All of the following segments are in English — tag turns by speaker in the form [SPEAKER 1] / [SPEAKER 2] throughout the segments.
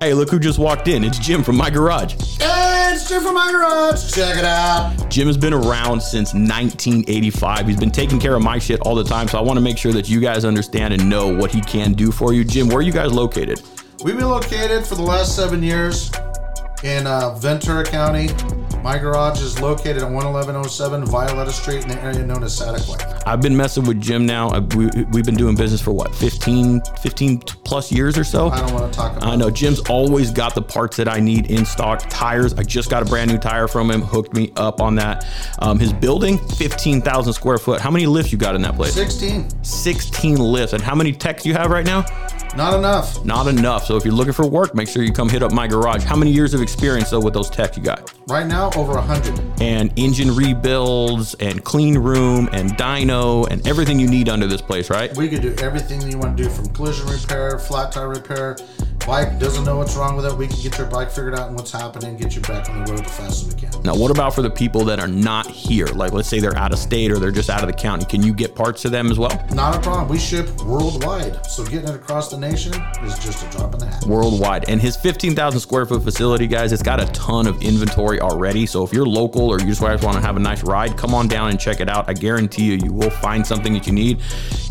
[SPEAKER 1] Hey, look who just walked in. It's Jim from my garage.
[SPEAKER 2] Hey, it's Jim from my garage. Check it out.
[SPEAKER 1] Jim has been around since 1985. He's been taking care of my shit all the time. So I want to make sure that you guys understand and know what he can do for you. Jim, where are you guys located?
[SPEAKER 2] We've been located for the last seven years in uh, Ventura County. My garage is located at 1107 Violetta Street in the area known as Satiquette.
[SPEAKER 1] I've been messing with Jim now. I- We, we've been doing business for what, 15, 15 plus years or so?
[SPEAKER 2] I don't want to talk about
[SPEAKER 1] I know Jim's always got the parts that I need in stock. Tires, I just got a brand new tire from him. Hooked me up on that. Um, his building, fifteen thousand square foot. How many lifts you got in that place?
[SPEAKER 2] 16.
[SPEAKER 1] Sixteen lifts. And how many techs you have right now?
[SPEAKER 2] Not enough.
[SPEAKER 1] Not enough. So if you're looking for work, make sure you come hit up my garage. How many years of experience though with those techs you got?
[SPEAKER 2] Right now, over 100.
[SPEAKER 1] And engine rebuilds, and clean room, and dyno, and everything you need under this place, right?
[SPEAKER 2] We could do everything you want to do from collision repair, flat tire repair. Bike doesn't know what's wrong with it. We can get your bike figured out and what's happening, get you back on the road as fast as we can.
[SPEAKER 1] Now, what about for the people that are not here? Like, let's say they're out of state or they're just out of the county. Can you get parts to them as well?
[SPEAKER 2] Not a problem. We ship worldwide, so getting it across the nation is just a drop in the hat.
[SPEAKER 1] worldwide. And his 15,000 square foot facility, guys, it's got a ton of inventory already. So if you're local or you just want to have a nice ride, come on down and check it out. I guarantee you, you will find something that you need.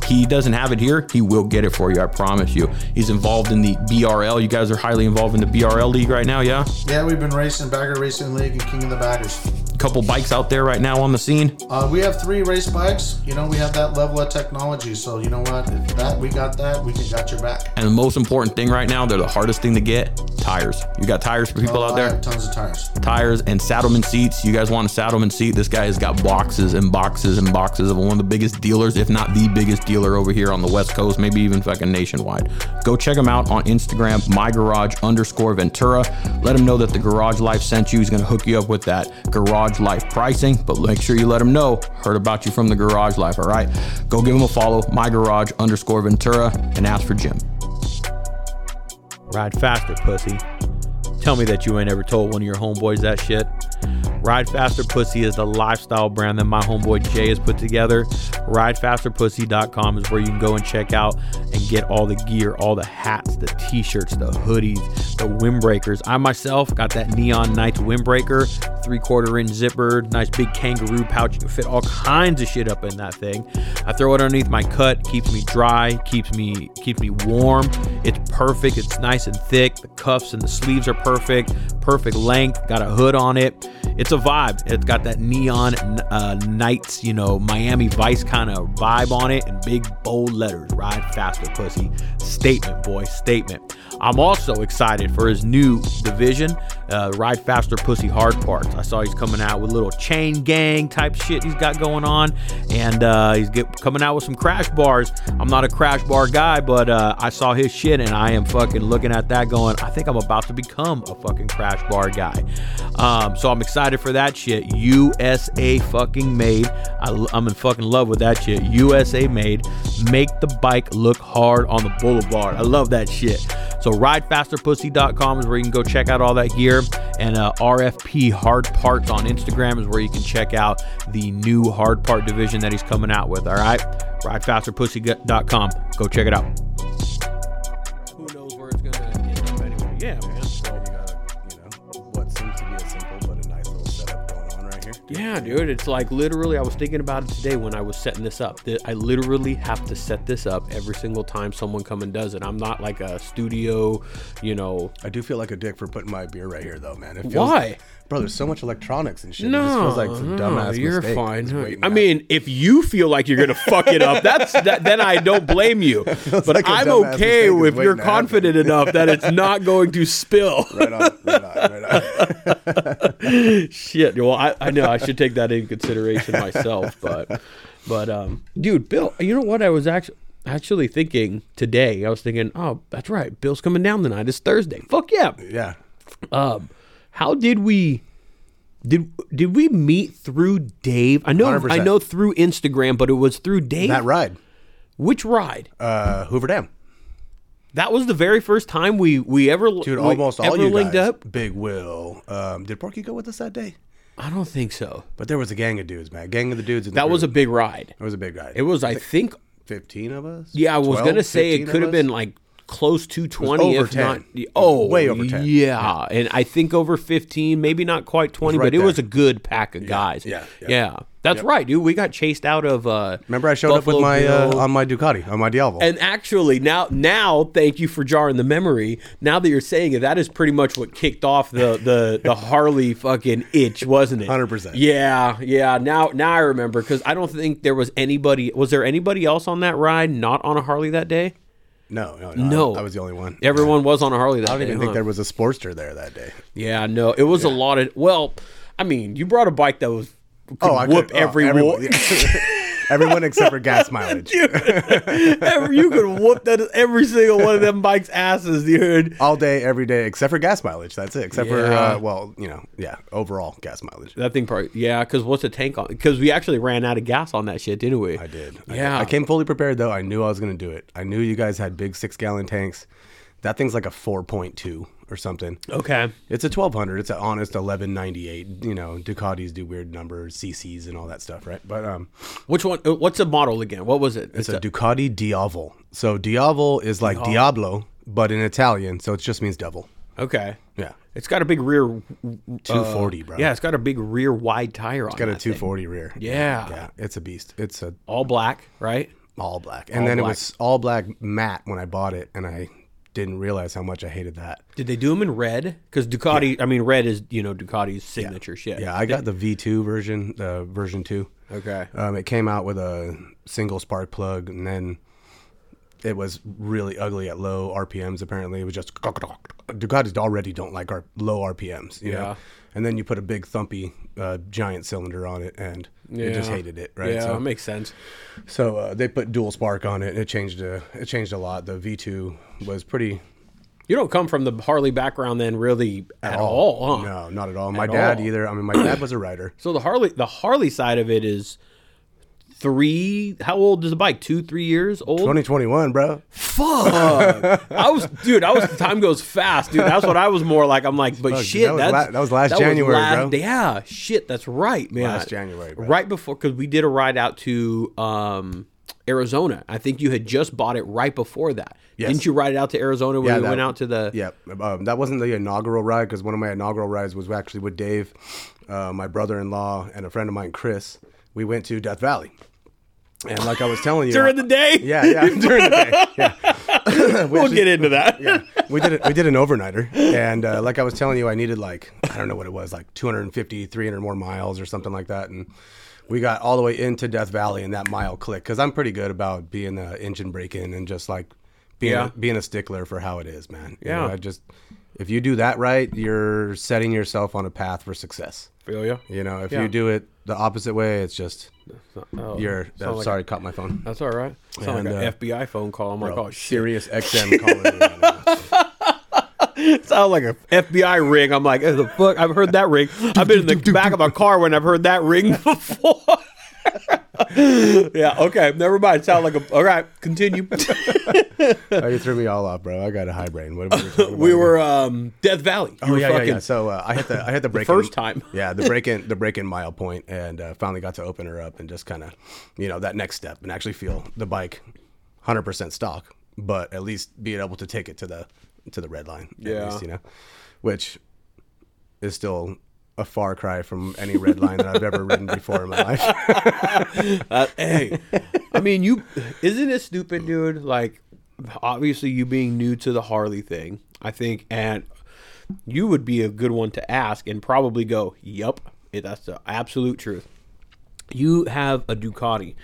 [SPEAKER 1] He doesn't have it here. He will get it for you. I promise you. He's involved in the BRL. You guys are highly involved in the BRL league right now. Yeah.
[SPEAKER 2] Yeah, we've been racing Bagger Racing League and King of the Baggers.
[SPEAKER 1] A couple bikes out there right now on the scene.
[SPEAKER 2] Uh, we have three race bikes. You know, we have that level of technology. So you know what? If that we got that, we can got your back.
[SPEAKER 1] And the most important thing right now, they're the hardest thing to get tires. You got tires for people out
[SPEAKER 2] I
[SPEAKER 1] there?
[SPEAKER 2] have tons of tires.
[SPEAKER 1] tires and saddleman seats. You guys want a saddleman seat? This guy has got boxes and boxes and boxes of one of the biggest dealers, if not the biggest dealer over here on the West Coast, maybe even fucking nationwide. Go check him out on Instagram, mygarage underscore Ventura. Let him know that the Garage Life sent you. He's gonna hook you up with that Garage Life pricing, but make sure you let him know heard about you from the Garage Life. All right, go give him a follow, mygarage underscore Ventura, and ask for Jim. Ride faster, pussy. Tell me that you ain't ever told one of your homeboys that shit. Ride Faster Pussy is the lifestyle brand that my homeboy Jay has put together. RideFasterPussy.com is where you can go and check out and get all the gear, all the hats, the t shirts, the hoodies, the windbreakers. I myself got that Neon Knights windbreaker, three quarter inch zipper, nice big kangaroo pouch. You can fit all kinds of shit up in that thing. I throw it underneath my cut, keeps me dry, keeps me keeps me warm. It's perfect. It's nice and thick. The cuffs and the sleeves are perfect, perfect length. Got a hood on it. It's a vibe. It's got that neon uh, nights, you know, Miami Vice kind of vibe on it, and big bold letters. Ride faster, pussy. Statement, boy. Statement. I'm also excited for his new division, uh, Ride Faster Pussy Hard Parts. I saw he's coming out with little chain gang type shit he's got going on, and uh, he's get, coming out with some crash bars. I'm not a crash bar guy, but uh, I saw his shit, and I am fucking looking at that going, I think I'm about to become a fucking crash bar guy. Um, so I'm excited for that shit. USA fucking made. I, am in fucking love with that shit. USA made. Make the bike look hard on the boulevard. I love that shit. So ridefasterpussy.com is where you can go check out all that gear. And uh, RFP Hard Parts on Instagram is where you can check out the new hard part division that he's coming out with. All right. Ridefasterpussy.com. Go check it out. Who knows where it's going to end up anyway? Yeah, man.
[SPEAKER 3] So you got a, you know, what seems to be a simple but a nice little setup going on right here.
[SPEAKER 1] Yeah, dude. It's like literally, I was thinking about it today when I was setting this up. That I literally have to set this up every single time someone come and does it. I'm not like a studio, you know.
[SPEAKER 3] I do feel like a dick for putting my beer right here, though, man. It feels,
[SPEAKER 1] Why?
[SPEAKER 3] Bro, there's so much electronics and shit. it just
[SPEAKER 1] No,
[SPEAKER 3] feels like some
[SPEAKER 1] no,
[SPEAKER 3] dumbass
[SPEAKER 1] you're
[SPEAKER 3] mistake
[SPEAKER 1] fine.
[SPEAKER 3] is waiting
[SPEAKER 1] I
[SPEAKER 3] to
[SPEAKER 1] mean, if you feel like you're gonna fuck it up, that's that, then I don't blame you. But
[SPEAKER 3] like a
[SPEAKER 1] I'm
[SPEAKER 3] dumbass
[SPEAKER 1] okay if
[SPEAKER 3] mistake is
[SPEAKER 1] you're
[SPEAKER 3] waiting to happen.
[SPEAKER 1] confident enough that it's not going to spill.
[SPEAKER 3] happen. Right on, right on, right on.
[SPEAKER 1] Shit. Well, I, I know I should take that in consideration myself, but but um, dude, Bill, you know what? I was actually actually thinking today. I was thinking, oh, that's right. Bill's coming down tonight. It's Thursday. Fuck yeah.
[SPEAKER 3] Yeah.
[SPEAKER 1] Um, how did we? Did did we meet through Dave? I know I
[SPEAKER 3] 100%.
[SPEAKER 1] know through Instagram, but it was through Dave.
[SPEAKER 3] That ride,
[SPEAKER 1] Which ride?
[SPEAKER 3] uh, Hoover Dam.
[SPEAKER 1] That was the very first time we we ever
[SPEAKER 3] Dude,
[SPEAKER 1] we
[SPEAKER 3] almost all
[SPEAKER 1] ever
[SPEAKER 3] you
[SPEAKER 1] linked
[SPEAKER 3] guys.
[SPEAKER 1] up.
[SPEAKER 3] Big Will. Um, did Porky go with us that day?
[SPEAKER 1] I don't think so.
[SPEAKER 3] But there was a gang of dudes, man. Gang of the dudes. In the
[SPEAKER 1] That was a
[SPEAKER 3] group.
[SPEAKER 1] big ride.
[SPEAKER 3] It was a big ride.
[SPEAKER 1] It was, I think,
[SPEAKER 3] fifteen of us.
[SPEAKER 1] Yeah, I was
[SPEAKER 3] 12,
[SPEAKER 1] gonna say it
[SPEAKER 3] 15 of
[SPEAKER 1] could have
[SPEAKER 3] us?
[SPEAKER 1] been like close to 20
[SPEAKER 3] over
[SPEAKER 1] if not
[SPEAKER 3] 10.
[SPEAKER 1] oh
[SPEAKER 3] Way over 10.
[SPEAKER 1] yeah. and i think over 15 maybe not quite 20
[SPEAKER 3] right
[SPEAKER 1] but it was a
[SPEAKER 3] there.
[SPEAKER 1] good pack of guys
[SPEAKER 3] yeah, yeah.
[SPEAKER 1] that's right dude we got chased out of uh
[SPEAKER 3] Remember, I showed
[SPEAKER 1] Buffalo
[SPEAKER 3] up with my uh,
[SPEAKER 1] Bill.
[SPEAKER 3] on my Ducati on my Diablo.
[SPEAKER 1] and actually now now thank you for jarring the memory now that you're saying it that is pretty much what kicked off the the the harley fucking itch wasn't it
[SPEAKER 3] 100%.
[SPEAKER 1] yeah yeah now now i remember because i don't think there was anybody was there anybody else on that ride not on a harley that day
[SPEAKER 3] no, no, no,
[SPEAKER 1] No.
[SPEAKER 3] I, I was the only one.
[SPEAKER 1] everyone was on a harley that
[SPEAKER 3] I don't
[SPEAKER 1] day
[SPEAKER 3] even
[SPEAKER 1] huh?
[SPEAKER 3] think there was a Sportster there that day.
[SPEAKER 1] Yeah, no, it was a lot of. Well, I mean, you brought a bike that was could
[SPEAKER 3] I
[SPEAKER 1] whoop
[SPEAKER 3] could- oh,
[SPEAKER 1] every
[SPEAKER 3] everyone,
[SPEAKER 1] wa-
[SPEAKER 3] yeah. everyone except for gas mileage.
[SPEAKER 1] every, you could whoop that every single one of them bikes' asses, dude.
[SPEAKER 3] All day, every day, except for gas mileage. That's it. Except for
[SPEAKER 1] Yeah.
[SPEAKER 3] uh, well, you know, yeah, overall gas mileage.
[SPEAKER 1] That thing probably, yeah, because what's the tank on? Because we actually ran out of gas on that shit, didn't we?
[SPEAKER 3] I did. I did.
[SPEAKER 1] Yeah.
[SPEAKER 3] I, came fully prepared though. I knew I was going to do it. I knew you guys had big six gallon tanks. That thing's like a 4.2 or something.
[SPEAKER 1] Okay.
[SPEAKER 3] It's a 1200. It's an honest 1198. You know, Ducatis do weird numbers, CCs, and all that stuff, right? But um,
[SPEAKER 1] Which one? uh, What's the model again? What was it?
[SPEAKER 3] it's, a, Ducati Diavol. So Diavol is like Diablo, but in Italian. So it just means devil.
[SPEAKER 1] okay.
[SPEAKER 3] Yeah.
[SPEAKER 1] It's got a big rear. uh,
[SPEAKER 3] 240, bro.
[SPEAKER 1] Yeah, it's got a big rear wide tire on.
[SPEAKER 3] Got
[SPEAKER 1] that
[SPEAKER 3] a
[SPEAKER 1] thing.
[SPEAKER 3] 240 rear.
[SPEAKER 1] Yeah.
[SPEAKER 3] Yeah. It's a beast. It's a
[SPEAKER 1] All black, right?
[SPEAKER 3] all black. And
[SPEAKER 1] All
[SPEAKER 3] then
[SPEAKER 1] black.
[SPEAKER 3] it was all black matte when I bought it. And I didn't realize how much I hated that.
[SPEAKER 1] Did they do them in red? Because Ducati, I mean, red is you know Ducati's signature shit.
[SPEAKER 3] Yeah, I got the V2 version, the version two.
[SPEAKER 1] Okay.
[SPEAKER 3] Um, it came out with a single spark plug, and then it was really ugly at low RPMs. Apparently, it was just Ducatis already don't like our low RPMs. You
[SPEAKER 1] Yeah.
[SPEAKER 3] Know? And then you put a big thumpy uh, giant cylinder on it, and it just
[SPEAKER 1] Yeah.
[SPEAKER 3] hated it, right?
[SPEAKER 1] Yeah,
[SPEAKER 3] so
[SPEAKER 1] it makes sense.
[SPEAKER 3] so uh, they put dual spark on it, and it changed a it changed a lot. The V2 was pretty
[SPEAKER 1] You don't come from the Harley background then, really, at, all. Oh, huh?
[SPEAKER 3] no, not at all. My dad
[SPEAKER 1] all.
[SPEAKER 3] either. I mean, my dad was a rider.
[SPEAKER 1] So the Harley, the Harley side of it is three. How old is the bike? Two, three years old.
[SPEAKER 3] 2021, bro.
[SPEAKER 1] Fuck! I was, dude. I was. Time goes fast, dude. That's what I was more like. I'm like, but shit,
[SPEAKER 3] that was
[SPEAKER 1] that's
[SPEAKER 3] la- that was last January, bro.
[SPEAKER 1] Yeah, shit. That's right, man.
[SPEAKER 3] Last January, bro.
[SPEAKER 1] Right before, because we did a ride out to um, Arizona. I think you had just bought it right before that.
[SPEAKER 3] Yes.
[SPEAKER 1] Didn't you ride it out to Arizona when
[SPEAKER 3] Yeah,
[SPEAKER 1] we
[SPEAKER 3] that-
[SPEAKER 1] went out to the?
[SPEAKER 3] Yeah, um, that wasn't the inaugural ride because one of my inaugural rides was actually with Dave, uh, my brother-in-law, and a friend of mine, Chris. We went to Death Valley, and like I was telling you,
[SPEAKER 1] During the day.
[SPEAKER 3] yeah, yeah, during the day, yeah.
[SPEAKER 1] We'll get into that.
[SPEAKER 3] Yeah, we did it. We did an overnighter, and uh, like I was telling you, I needed like I don't know what it was, like 250, 300 more miles or something like that, and we got all the way into Death Valley, and that mile click because I'm pretty good about being an engine break-in and just like being
[SPEAKER 1] Yeah.
[SPEAKER 3] a, being a stickler for how it is, man. You
[SPEAKER 1] Yeah.
[SPEAKER 3] know, I just if you do that right, you're setting yourself on a path for success.
[SPEAKER 1] Feel ya?
[SPEAKER 3] You know, if
[SPEAKER 1] Yeah.
[SPEAKER 3] you do it the opposite way, it's just
[SPEAKER 1] Oh,
[SPEAKER 3] you're.
[SPEAKER 1] sound
[SPEAKER 3] Oh,
[SPEAKER 1] like a-
[SPEAKER 3] sorry, caught my phone.
[SPEAKER 1] That's all right. Sound
[SPEAKER 3] And,
[SPEAKER 1] like an
[SPEAKER 3] uh,
[SPEAKER 1] FBI phone call. I'm like, oh shit.
[SPEAKER 3] Serious XM calling. me right now.
[SPEAKER 1] Sound like an FBI ring. I'm like, "Oh, the fuck. I've heard that ring. I've been in the back of my car when I've heard that ring before. yeah. Okay. Never mind. Sound like a. All right. Continue.
[SPEAKER 3] Oh, you threw me all off, bro. I got a high brain. What were we talking about?
[SPEAKER 1] we were um Death Valley. You
[SPEAKER 3] Oh
[SPEAKER 1] were
[SPEAKER 3] yeah, yeah,
[SPEAKER 1] fucking-
[SPEAKER 3] yeah. So uh, I hit the I hit the break
[SPEAKER 1] first time.
[SPEAKER 3] yeah, the break in the break in mile point, and uh, finally got to open her up and just kind of, you know, that next step and actually feel the bike, hundred percent stock, but at least being able to take it to the to the red line. at
[SPEAKER 1] Yeah.
[SPEAKER 3] least, you know, which is still a far cry from any red line that I've ever ridden before in my life.
[SPEAKER 1] Uh, hey, I mean, you isn't it stupid, dude? Like, obviously, you being new to the Harley thing, I think, and you would be a good one to ask and probably go, "Yep, it- that's the absolute truth." You have a Ducati.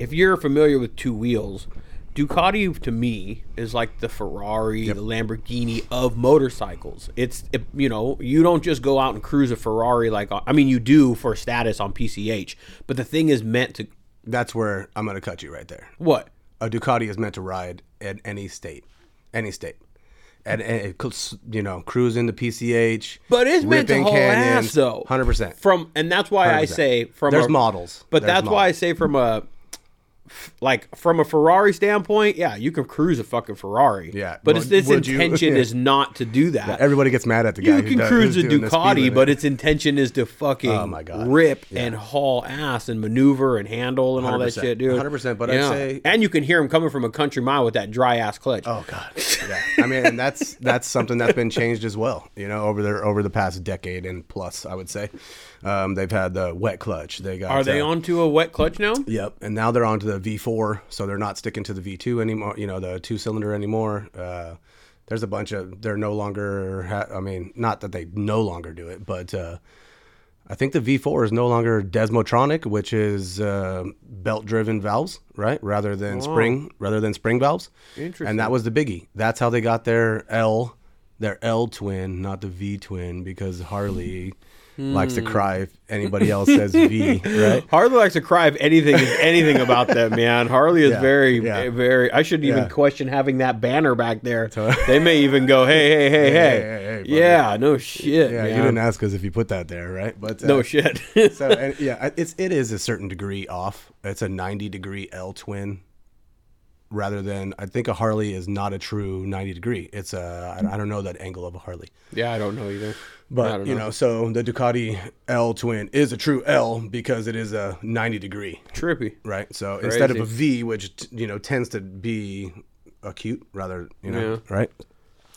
[SPEAKER 1] If you're familiar with two wheels, Ducati to me is like the Ferrari, the Lamborghini of motorcycles. It's it, you know you don't just go out and cruise a Ferrari like I mean you do for status on PCH, but the thing is meant to
[SPEAKER 3] That's where I'm gonna cut you right there.
[SPEAKER 1] what?
[SPEAKER 3] a Ducati is meant to ride at any state, any state, and, and it could, you know cruising the PCH.
[SPEAKER 1] But it's meant to
[SPEAKER 3] ripping
[SPEAKER 1] haul
[SPEAKER 3] canyons,
[SPEAKER 1] ass though.
[SPEAKER 3] Hundred percent.
[SPEAKER 1] From and that's why I
[SPEAKER 3] 100%.
[SPEAKER 1] say from
[SPEAKER 3] There's
[SPEAKER 1] a-
[SPEAKER 3] models.
[SPEAKER 1] But
[SPEAKER 3] There's
[SPEAKER 1] that's why I
[SPEAKER 3] models.
[SPEAKER 1] say from a f- like from a Ferrari standpoint, yeah, you can cruise a fucking Ferrari.
[SPEAKER 3] Yeah.
[SPEAKER 1] but
[SPEAKER 3] Would-
[SPEAKER 1] it's, its
[SPEAKER 3] would you?
[SPEAKER 1] intention
[SPEAKER 3] Yeah.
[SPEAKER 1] is not to do that.
[SPEAKER 3] Everybody gets mad at the guy.
[SPEAKER 1] you
[SPEAKER 3] who
[SPEAKER 1] can
[SPEAKER 3] does-
[SPEAKER 1] cruise a
[SPEAKER 3] who's doing the speed
[SPEAKER 1] Ducati,
[SPEAKER 3] limit.
[SPEAKER 1] but its intention is to fucking
[SPEAKER 3] Oh, my God.
[SPEAKER 1] rip and haul ass and maneuver and handle and all that
[SPEAKER 3] 100%.
[SPEAKER 1] shit, dude.
[SPEAKER 3] 100%, but I'd say-
[SPEAKER 1] and you can hear him coming from a country mile with that dry ass clutch.
[SPEAKER 3] Oh God, yeah. I mean, and that's that's something that's been changed as well. You know, over their over the past decade and plus, I would say, um, they've had the wet clutch. They got
[SPEAKER 1] Are they
[SPEAKER 3] uh,
[SPEAKER 1] onto a wet clutch now?
[SPEAKER 3] Yep, and now they're onto the V4, so they're not sticking to the V2 anymore. You know, the two cylinder anymore. Uh, there's a bunch of they're no longer. Ha- I mean, not that they no longer do it, but uh, I think the V4 is no longer Desmotronic, which is uh, belt driven valves, right? Rather than spring, rather than spring valves.
[SPEAKER 1] Interesting.
[SPEAKER 3] And that was the biggie. That's how they got their L, their L twin, not the V twin, because Harley. Likes to cry if anybody else says V, right?
[SPEAKER 1] Harley likes to cry if anything is anything about that man. Harley is
[SPEAKER 3] Yeah,
[SPEAKER 1] very,
[SPEAKER 3] yeah.
[SPEAKER 1] very. I shouldn't even
[SPEAKER 3] Yeah.
[SPEAKER 1] question having that banner back there. they may even go, hey, hey, hey, hey,
[SPEAKER 3] hey, hey, buddy.
[SPEAKER 1] yeah, no shit,
[SPEAKER 3] Yeah,
[SPEAKER 1] man.
[SPEAKER 3] you didn't ask us if you put that there, right? But uh,
[SPEAKER 1] no shit.
[SPEAKER 3] so and, yeah, I- it's it is a certain degree off. It's a ninety degree L twin, rather than I think a Harley is not a true ninety degree. It's a I, I don't know that angle of a Harley,
[SPEAKER 1] yeah, I don't know either. I
[SPEAKER 3] but
[SPEAKER 1] don't
[SPEAKER 3] you know, so the Ducati L twin is a true L because it is a ninety degree,
[SPEAKER 1] trippy.
[SPEAKER 3] right? So instead of
[SPEAKER 1] Crazy.
[SPEAKER 3] a V, which t- you know tends to be acute, rather you know
[SPEAKER 1] Yeah.
[SPEAKER 3] right.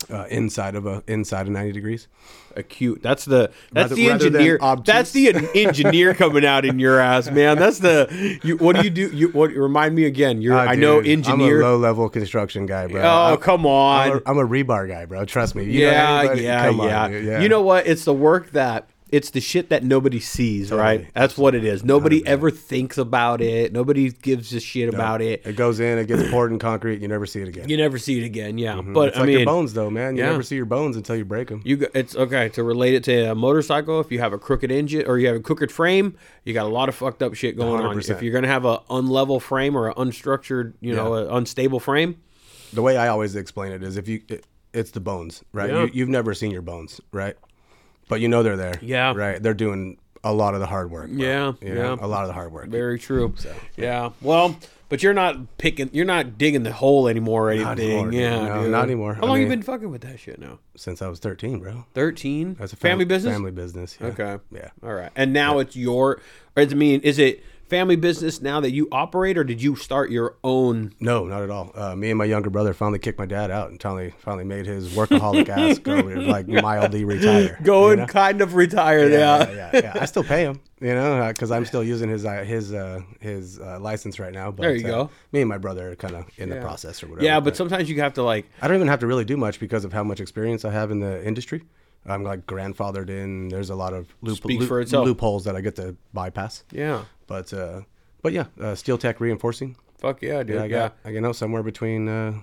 [SPEAKER 3] Uh, inside of a inside of 90 degrees
[SPEAKER 1] acute. That's the that's
[SPEAKER 3] Rather-
[SPEAKER 1] the
[SPEAKER 3] rather than
[SPEAKER 1] engineer.
[SPEAKER 3] obtuse.
[SPEAKER 1] That's the en- engineer coming out in your ass, man. That's the you. What do you do? You what? Remind me again. You're
[SPEAKER 3] Ah,
[SPEAKER 1] I know
[SPEAKER 3] dude,
[SPEAKER 1] engineer.
[SPEAKER 3] i'm a low level construction guy bro
[SPEAKER 1] oh
[SPEAKER 3] I'm-
[SPEAKER 1] come
[SPEAKER 3] I'm
[SPEAKER 1] on.
[SPEAKER 3] a, I'm a rebar guy, bro. Trust me. You know
[SPEAKER 1] yeah,
[SPEAKER 3] anybody-
[SPEAKER 1] yeah,
[SPEAKER 3] come on,
[SPEAKER 1] yeah.
[SPEAKER 3] dude.
[SPEAKER 1] You know what? It's the work that it's the shit that nobody sees, right? That's what it is. Nobody ever thinks about it. Nobody gives a shit about it.
[SPEAKER 3] it goes in, it gets poured in concrete, and you never see it again. Mm-hmm.
[SPEAKER 1] You never see it again. Yeah, but
[SPEAKER 3] it's
[SPEAKER 1] I
[SPEAKER 3] like
[SPEAKER 1] mean,
[SPEAKER 3] your bones, though, man. You
[SPEAKER 1] yeah.
[SPEAKER 3] never see your bones until you break them.
[SPEAKER 1] You go, it's okay to relate it to a motorcycle. If you have a crooked engine or you have a crooked frame, you got a lot of fucked up shit going on.
[SPEAKER 3] 100%.
[SPEAKER 1] If you're gonna have a unlevel frame or an unstructured, you know, a unstable frame,
[SPEAKER 3] the way I always explain it is, if you, it, it's the bones, right?
[SPEAKER 1] Yeah.
[SPEAKER 3] You, you've never seen your bones, right? But you know they're there.
[SPEAKER 1] Yeah.
[SPEAKER 3] right. They're doing a lot of the hard work. bro.
[SPEAKER 1] Yeah,
[SPEAKER 3] You know,
[SPEAKER 1] yeah.
[SPEAKER 3] a lot of the hard work.
[SPEAKER 1] very true. yeah. Well, but you're not picking, you're not digging the hole anymore or anything.
[SPEAKER 3] anymore, dude.
[SPEAKER 1] yeah,
[SPEAKER 3] No,
[SPEAKER 1] dude.
[SPEAKER 3] not anymore.
[SPEAKER 1] How
[SPEAKER 3] I
[SPEAKER 1] long you
[SPEAKER 3] mean-
[SPEAKER 1] been fucking with that shit now?
[SPEAKER 3] Since I was 13, bro.
[SPEAKER 1] Thirteen.
[SPEAKER 3] That's a
[SPEAKER 1] family
[SPEAKER 3] fam-
[SPEAKER 1] business.
[SPEAKER 3] Family business. yeah.
[SPEAKER 1] Okay.
[SPEAKER 3] Yeah.
[SPEAKER 1] All right. And now it's your. Or it's, I mean, is it family business now that you operate, or did you start your own?
[SPEAKER 3] No, not at all. Uh, me and my younger brother finally kicked my dad out and finally finally made his workaholic ass go like mildly retire.
[SPEAKER 1] Go
[SPEAKER 3] you
[SPEAKER 1] and
[SPEAKER 3] know?
[SPEAKER 1] kind of retire now.
[SPEAKER 3] yeah, yeah, yeah. I still pay him, you know, because I'm still using his uh, his uh, his uh, license right now. But
[SPEAKER 1] There you
[SPEAKER 3] uh,
[SPEAKER 1] go.
[SPEAKER 3] Me and my brother are kind of in the process or whatever.
[SPEAKER 1] Yeah, but sometimes you have to like.
[SPEAKER 3] I don't even have to really do much because of how much experience I have in the industry. I'm like grandfathered in. There's a lot of loop,
[SPEAKER 1] Speaks
[SPEAKER 3] loop-
[SPEAKER 1] for itself.
[SPEAKER 3] loopholes that I get to bypass.
[SPEAKER 1] Yeah.
[SPEAKER 3] But uh, but yeah, uh, steel tech reinforcing.
[SPEAKER 1] Fuck yeah, dude.
[SPEAKER 3] I got I you know somewhere between uh,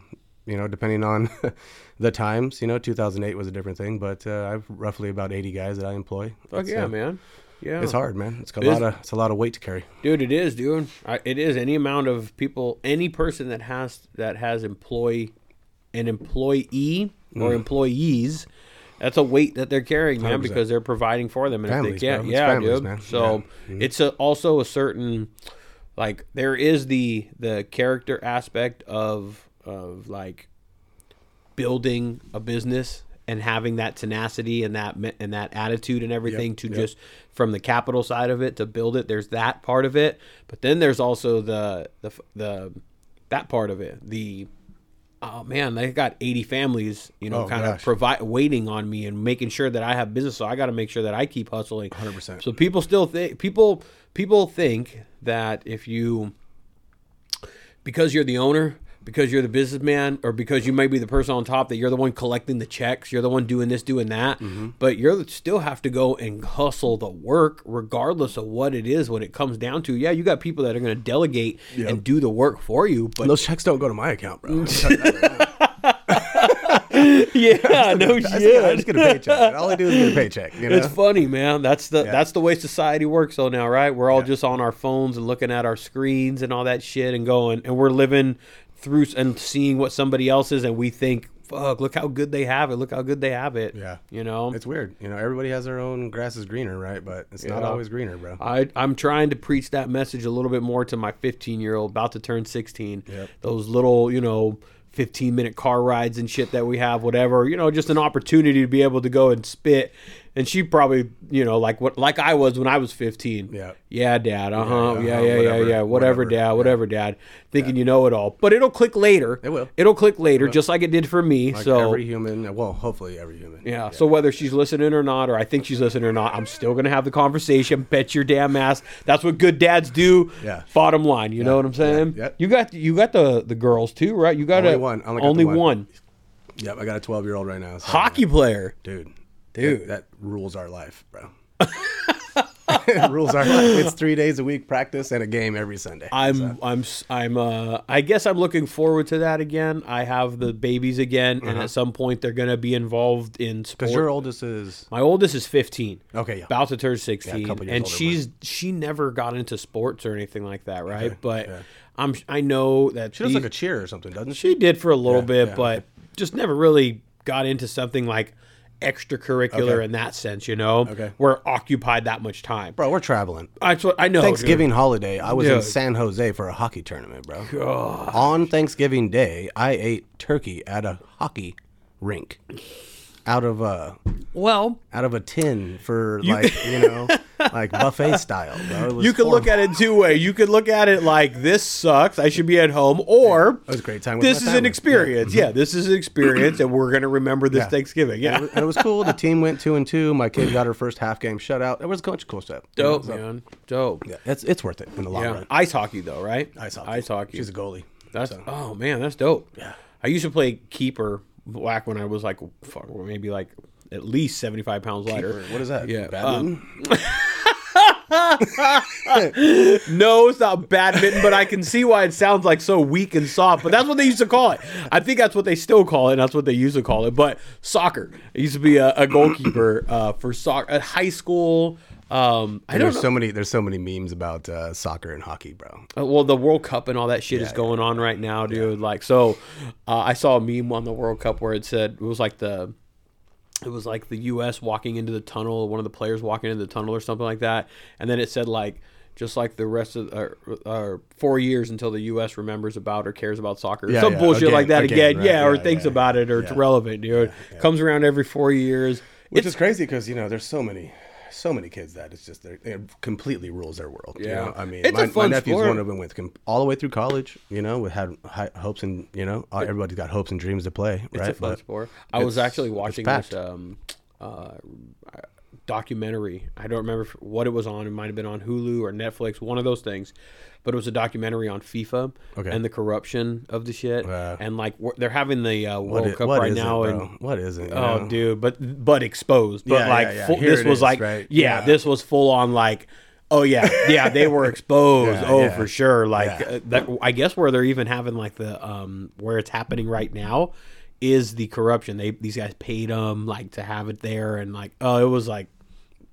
[SPEAKER 3] you know depending on the times. You know, 2008 was a different thing, but uh, I've roughly about 80 guys that I employ.
[SPEAKER 1] Fuck
[SPEAKER 3] It's,
[SPEAKER 1] yeah,
[SPEAKER 3] uh,
[SPEAKER 1] man. Yeah.
[SPEAKER 3] It's hard, man. It's a
[SPEAKER 1] is-
[SPEAKER 3] lot of it's a lot of weight to carry.
[SPEAKER 1] dude it is dude I, it is any amount of people any person that has that has employee an employee or employees that's a weight that they're carrying man
[SPEAKER 3] 100%.
[SPEAKER 1] because they're providing for them and if
[SPEAKER 3] Families,
[SPEAKER 1] they
[SPEAKER 3] bro.
[SPEAKER 1] can't
[SPEAKER 3] It's
[SPEAKER 1] yeah
[SPEAKER 3] families,
[SPEAKER 1] dude
[SPEAKER 3] man. Mm-hmm.
[SPEAKER 1] so it's a, also a certain like there is the the character aspect of of like building a business and having that tenacity and that me- and that attitude and everything to just from the capital side of it to build it there's that part of it but then there's also the the f- the that part of it the oh man they got 80 families you know
[SPEAKER 3] Oh,
[SPEAKER 1] kind of
[SPEAKER 3] gosh.
[SPEAKER 1] provide waiting on me and making sure that I have business so I got to make sure that I keep hustling
[SPEAKER 3] 100%.
[SPEAKER 1] so people still think people people think that if you because you're the owner, because you're the businessman, or because you may be the person on top that you're the one collecting the checks, you're the one doing this, doing that, but you're still have to go and hustle the work regardless of what it is when it comes down to. Yeah, you got people that are going to delegate and do the work for you, but
[SPEAKER 3] Those checks don't go to my account, bro.
[SPEAKER 1] yeah, no
[SPEAKER 3] I just, I
[SPEAKER 1] shit.
[SPEAKER 3] just get a paycheck. All I do is get a paycheck. You know?
[SPEAKER 1] It's funny, man. That's the that's the way society works though now, right? We're all just on our phones and looking at our screens and all that shit and going and we're living through s- and seeing what somebody else is and we think fuck, look how good they have it. Look how good they have it.
[SPEAKER 3] Yeah.
[SPEAKER 1] You know?
[SPEAKER 3] It's weird. You know, everybody has their own grass is greener, right? But it's not
[SPEAKER 1] Yeah.
[SPEAKER 3] always greener, bro.
[SPEAKER 1] I, I'm trying to preach that message a little bit more to my 15 year old, about to turn 16.
[SPEAKER 3] Yep.
[SPEAKER 1] Those little, you know, 15 minute car rides and shit that we have, whatever, you know, just an opportunity to be able to go and spit. And she probably, you know, like what, like I was when I was 15.
[SPEAKER 3] Yeah.
[SPEAKER 1] Yeah, dad. Uh huh.
[SPEAKER 3] uh-huh,
[SPEAKER 1] Yeah, yeah, yeah,
[SPEAKER 3] whatever,
[SPEAKER 1] yeah. Whatever,
[SPEAKER 3] whatever.
[SPEAKER 1] dad. Whatever, dad. Thinking you know it all, but it'll click later.
[SPEAKER 3] It will.
[SPEAKER 1] It'll click later, just like it did for me.
[SPEAKER 3] Like
[SPEAKER 1] so
[SPEAKER 3] every human, well, hopefully every human.
[SPEAKER 1] yeah. So whether she's listening or not, or I think she's listening or not, I'm still gonna have the conversation. Bet your damn ass. That's what good dads do.
[SPEAKER 3] Yeah.
[SPEAKER 1] Bottom line, you know what I'm saying?
[SPEAKER 3] yeah.
[SPEAKER 1] You got you got the the girls too, right? You got
[SPEAKER 3] Only
[SPEAKER 1] a,
[SPEAKER 3] one. I only got
[SPEAKER 1] only
[SPEAKER 3] the one.
[SPEAKER 1] one.
[SPEAKER 3] Yep. I got a 12 year old right now. so-
[SPEAKER 1] hockey player.
[SPEAKER 3] Dude.
[SPEAKER 1] Dude.
[SPEAKER 3] That, that rules our life, bro. It rules our life. It's three days a week practice and a game every Sunday.
[SPEAKER 1] I'm I'm s- I'm uh I guess I'm looking forward to that again. I have the babies again,
[SPEAKER 3] Uh-huh.
[SPEAKER 1] and at some point they're gonna be involved in
[SPEAKER 3] Because
[SPEAKER 1] sports.
[SPEAKER 3] your oldest is.
[SPEAKER 1] My oldest is 15.
[SPEAKER 3] Okay, yeah.
[SPEAKER 1] About to turn 16.
[SPEAKER 3] couple years
[SPEAKER 1] and
[SPEAKER 3] older,
[SPEAKER 1] she's she never got into sports or anything like that, right? but
[SPEAKER 3] yeah.
[SPEAKER 1] I'm I know that
[SPEAKER 3] She does
[SPEAKER 1] these-
[SPEAKER 3] like a cheer or something, doesn't she?
[SPEAKER 1] she did for a little bit,
[SPEAKER 3] yeah,
[SPEAKER 1] but just never really got into something like extracurricular
[SPEAKER 3] Okay.
[SPEAKER 1] in that sense, you know?
[SPEAKER 3] Okay.
[SPEAKER 1] Where occupied that much time.
[SPEAKER 3] Bro, we're traveling.
[SPEAKER 1] That's what I know. Oh, dude.
[SPEAKER 3] Thanksgiving holiday, I was in
[SPEAKER 1] Dude.
[SPEAKER 3] San Jose for a hockey tournament, bro. On Thanksgiving Day, I ate turkey at a hockey rink out of a
[SPEAKER 1] Well,
[SPEAKER 3] out of a tin for like you know like buffet style, bro. It was
[SPEAKER 1] you could look at
[SPEAKER 3] horrible.
[SPEAKER 1] it two ways. You could look at it like this sucks. I should be at home, or
[SPEAKER 3] It was a great time with
[SPEAKER 1] This
[SPEAKER 3] my
[SPEAKER 1] is an
[SPEAKER 3] family.
[SPEAKER 1] experience. Yeah, this is an experience, and we're gonna remember this
[SPEAKER 3] Yeah.
[SPEAKER 1] Thanksgiving. Yeah,
[SPEAKER 3] And it, was, and it was cool. The team went two and two. My kid got her first half game shutout. There was a bunch of cool stuff. you know,
[SPEAKER 1] Dope,
[SPEAKER 3] so-
[SPEAKER 1] man. Dope. Yeah.
[SPEAKER 3] Yeah, it's it's worth it in the long run.
[SPEAKER 1] Ice hockey though, right?
[SPEAKER 3] Ice hockey.
[SPEAKER 1] Ice hockey.
[SPEAKER 3] She's a goalie.
[SPEAKER 1] that's oh man, that's dope. Yeah. I used to play keeper whack when I was like fuck, well, maybe like at least seventy five pounds lighter.
[SPEAKER 3] What is that?
[SPEAKER 1] Yeah, um,
[SPEAKER 3] Badminton?
[SPEAKER 1] No, it's not badminton, but I can see why it sounds like so weak and soft. But that's what they used to call it. I think that's what they still call it. And that's what they used to call it. But soccer. I used to be a, a goalkeeper uh, for soccer at high school. Um, I don't
[SPEAKER 3] there's
[SPEAKER 1] know.
[SPEAKER 3] so many there's so many memes about uh, soccer and hockey, bro.
[SPEAKER 1] Uh, Well, the World Cup and all that shit is going on right now, dude. Like, so uh, I saw a meme on the World Cup where it said it was like the it was like the U.S. walking into the tunnel, one of the players walking into the tunnel or something like that, and then it said like just like the rest of our, our four years until the U.S. remembers about or cares about soccer,
[SPEAKER 3] Yeah,
[SPEAKER 1] some
[SPEAKER 3] yeah,
[SPEAKER 1] bullshit
[SPEAKER 3] again,
[SPEAKER 1] like that again,
[SPEAKER 3] again, right,
[SPEAKER 1] yeah, or
[SPEAKER 3] yeah,
[SPEAKER 1] thinks
[SPEAKER 3] yeah,
[SPEAKER 1] about it or it's relevant, dude. Comes around every four years.
[SPEAKER 3] Which is crazy because you know there's so many, so many kids that it's just they're- it completely rules their world. you
[SPEAKER 1] Yeah.
[SPEAKER 3] know? I mean,
[SPEAKER 1] It's a
[SPEAKER 3] my, my
[SPEAKER 1] fun
[SPEAKER 3] nephew's
[SPEAKER 1] sport.
[SPEAKER 3] one of them with com- all the way through college. You know, we had high hopes and you know uh, everybody's got hopes and dreams to play, right?
[SPEAKER 1] It's a fun
[SPEAKER 3] But-
[SPEAKER 1] sport. I was
[SPEAKER 3] it's-
[SPEAKER 1] actually
[SPEAKER 3] it's
[SPEAKER 1] watching
[SPEAKER 3] packed.
[SPEAKER 1] this um, uh, documentary. I don't remember if- what it was on. It might have been on Hulu or Netflix, one of those things. But it was a documentary on FIFA
[SPEAKER 3] Okay.
[SPEAKER 1] and the corruption of the shit.
[SPEAKER 3] Wow.
[SPEAKER 1] and like wor- they're having the uh,
[SPEAKER 3] What
[SPEAKER 1] World
[SPEAKER 3] i-
[SPEAKER 1] Cup
[SPEAKER 3] what
[SPEAKER 1] right
[SPEAKER 3] is it,
[SPEAKER 1] now,
[SPEAKER 3] bro?
[SPEAKER 1] and
[SPEAKER 3] what is it? you
[SPEAKER 1] Oh,
[SPEAKER 3] know?
[SPEAKER 1] dude, but but exposed. But
[SPEAKER 3] Yeah, yeah,
[SPEAKER 1] like
[SPEAKER 3] yeah.
[SPEAKER 1] Full,
[SPEAKER 3] Here
[SPEAKER 1] this
[SPEAKER 3] it
[SPEAKER 1] was
[SPEAKER 3] is,
[SPEAKER 1] like
[SPEAKER 3] right?
[SPEAKER 1] yeah,
[SPEAKER 3] Yeah.
[SPEAKER 1] this was full on like oh yeah, yeah, they were exposed.
[SPEAKER 3] Yeah,
[SPEAKER 1] oh
[SPEAKER 3] yeah.
[SPEAKER 1] for sure. Like
[SPEAKER 3] Yeah.
[SPEAKER 1] uh, that, I guess where they're even having like the um where it's happening right now is the corruption. They these guys paid them like to have it there and like oh it was like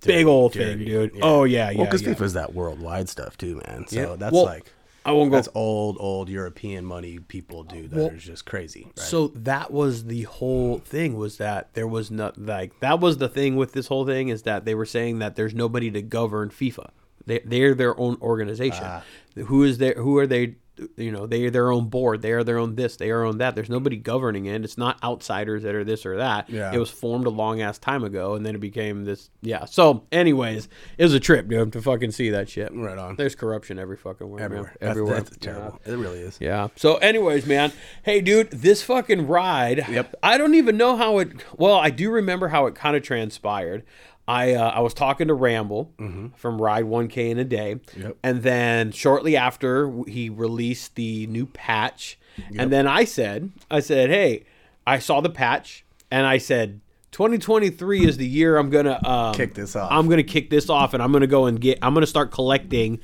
[SPEAKER 1] big old thing, dude. Oh yeah, yeah.
[SPEAKER 3] Well, because
[SPEAKER 1] yeah.
[SPEAKER 3] FIFA's that worldwide stuff too, man. So that's
[SPEAKER 1] Well,
[SPEAKER 3] like
[SPEAKER 1] I won't go
[SPEAKER 3] that's old, old European money people do that is just crazy. Right?
[SPEAKER 1] So that was the whole thing was that there was not like that was the thing with this whole thing is that they were saying that there's nobody to govern FIFA. They they're their own organization.
[SPEAKER 3] Ah.
[SPEAKER 1] Who is there who are they you know, they are their own board, they are their own this, they are own that. There's nobody governing it. It's not outsiders that are this or that.
[SPEAKER 3] Yeah.
[SPEAKER 1] It was formed a long ass time ago and then it became this yeah. So anyways, it was a trip, dude, to fucking see that shit.
[SPEAKER 3] Right on.
[SPEAKER 1] There's corruption every fucking where. man.
[SPEAKER 3] everywhere, That's-
[SPEAKER 1] Everywhere.
[SPEAKER 3] That's,
[SPEAKER 1] Yeah.
[SPEAKER 3] terrible. It really is.
[SPEAKER 1] Yeah. So, anyways, man, hey, dude, this fucking ride.
[SPEAKER 3] Yep.
[SPEAKER 1] I don't even know how it. Well, I do remember how it kind of transpired. I uh, I was talking to Ramble from Ride 1K in a day,
[SPEAKER 3] Mm-hmm. Yep.
[SPEAKER 1] and then shortly after w- he released the new patch, and then I said, I said, hey, I saw the patch, and I said. 2023 is the year I'm gonna um,
[SPEAKER 3] Kick this off.
[SPEAKER 1] I'm gonna kick this off, and I'm gonna go and get. I'm gonna start collecting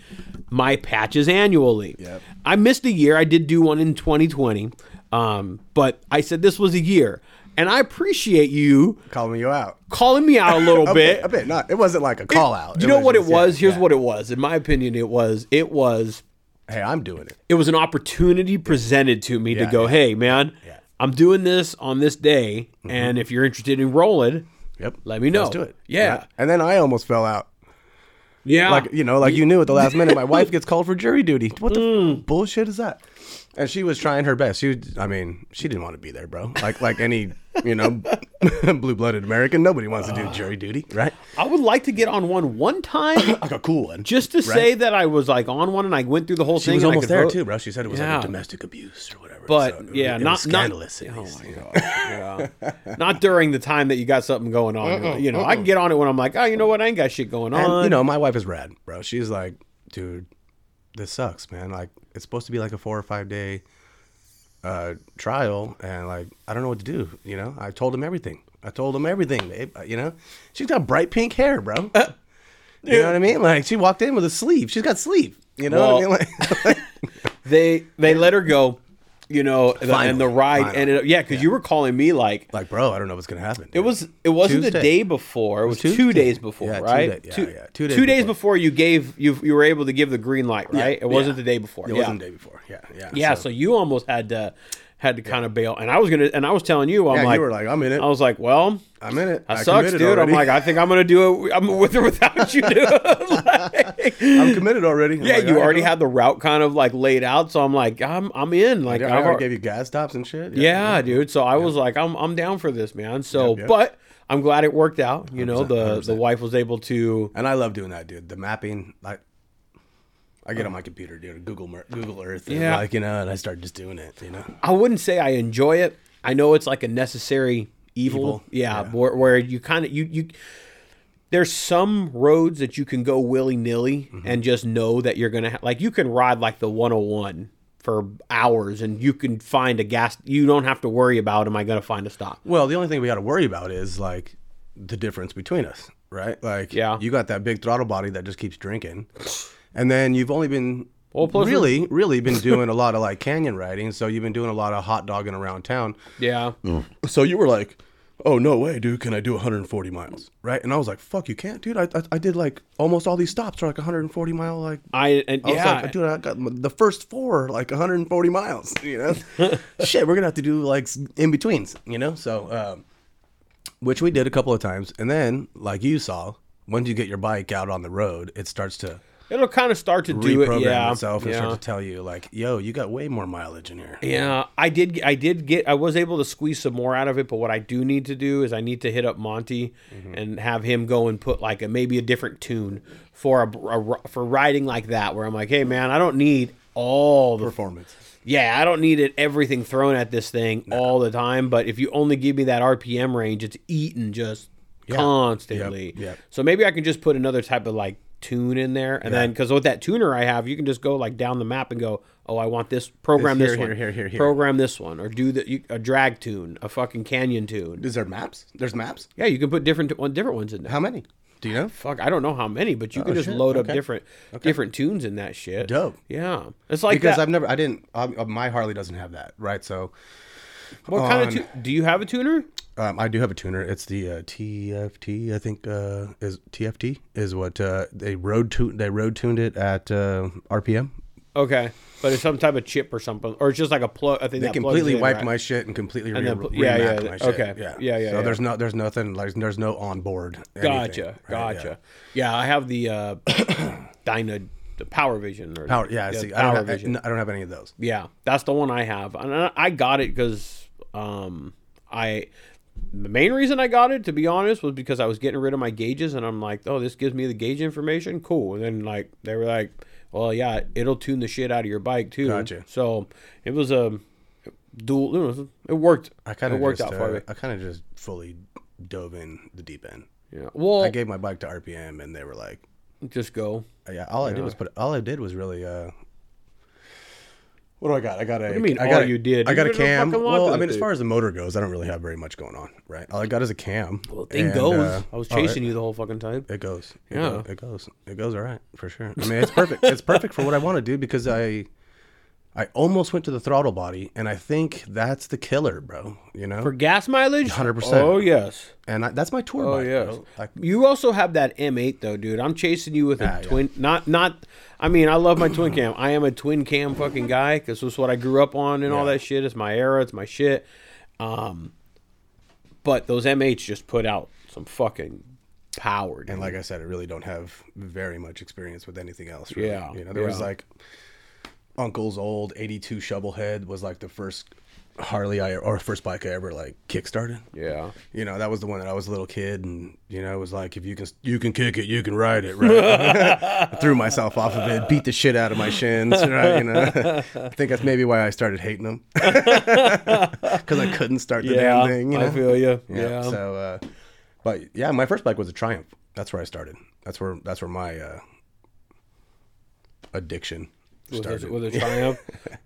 [SPEAKER 1] my patches annually.
[SPEAKER 3] Yep.
[SPEAKER 1] I missed a year. I did do one in 2020, um, but I said this was a year, and I appreciate you
[SPEAKER 3] Calling you out.
[SPEAKER 1] calling me out a little
[SPEAKER 3] A
[SPEAKER 1] bit.
[SPEAKER 3] bit, a bit. Not. It wasn't like a call out.
[SPEAKER 1] You know what
[SPEAKER 3] just-
[SPEAKER 1] it was?
[SPEAKER 3] yeah,
[SPEAKER 1] Here's what it was. In my opinion, it was it was
[SPEAKER 3] yeah. Hey, I'm doing it.
[SPEAKER 1] it was an opportunity presented to me to
[SPEAKER 3] Yeah,
[SPEAKER 1] go,
[SPEAKER 3] yeah. Mm-hmm.
[SPEAKER 1] hey man, I'm doing this on this day, and if you're interested in rolling,
[SPEAKER 3] Yep.
[SPEAKER 1] let me know.
[SPEAKER 3] Let's do it.
[SPEAKER 1] Yeah.
[SPEAKER 3] And then I almost fell out.
[SPEAKER 1] Yeah.
[SPEAKER 3] Like you know, like you knew at the last minute, my wife gets called for jury duty. What the
[SPEAKER 1] Mm.
[SPEAKER 3] f- bullshit is that? And she was trying her best. She, was, I mean, she didn't want to be there, bro. Like like any you know, blue blooded American, nobody wants to do jury duty, right?
[SPEAKER 1] I would like to get on one one time
[SPEAKER 3] Like a cool one.
[SPEAKER 1] just to say that I was like on one and I went through the whole
[SPEAKER 3] she
[SPEAKER 1] thing.
[SPEAKER 3] was
[SPEAKER 1] and I
[SPEAKER 3] almost
[SPEAKER 1] could
[SPEAKER 3] there
[SPEAKER 1] vote.
[SPEAKER 3] too, bro. She said it was
[SPEAKER 1] Yeah.
[SPEAKER 3] like a domestic abuse or whatever.
[SPEAKER 1] But
[SPEAKER 3] So it-
[SPEAKER 1] yeah,
[SPEAKER 3] it was
[SPEAKER 1] not
[SPEAKER 3] scandalous. at
[SPEAKER 1] Not,
[SPEAKER 3] least.
[SPEAKER 1] oh my god, yeah. not during the time that you got something going on. you know, I can get on it when I'm like, oh, you know what, I ain't got shit going on.
[SPEAKER 3] And, you know, my wife is rad, bro. She's like, dude, this sucks, man. Like, it's supposed to be like a four or five day uh, trial, and like, I don't know what to do. You know, I told him everything. I told him everything, babe. Uh, You know, she's got bright pink hair, bro.
[SPEAKER 1] Uh,
[SPEAKER 3] you know what I mean? Like, she walked in with a sleeve. She's got sleeve. You know
[SPEAKER 1] Well,
[SPEAKER 3] what I mean? Like,
[SPEAKER 1] they they let her go. You know, the- and the
[SPEAKER 3] Finally.
[SPEAKER 1] ride
[SPEAKER 3] Finally.
[SPEAKER 1] ended up. Yeah, because you were calling me like
[SPEAKER 3] like, bro, I don't know what's gonna happen.
[SPEAKER 1] It was. It wasn't the
[SPEAKER 3] Tuesday.
[SPEAKER 1] day before. It was, two
[SPEAKER 3] Tuesday.
[SPEAKER 1] days before,
[SPEAKER 3] Yeah, two
[SPEAKER 1] right?
[SPEAKER 3] day- yeah,
[SPEAKER 1] two,
[SPEAKER 3] yeah, two days
[SPEAKER 1] days
[SPEAKER 3] before.
[SPEAKER 1] before you gave you you were able to give the green light, right? it wasn't the
[SPEAKER 3] yeah.
[SPEAKER 1] day before.
[SPEAKER 3] It
[SPEAKER 1] yeah.
[SPEAKER 3] wasn't the day before. Yeah, yeah.
[SPEAKER 1] Yeah. So, you almost had to had to kind of bail, and I was gonna, and I was telling you, I'm
[SPEAKER 3] yeah,
[SPEAKER 1] like,
[SPEAKER 3] you were like, I'm in it.
[SPEAKER 1] I was like, well.
[SPEAKER 3] I'm in it.
[SPEAKER 1] That
[SPEAKER 3] I
[SPEAKER 1] sucks,
[SPEAKER 3] committed
[SPEAKER 1] dude.
[SPEAKER 3] already.
[SPEAKER 1] I'm like, I think I'm gonna do it. I'm with or without you, dude. Like,
[SPEAKER 3] I'm committed already. I'm
[SPEAKER 1] yeah,
[SPEAKER 3] like,
[SPEAKER 1] you
[SPEAKER 3] all right,
[SPEAKER 1] already
[SPEAKER 3] bro.
[SPEAKER 1] had the route kind of like laid out, so I'm like, I'm I'm in. Like,
[SPEAKER 3] I
[SPEAKER 1] I've
[SPEAKER 3] already
[SPEAKER 1] al-
[SPEAKER 3] gave you gas stops and shit.
[SPEAKER 1] yeah, dude. So I was like, I'm I'm down for this, man. So,
[SPEAKER 3] yep.
[SPEAKER 1] but I'm glad it worked out. You know, the the wife was able to.
[SPEAKER 3] And I love doing that, dude. The mapping, like, I get on my computer, dude, Google Mer- Google Earth, and
[SPEAKER 1] Oh. Yeah.
[SPEAKER 3] like you know, and I start just doing it, you know.
[SPEAKER 1] I wouldn't say I enjoy it. I know it's like a necessary evil.
[SPEAKER 3] Evil,
[SPEAKER 1] Yeah, Where, where you kind of you you. There's some roads that you can go willy nilly
[SPEAKER 3] Mm-hmm.
[SPEAKER 1] and just know that you're gonna ha- like you can ride like the 101 for hours and you can find a gas. You don't have to worry about am I gonna find a stop.
[SPEAKER 3] Well, the only thing we got to worry about is like the difference between us, right? Like,
[SPEAKER 1] Yeah.
[SPEAKER 3] you got that big throttle body that just keeps drinking, and then you've only been
[SPEAKER 1] Well, plus-
[SPEAKER 3] really, really been doing a lot of like canyon riding, so you've been doing a lot of hot dogging around town.
[SPEAKER 1] Yeah.
[SPEAKER 3] So you were like, "Oh no way, dude! Can I do 140 miles?" Right? And I was like, "Fuck, you can't, dude! I I, I did like almost all these stops are like 140 mile like."
[SPEAKER 1] I and
[SPEAKER 3] I was
[SPEAKER 1] yeah.
[SPEAKER 3] like, dude, Oh, I got the first four like 140 miles. You know, shit, we're gonna have to do like in betweens. You know, so um, which we did a couple of times, and then like you saw, once you get your bike out on the road, it starts to
[SPEAKER 1] It'll kind of start to do
[SPEAKER 3] reprogram
[SPEAKER 1] it. Yeah.
[SPEAKER 3] itself and
[SPEAKER 1] yeah.
[SPEAKER 3] start to tell you like, "Yo, you got way more mileage in here."
[SPEAKER 1] Yeah, I did. I did get. I was able to squeeze some more out of it, but what I do need to do is I need to hit up Monty and have him go and put like a maybe a different tune for a, a- for riding like that, where I'm like, hey man, I don't need all the
[SPEAKER 3] Performance.
[SPEAKER 1] yeah, I don't need it everything thrown at this thing all the time. But if you only give me that RPM range, it's eating just constantly.
[SPEAKER 3] yep.
[SPEAKER 1] So maybe I can just put another type of like tune in there, and then because with that tuner I have, you can just go like down the map and go, oh, I want this program
[SPEAKER 3] This
[SPEAKER 1] this
[SPEAKER 3] here,
[SPEAKER 1] one,
[SPEAKER 3] here, here, here.
[SPEAKER 1] program this one, or do the you, a drag tune, a fucking canyon tune.
[SPEAKER 3] Is there maps? There's maps.
[SPEAKER 1] Yeah, you can put different one different ones in there.
[SPEAKER 3] How many? Do you know?
[SPEAKER 1] Fuck, I don't know how many, but you can just
[SPEAKER 3] shit.
[SPEAKER 1] load up
[SPEAKER 3] Okay.
[SPEAKER 1] different different tunes in that shit.
[SPEAKER 3] Dope.
[SPEAKER 1] Yeah, it's like
[SPEAKER 3] Because
[SPEAKER 1] that.
[SPEAKER 3] I've never, I didn't. Um, uh, my Harley doesn't have that, right? So
[SPEAKER 1] what kind of tu- do you have a tuner?
[SPEAKER 3] um, I do have a tuner. It's the uh, TFT. I think uh, is TFT is what uh, they road tu- they road tuned it at uh, RPM.
[SPEAKER 1] Okay, but it's some type of chip or something, or it's just like a plug. I think
[SPEAKER 3] They
[SPEAKER 1] that plugs
[SPEAKER 3] completely
[SPEAKER 1] in,
[SPEAKER 3] wiped
[SPEAKER 1] right?
[SPEAKER 3] my shit and completely
[SPEAKER 1] then
[SPEAKER 3] re-
[SPEAKER 1] pl- yeah,
[SPEAKER 3] remapped
[SPEAKER 1] yeah,
[SPEAKER 3] my shit.
[SPEAKER 1] okay. Yeah, yeah,
[SPEAKER 3] So
[SPEAKER 1] yeah.
[SPEAKER 3] there's no there's nothing like there's no onboard. anything,
[SPEAKER 1] Gotcha,
[SPEAKER 3] right?
[SPEAKER 1] gotcha.
[SPEAKER 3] Yeah.
[SPEAKER 1] Yeah. I have the uh, Dyna, the Power Vision. Or,
[SPEAKER 3] Power, yeah, see, I
[SPEAKER 1] Power
[SPEAKER 3] don't, have,
[SPEAKER 1] Vision.
[SPEAKER 3] I, I don't have any of those.
[SPEAKER 1] yeah, that's the one I have, and I, I got it because um, I. The main reason I got it, to be honest, was because I was getting rid of my gauges, and I'm like, "Oh, this gives me the gauge information, cool." And then like they were like, "Well, yeah, it'll tune the shit out of your bike too."
[SPEAKER 3] Gotcha.
[SPEAKER 1] So it was a dual. you know, It worked.
[SPEAKER 3] I kind
[SPEAKER 1] it
[SPEAKER 3] of
[SPEAKER 1] worked
[SPEAKER 3] just,
[SPEAKER 1] out for
[SPEAKER 3] uh,
[SPEAKER 1] me.
[SPEAKER 3] I kind of just fully dove in the deep end.
[SPEAKER 1] Yeah. Well,
[SPEAKER 3] I gave my bike to RPM and they were like,
[SPEAKER 1] just go.
[SPEAKER 3] Yeah, all I did was put. All I did was really. uh What do I got? I got a. What
[SPEAKER 1] you mean,
[SPEAKER 3] I got
[SPEAKER 1] all
[SPEAKER 3] a-
[SPEAKER 1] you did?
[SPEAKER 3] I
[SPEAKER 1] You
[SPEAKER 3] got a
[SPEAKER 1] did a
[SPEAKER 3] cam.
[SPEAKER 1] fucking lot to
[SPEAKER 3] Well, I
[SPEAKER 1] that
[SPEAKER 3] mean, as
[SPEAKER 1] thing.
[SPEAKER 3] far as the motor goes, I don't really have very much going on, right? All I got is a cam. Well,
[SPEAKER 1] Thing
[SPEAKER 3] uh,
[SPEAKER 1] goes. I was
[SPEAKER 3] oh,
[SPEAKER 1] chasing you the whole fucking time.
[SPEAKER 3] it goes. It
[SPEAKER 1] Yeah.
[SPEAKER 3] go- it goes. It goes all right for sure. I mean, it's perfect. it's perfect for what I want to do because I. I almost went to the throttle body, and I think that's the killer, bro. You know,
[SPEAKER 1] For gas mileage,
[SPEAKER 3] 100%.
[SPEAKER 1] Oh yes,
[SPEAKER 3] and I, that's my tour
[SPEAKER 1] oh
[SPEAKER 3] bike.
[SPEAKER 1] yes.
[SPEAKER 3] bro. Like,
[SPEAKER 1] you also have that M8 though, dude. I'm chasing you with a
[SPEAKER 3] Ah, yeah.
[SPEAKER 1] twin. Not not. I mean, I love my twin cam. I am a twin cam fucking guy because this is what I grew up on and all that shit. It's my era. It's my shit. But those MH just put out some fucking power. Dude.
[SPEAKER 3] And like I said, I really don't have very much experience with anything else. Really.
[SPEAKER 1] Yeah,
[SPEAKER 3] You know, there was
[SPEAKER 1] yeah.
[SPEAKER 3] like Uncle's old 82 Shovelhead was like the first Harley I or first bike I ever like kickstarted.
[SPEAKER 1] yeah.
[SPEAKER 3] You know, that was the one that I was a little kid and you know, it was like if you can you can kick it, you can ride it, right? I threw myself off of it, beat the shit out of my shins, right? You know. I think that's maybe why I started hating them. Cuz I couldn't start the
[SPEAKER 1] Yeah.
[SPEAKER 3] damn thing, you know.
[SPEAKER 1] I feel you.
[SPEAKER 3] Yeah.
[SPEAKER 1] Yeah.
[SPEAKER 3] So, uh, but yeah, my first bike was a Triumph. That's where I started. That's where that's where my uh, addiction
[SPEAKER 1] with,
[SPEAKER 3] started.
[SPEAKER 1] a, with a Triumph,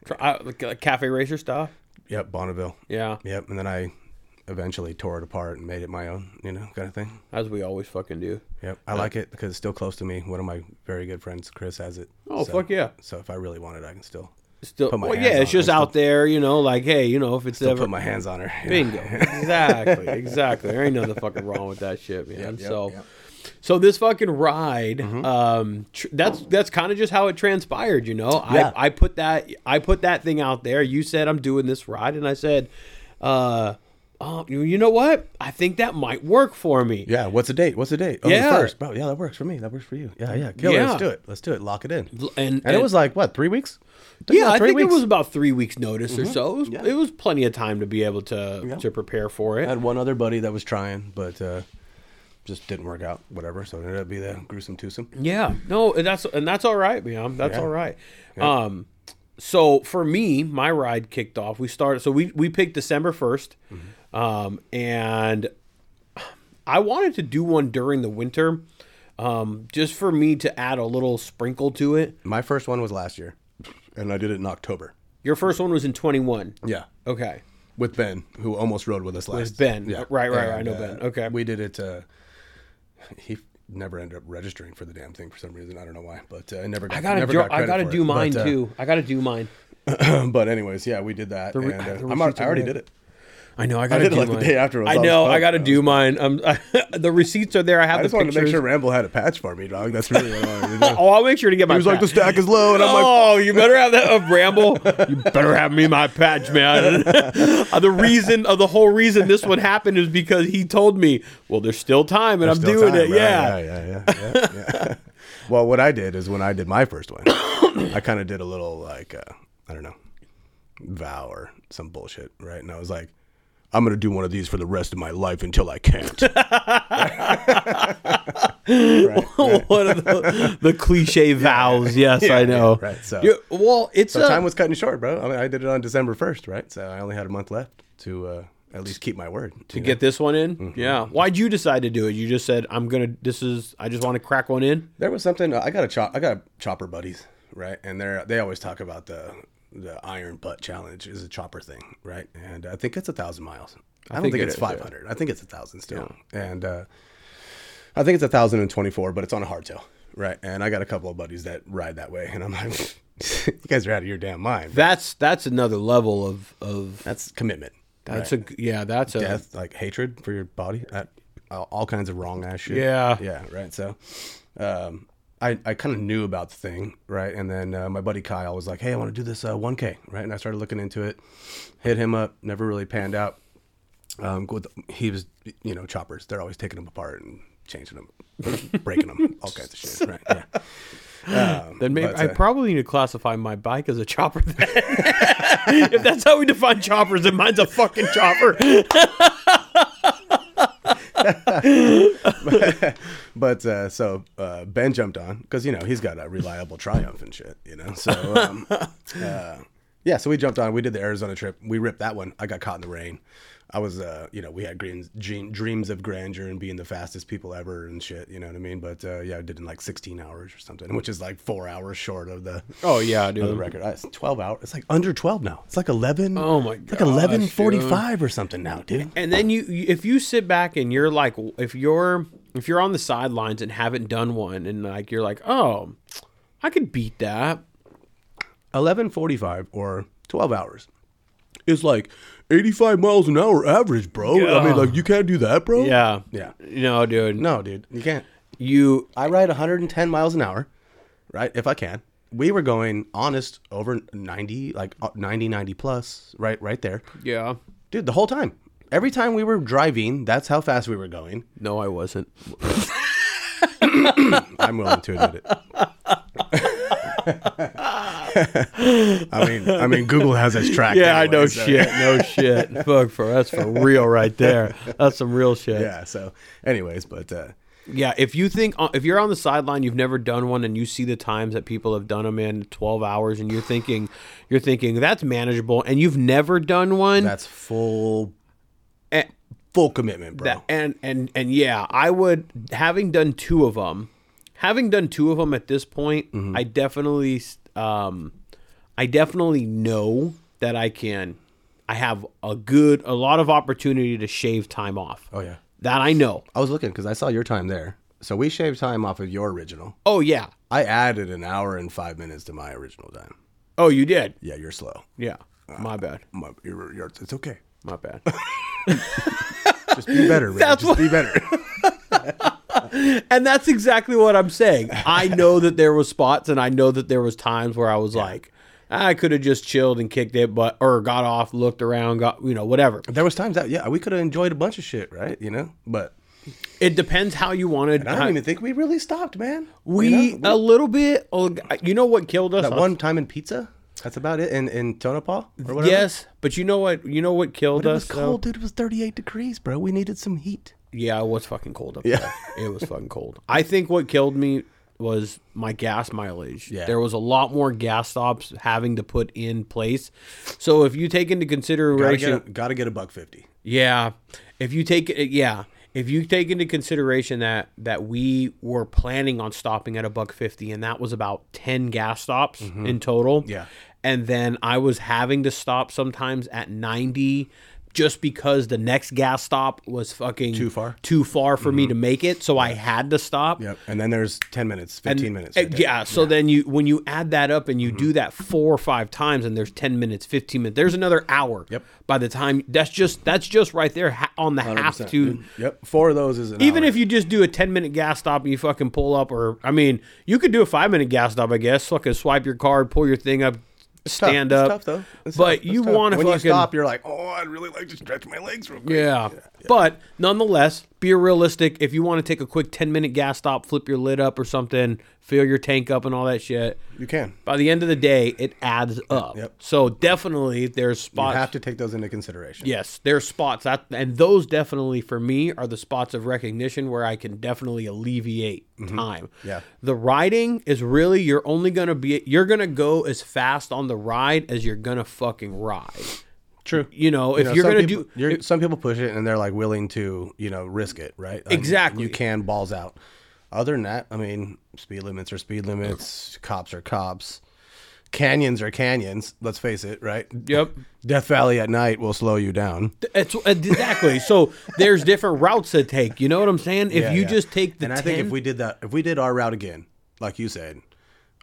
[SPEAKER 1] Tri- uh, like a Cafe Racer style.
[SPEAKER 3] Yep, Bonneville.
[SPEAKER 1] Yeah.
[SPEAKER 3] Yep, and then I eventually tore it apart and made it my own, you know, kind of thing.
[SPEAKER 1] As we always fucking do.
[SPEAKER 3] Yep, I like it because it's still close to me. One of my very good friends, Chris, has it.
[SPEAKER 1] Oh,
[SPEAKER 3] So-
[SPEAKER 1] fuck yeah.
[SPEAKER 3] So if I really wanted, I can still
[SPEAKER 1] Still,
[SPEAKER 3] Put my
[SPEAKER 1] well,
[SPEAKER 3] hands
[SPEAKER 1] yeah, it's
[SPEAKER 3] on it.
[SPEAKER 1] just out there, you know, like, hey, you know, if it's ever.
[SPEAKER 3] put my hands on her. Yeah.
[SPEAKER 1] Bingo. Exactly. Exactly. There ain't nothing fucking wrong with that shit, man.
[SPEAKER 3] yep,
[SPEAKER 1] so,
[SPEAKER 3] yep. Mm-hmm.
[SPEAKER 1] so this fucking ride, um, tr- that's that's kind of just how it transpired, you know.
[SPEAKER 3] Yeah.
[SPEAKER 1] I I put that I put that thing out there. You said I'm doing this ride, and I said, uh, oh, you you know what? I think that might work for me.
[SPEAKER 3] Yeah. What's the date? What's the date? Oh, the
[SPEAKER 1] Yeah.
[SPEAKER 3] first, bro. Yeah, that works for me. That works for you. Yeah, yeah. Kill it.
[SPEAKER 1] Yeah.
[SPEAKER 3] Let's do it. Let's do it. Lock it in.
[SPEAKER 1] L-
[SPEAKER 3] And,
[SPEAKER 1] And,
[SPEAKER 3] it was like what? Three weeks? Took
[SPEAKER 1] yeah,
[SPEAKER 3] about
[SPEAKER 1] I
[SPEAKER 3] three
[SPEAKER 1] think
[SPEAKER 3] weeks. Mm-hmm.
[SPEAKER 1] it was about three weeks notice or so. It was, it was plenty of time to be able to
[SPEAKER 3] Yeah.
[SPEAKER 1] to prepare for
[SPEAKER 3] I
[SPEAKER 1] it.
[SPEAKER 3] had one other buddy that was trying, but uh, just didn't work out. Whatever. So it ended up being the gruesome twosome.
[SPEAKER 1] Yeah, no, and that's and that's all right, man. That's
[SPEAKER 3] Yeah.
[SPEAKER 1] all right. Um, so for me, my ride kicked off. We started, so we we picked December 1st um, and I wanted to do one during the winter, um, just for me to add a little sprinkle to it.
[SPEAKER 3] My first one was last year, and I did it in October.
[SPEAKER 1] Your first one was in twenty one.
[SPEAKER 3] Yeah,
[SPEAKER 1] Okay,
[SPEAKER 3] with Ben, who almost rode with us last.
[SPEAKER 1] With Ben. Right, right, right. I know Ben. Okay.
[SPEAKER 3] we did it. Uh, he never ended up registering for the damn thing for some reason. I don't know why, but uh, I never. Got,
[SPEAKER 1] I gotta
[SPEAKER 3] never
[SPEAKER 1] do,
[SPEAKER 3] got
[SPEAKER 1] I
[SPEAKER 3] credit
[SPEAKER 1] gotta
[SPEAKER 3] for
[SPEAKER 1] do
[SPEAKER 3] it.
[SPEAKER 1] mine
[SPEAKER 3] But, uh,
[SPEAKER 1] too. I gotta do mine.
[SPEAKER 3] but anyways, yeah, we did that.
[SPEAKER 1] re-
[SPEAKER 3] and, uh,
[SPEAKER 1] the
[SPEAKER 3] I'm al-
[SPEAKER 1] receipts
[SPEAKER 3] I
[SPEAKER 1] are
[SPEAKER 3] already
[SPEAKER 1] there.
[SPEAKER 3] did it.
[SPEAKER 1] I know. I gotta
[SPEAKER 3] did it,
[SPEAKER 1] do
[SPEAKER 3] like, the
[SPEAKER 1] mine.
[SPEAKER 3] day after it was
[SPEAKER 1] I
[SPEAKER 3] all
[SPEAKER 1] know. I
[SPEAKER 3] spoken.
[SPEAKER 1] gotta do mine. Um, the receipts are there. I have
[SPEAKER 3] I just
[SPEAKER 1] the
[SPEAKER 3] wanted
[SPEAKER 1] pictures.
[SPEAKER 3] to make sure Ramble had a patch for me, dog. That's really what I wanted to do.
[SPEAKER 1] Oh, I'll make sure to get my.
[SPEAKER 3] He was like, the
[SPEAKER 1] patch.
[SPEAKER 3] stack is low, and I'm like,
[SPEAKER 1] oh, you better have that of Ramble. You better have me my patch, man. Uh, the reason, uh, the whole reason this one happened is because he told me, well, there's still time, and I'm
[SPEAKER 3] Still
[SPEAKER 1] doing
[SPEAKER 3] time,
[SPEAKER 1] it.
[SPEAKER 3] right?
[SPEAKER 1] Yeah.
[SPEAKER 3] yeah, yeah, yeah, yeah, yeah. well, what I did is when I did my first one, I kind of did a little like uh, I don't know, vow or some bullshit, right? And I was like, I'm gonna do one of these for the rest of my life until I can't. right, right.
[SPEAKER 1] One of the, the cliche vows. Yes, I know.
[SPEAKER 3] yeah, right, so-
[SPEAKER 1] You- well, it's uh,
[SPEAKER 3] So
[SPEAKER 1] a,
[SPEAKER 3] time was cutting short, bro. I mean, I did it on December first, right? So I only had a month left to uh, at least keep my word.
[SPEAKER 1] to get this one in.
[SPEAKER 3] Mm-hmm.
[SPEAKER 1] Yeah. Why'd you decide to do it? You just said, I'm gonna. This is. I just want to crack one in.
[SPEAKER 3] There was something uh, I got a chop. I got chopper buddies, right? And they're they always talk about the the iron butt challenge is a chopper thing, right? And I think it's a thousand miles. I, don't
[SPEAKER 1] think
[SPEAKER 3] think,
[SPEAKER 1] it
[SPEAKER 3] it's
[SPEAKER 1] is, yeah.
[SPEAKER 3] five hundred. I think it's a thousand still. And uh, I think it's a thousand and twenty four, but it's on a hardtail, right? And I got a couple of buddies that ride that way, and I'm like, you guys are out of your damn mind.
[SPEAKER 1] That's that's another level of of.
[SPEAKER 3] That's commitment.
[SPEAKER 1] That's a yeah. That's a
[SPEAKER 3] Death, like hatred for your body, that, all all kinds of wrong ass shit.
[SPEAKER 1] Yeah.
[SPEAKER 3] yeah, right. So, um, I, I kind of knew about the thing, right? And then uh, my buddy Kyle was like, "Hey, I want to do this uh, 1K," right? And I started looking into it, hit him up. Never really panned out. Um, with, he was, you know, choppers. They're always taking them apart and changing them, breaking them, all kinds of shit, right? Yeah.
[SPEAKER 1] Then maybe
[SPEAKER 3] But,
[SPEAKER 1] I
[SPEAKER 3] uh,
[SPEAKER 1] probably need to classify my bike as a chopper. Then. if that's how we define choppers, then mine's a fucking chopper.
[SPEAKER 3] But uh, so uh, Ben jumped on because you know he's got a reliable Triumph and shit, you know. So um, uh, yeah, so we jumped on. We did the Arizona trip. We ripped that one. I got caught in the rain. I was, uh, you know, we had greens, dream, dreams of grandeur and being the fastest people ever and shit. You know what I mean? But uh, yeah, I did it in like 16 hours or something, which is like four hours short of the
[SPEAKER 1] Oh yeah,
[SPEAKER 3] of the
[SPEAKER 1] dude.
[SPEAKER 3] record. Uh, It's 12 hours. It's like under 12 now. It's like 11.
[SPEAKER 1] Oh, my
[SPEAKER 3] it's like
[SPEAKER 1] gosh,
[SPEAKER 3] 11:45 or something now, dude.
[SPEAKER 1] And then you, you- if you sit back and you're like, if you're if you're on the sidelines and haven't done one, and like you're like, oh, I could beat that.
[SPEAKER 3] 11:45 or 12 hours is like 85 miles an hour average, bro. I mean, like you can't do that, bro.
[SPEAKER 1] Yeah,
[SPEAKER 3] Yeah.
[SPEAKER 1] No, dude.
[SPEAKER 3] No, dude, you can't.
[SPEAKER 1] You
[SPEAKER 3] I ride 110 miles an hour, right? If I can. We were going honest over 90, like uh, 90 90 plus, right right there.
[SPEAKER 1] yeah.
[SPEAKER 3] dude, the whole time. Every time we were driving, that's how fast we were going.
[SPEAKER 1] No, I wasn't.
[SPEAKER 3] I'm willing to admit it. I mean, I mean, Google has us tracked.
[SPEAKER 1] Yeah, I
[SPEAKER 3] anyway,
[SPEAKER 1] know
[SPEAKER 3] so-
[SPEAKER 1] shit. No shit. Fuck for us for real right there. That's some real shit.
[SPEAKER 3] Yeah. So, anyways, but uh,
[SPEAKER 1] Yeah, if you think uh, if you're on the sideline, you've never done one, and you see the times that people have done them in 12 hours, and you're thinking, you're thinking that's manageable, and you've never done one.
[SPEAKER 3] that's full,
[SPEAKER 1] and,
[SPEAKER 3] full commitment, bro.
[SPEAKER 1] that- and and and yeah, I would having done two of them, having done two of them at this point,
[SPEAKER 3] Mm-hmm.
[SPEAKER 1] I definitely, um, I definitely know that I can, I have a good, a lot of opportunity to shave time off.
[SPEAKER 3] oh yeah.
[SPEAKER 1] That I know.
[SPEAKER 3] I was looking because I saw your time there. So we shaved time off of your original.
[SPEAKER 1] Oh yeah.
[SPEAKER 3] I added an hour and five minutes to my original time.
[SPEAKER 1] Oh, you did.
[SPEAKER 3] Yeah, you're slow.
[SPEAKER 1] Yeah. My bad.
[SPEAKER 3] My, you're, you're, it's okay.
[SPEAKER 1] My bad.
[SPEAKER 3] Just be better. Man.
[SPEAKER 1] That's
[SPEAKER 3] Just be better.
[SPEAKER 1] And that's exactly what I'm saying. I know that there was spots and I know that there was times where I was like, I could have just chilled and kicked it, but or got off, looked around, got you know, whatever.
[SPEAKER 3] there was times that yeah, we could have enjoyed a bunch of shit, right? You know, but
[SPEAKER 1] It depends how you wanted.
[SPEAKER 3] I don't even think we really stopped, man.
[SPEAKER 1] we
[SPEAKER 3] You know,
[SPEAKER 1] a little bit. oh, You know what killed us?
[SPEAKER 3] that one time in pizza. That's about it. In in Tonopah or whatever.
[SPEAKER 1] yes, but you know what? You know what killed
[SPEAKER 3] It
[SPEAKER 1] us?
[SPEAKER 3] was
[SPEAKER 1] though?
[SPEAKER 3] cold, dude. It was 38 degrees, bro. We needed some heat.
[SPEAKER 1] Yeah, it was fucking cold up
[SPEAKER 3] Yeah.
[SPEAKER 1] there. It was fucking cold. I think what killed me was my gas mileage.
[SPEAKER 3] Yeah.
[SPEAKER 1] There was a lot more gas stops having to put in place. So if you take into
[SPEAKER 3] Gotta
[SPEAKER 1] consideration
[SPEAKER 3] get, a, gotta get a buck fifty.
[SPEAKER 1] Yeah. If you take it yeah, if you take into consideration that that we were planning on stopping at a buck 50 and that was about 10 gas stops in total.
[SPEAKER 3] Mm-hmm. Yeah.
[SPEAKER 1] And then I was having to stop sometimes at 90 just because the next gas stop was fucking
[SPEAKER 3] Too far? Mm-hmm.
[SPEAKER 1] too far for me to make it, so I had to stop.
[SPEAKER 3] Yep. And then there's 10 minutes, 15 minutes.
[SPEAKER 1] Uh,
[SPEAKER 3] right there. Mm-hmm.
[SPEAKER 1] yeah. So then you when you add that up and you do that four or five times and there's ten minutes, fifteen minutes, there's another hour.
[SPEAKER 3] Yep.
[SPEAKER 1] By the time that's just that's just right there ha- on the half
[SPEAKER 3] 100%,
[SPEAKER 1] to.
[SPEAKER 3] dude. Yep. Four of those is an
[SPEAKER 1] Even
[SPEAKER 3] Mm-hmm. hour.
[SPEAKER 1] if you just do a ten minute gas stop and you fucking pull up, or I mean, you could do a five minute gas stop, I guess. Fucking swipe your card, pull your thing up,
[SPEAKER 3] Tough.
[SPEAKER 1] stand
[SPEAKER 3] It's
[SPEAKER 1] up.
[SPEAKER 3] tough, though. It's
[SPEAKER 1] but
[SPEAKER 3] tough. It's
[SPEAKER 1] you
[SPEAKER 3] tough.
[SPEAKER 1] want to
[SPEAKER 3] when
[SPEAKER 1] fucking
[SPEAKER 3] you stop, you're like, oh, I'd really like to stretch my legs real quick.
[SPEAKER 1] yeah. But nonetheless, be realistic. If you want to take a quick 10 minute gas stop, flip your lid up or something, fill your tank up and all that shit,
[SPEAKER 3] You can.
[SPEAKER 1] by the end of the day, it adds up.
[SPEAKER 3] Yep.
[SPEAKER 1] So definitely there's
[SPEAKER 3] You
[SPEAKER 1] spots.
[SPEAKER 3] have to take those into consideration.
[SPEAKER 1] yes, there's spots that, and those definitely for me are the spots of recognition where I can definitely alleviate time.
[SPEAKER 3] Mm-hmm. Yeah.
[SPEAKER 1] The riding is really you're only gonna be you're gonna go as fast on the ride as you're gonna fucking ride.
[SPEAKER 3] True.
[SPEAKER 1] You know, if
[SPEAKER 3] know,
[SPEAKER 1] you're
[SPEAKER 3] some
[SPEAKER 1] gonna
[SPEAKER 3] people-
[SPEAKER 1] do
[SPEAKER 3] you're, some people push it and they're like willing to, you know, risk it, right? I mean,
[SPEAKER 1] Exactly.
[SPEAKER 3] you can balls out. Other than that, I mean, speed limits are speed limits, cops are cops, canyons are canyons. Let's face it, right?
[SPEAKER 1] Yep.
[SPEAKER 3] Death Valley at night will slow you down.
[SPEAKER 1] It's uh, exactly. so there's different routes to take. You know what I'm saying? If
[SPEAKER 3] Yeah,
[SPEAKER 1] you
[SPEAKER 3] yeah.
[SPEAKER 1] just take the
[SPEAKER 3] and I think
[SPEAKER 1] 10
[SPEAKER 3] if we did that, if we did our route again, like you said,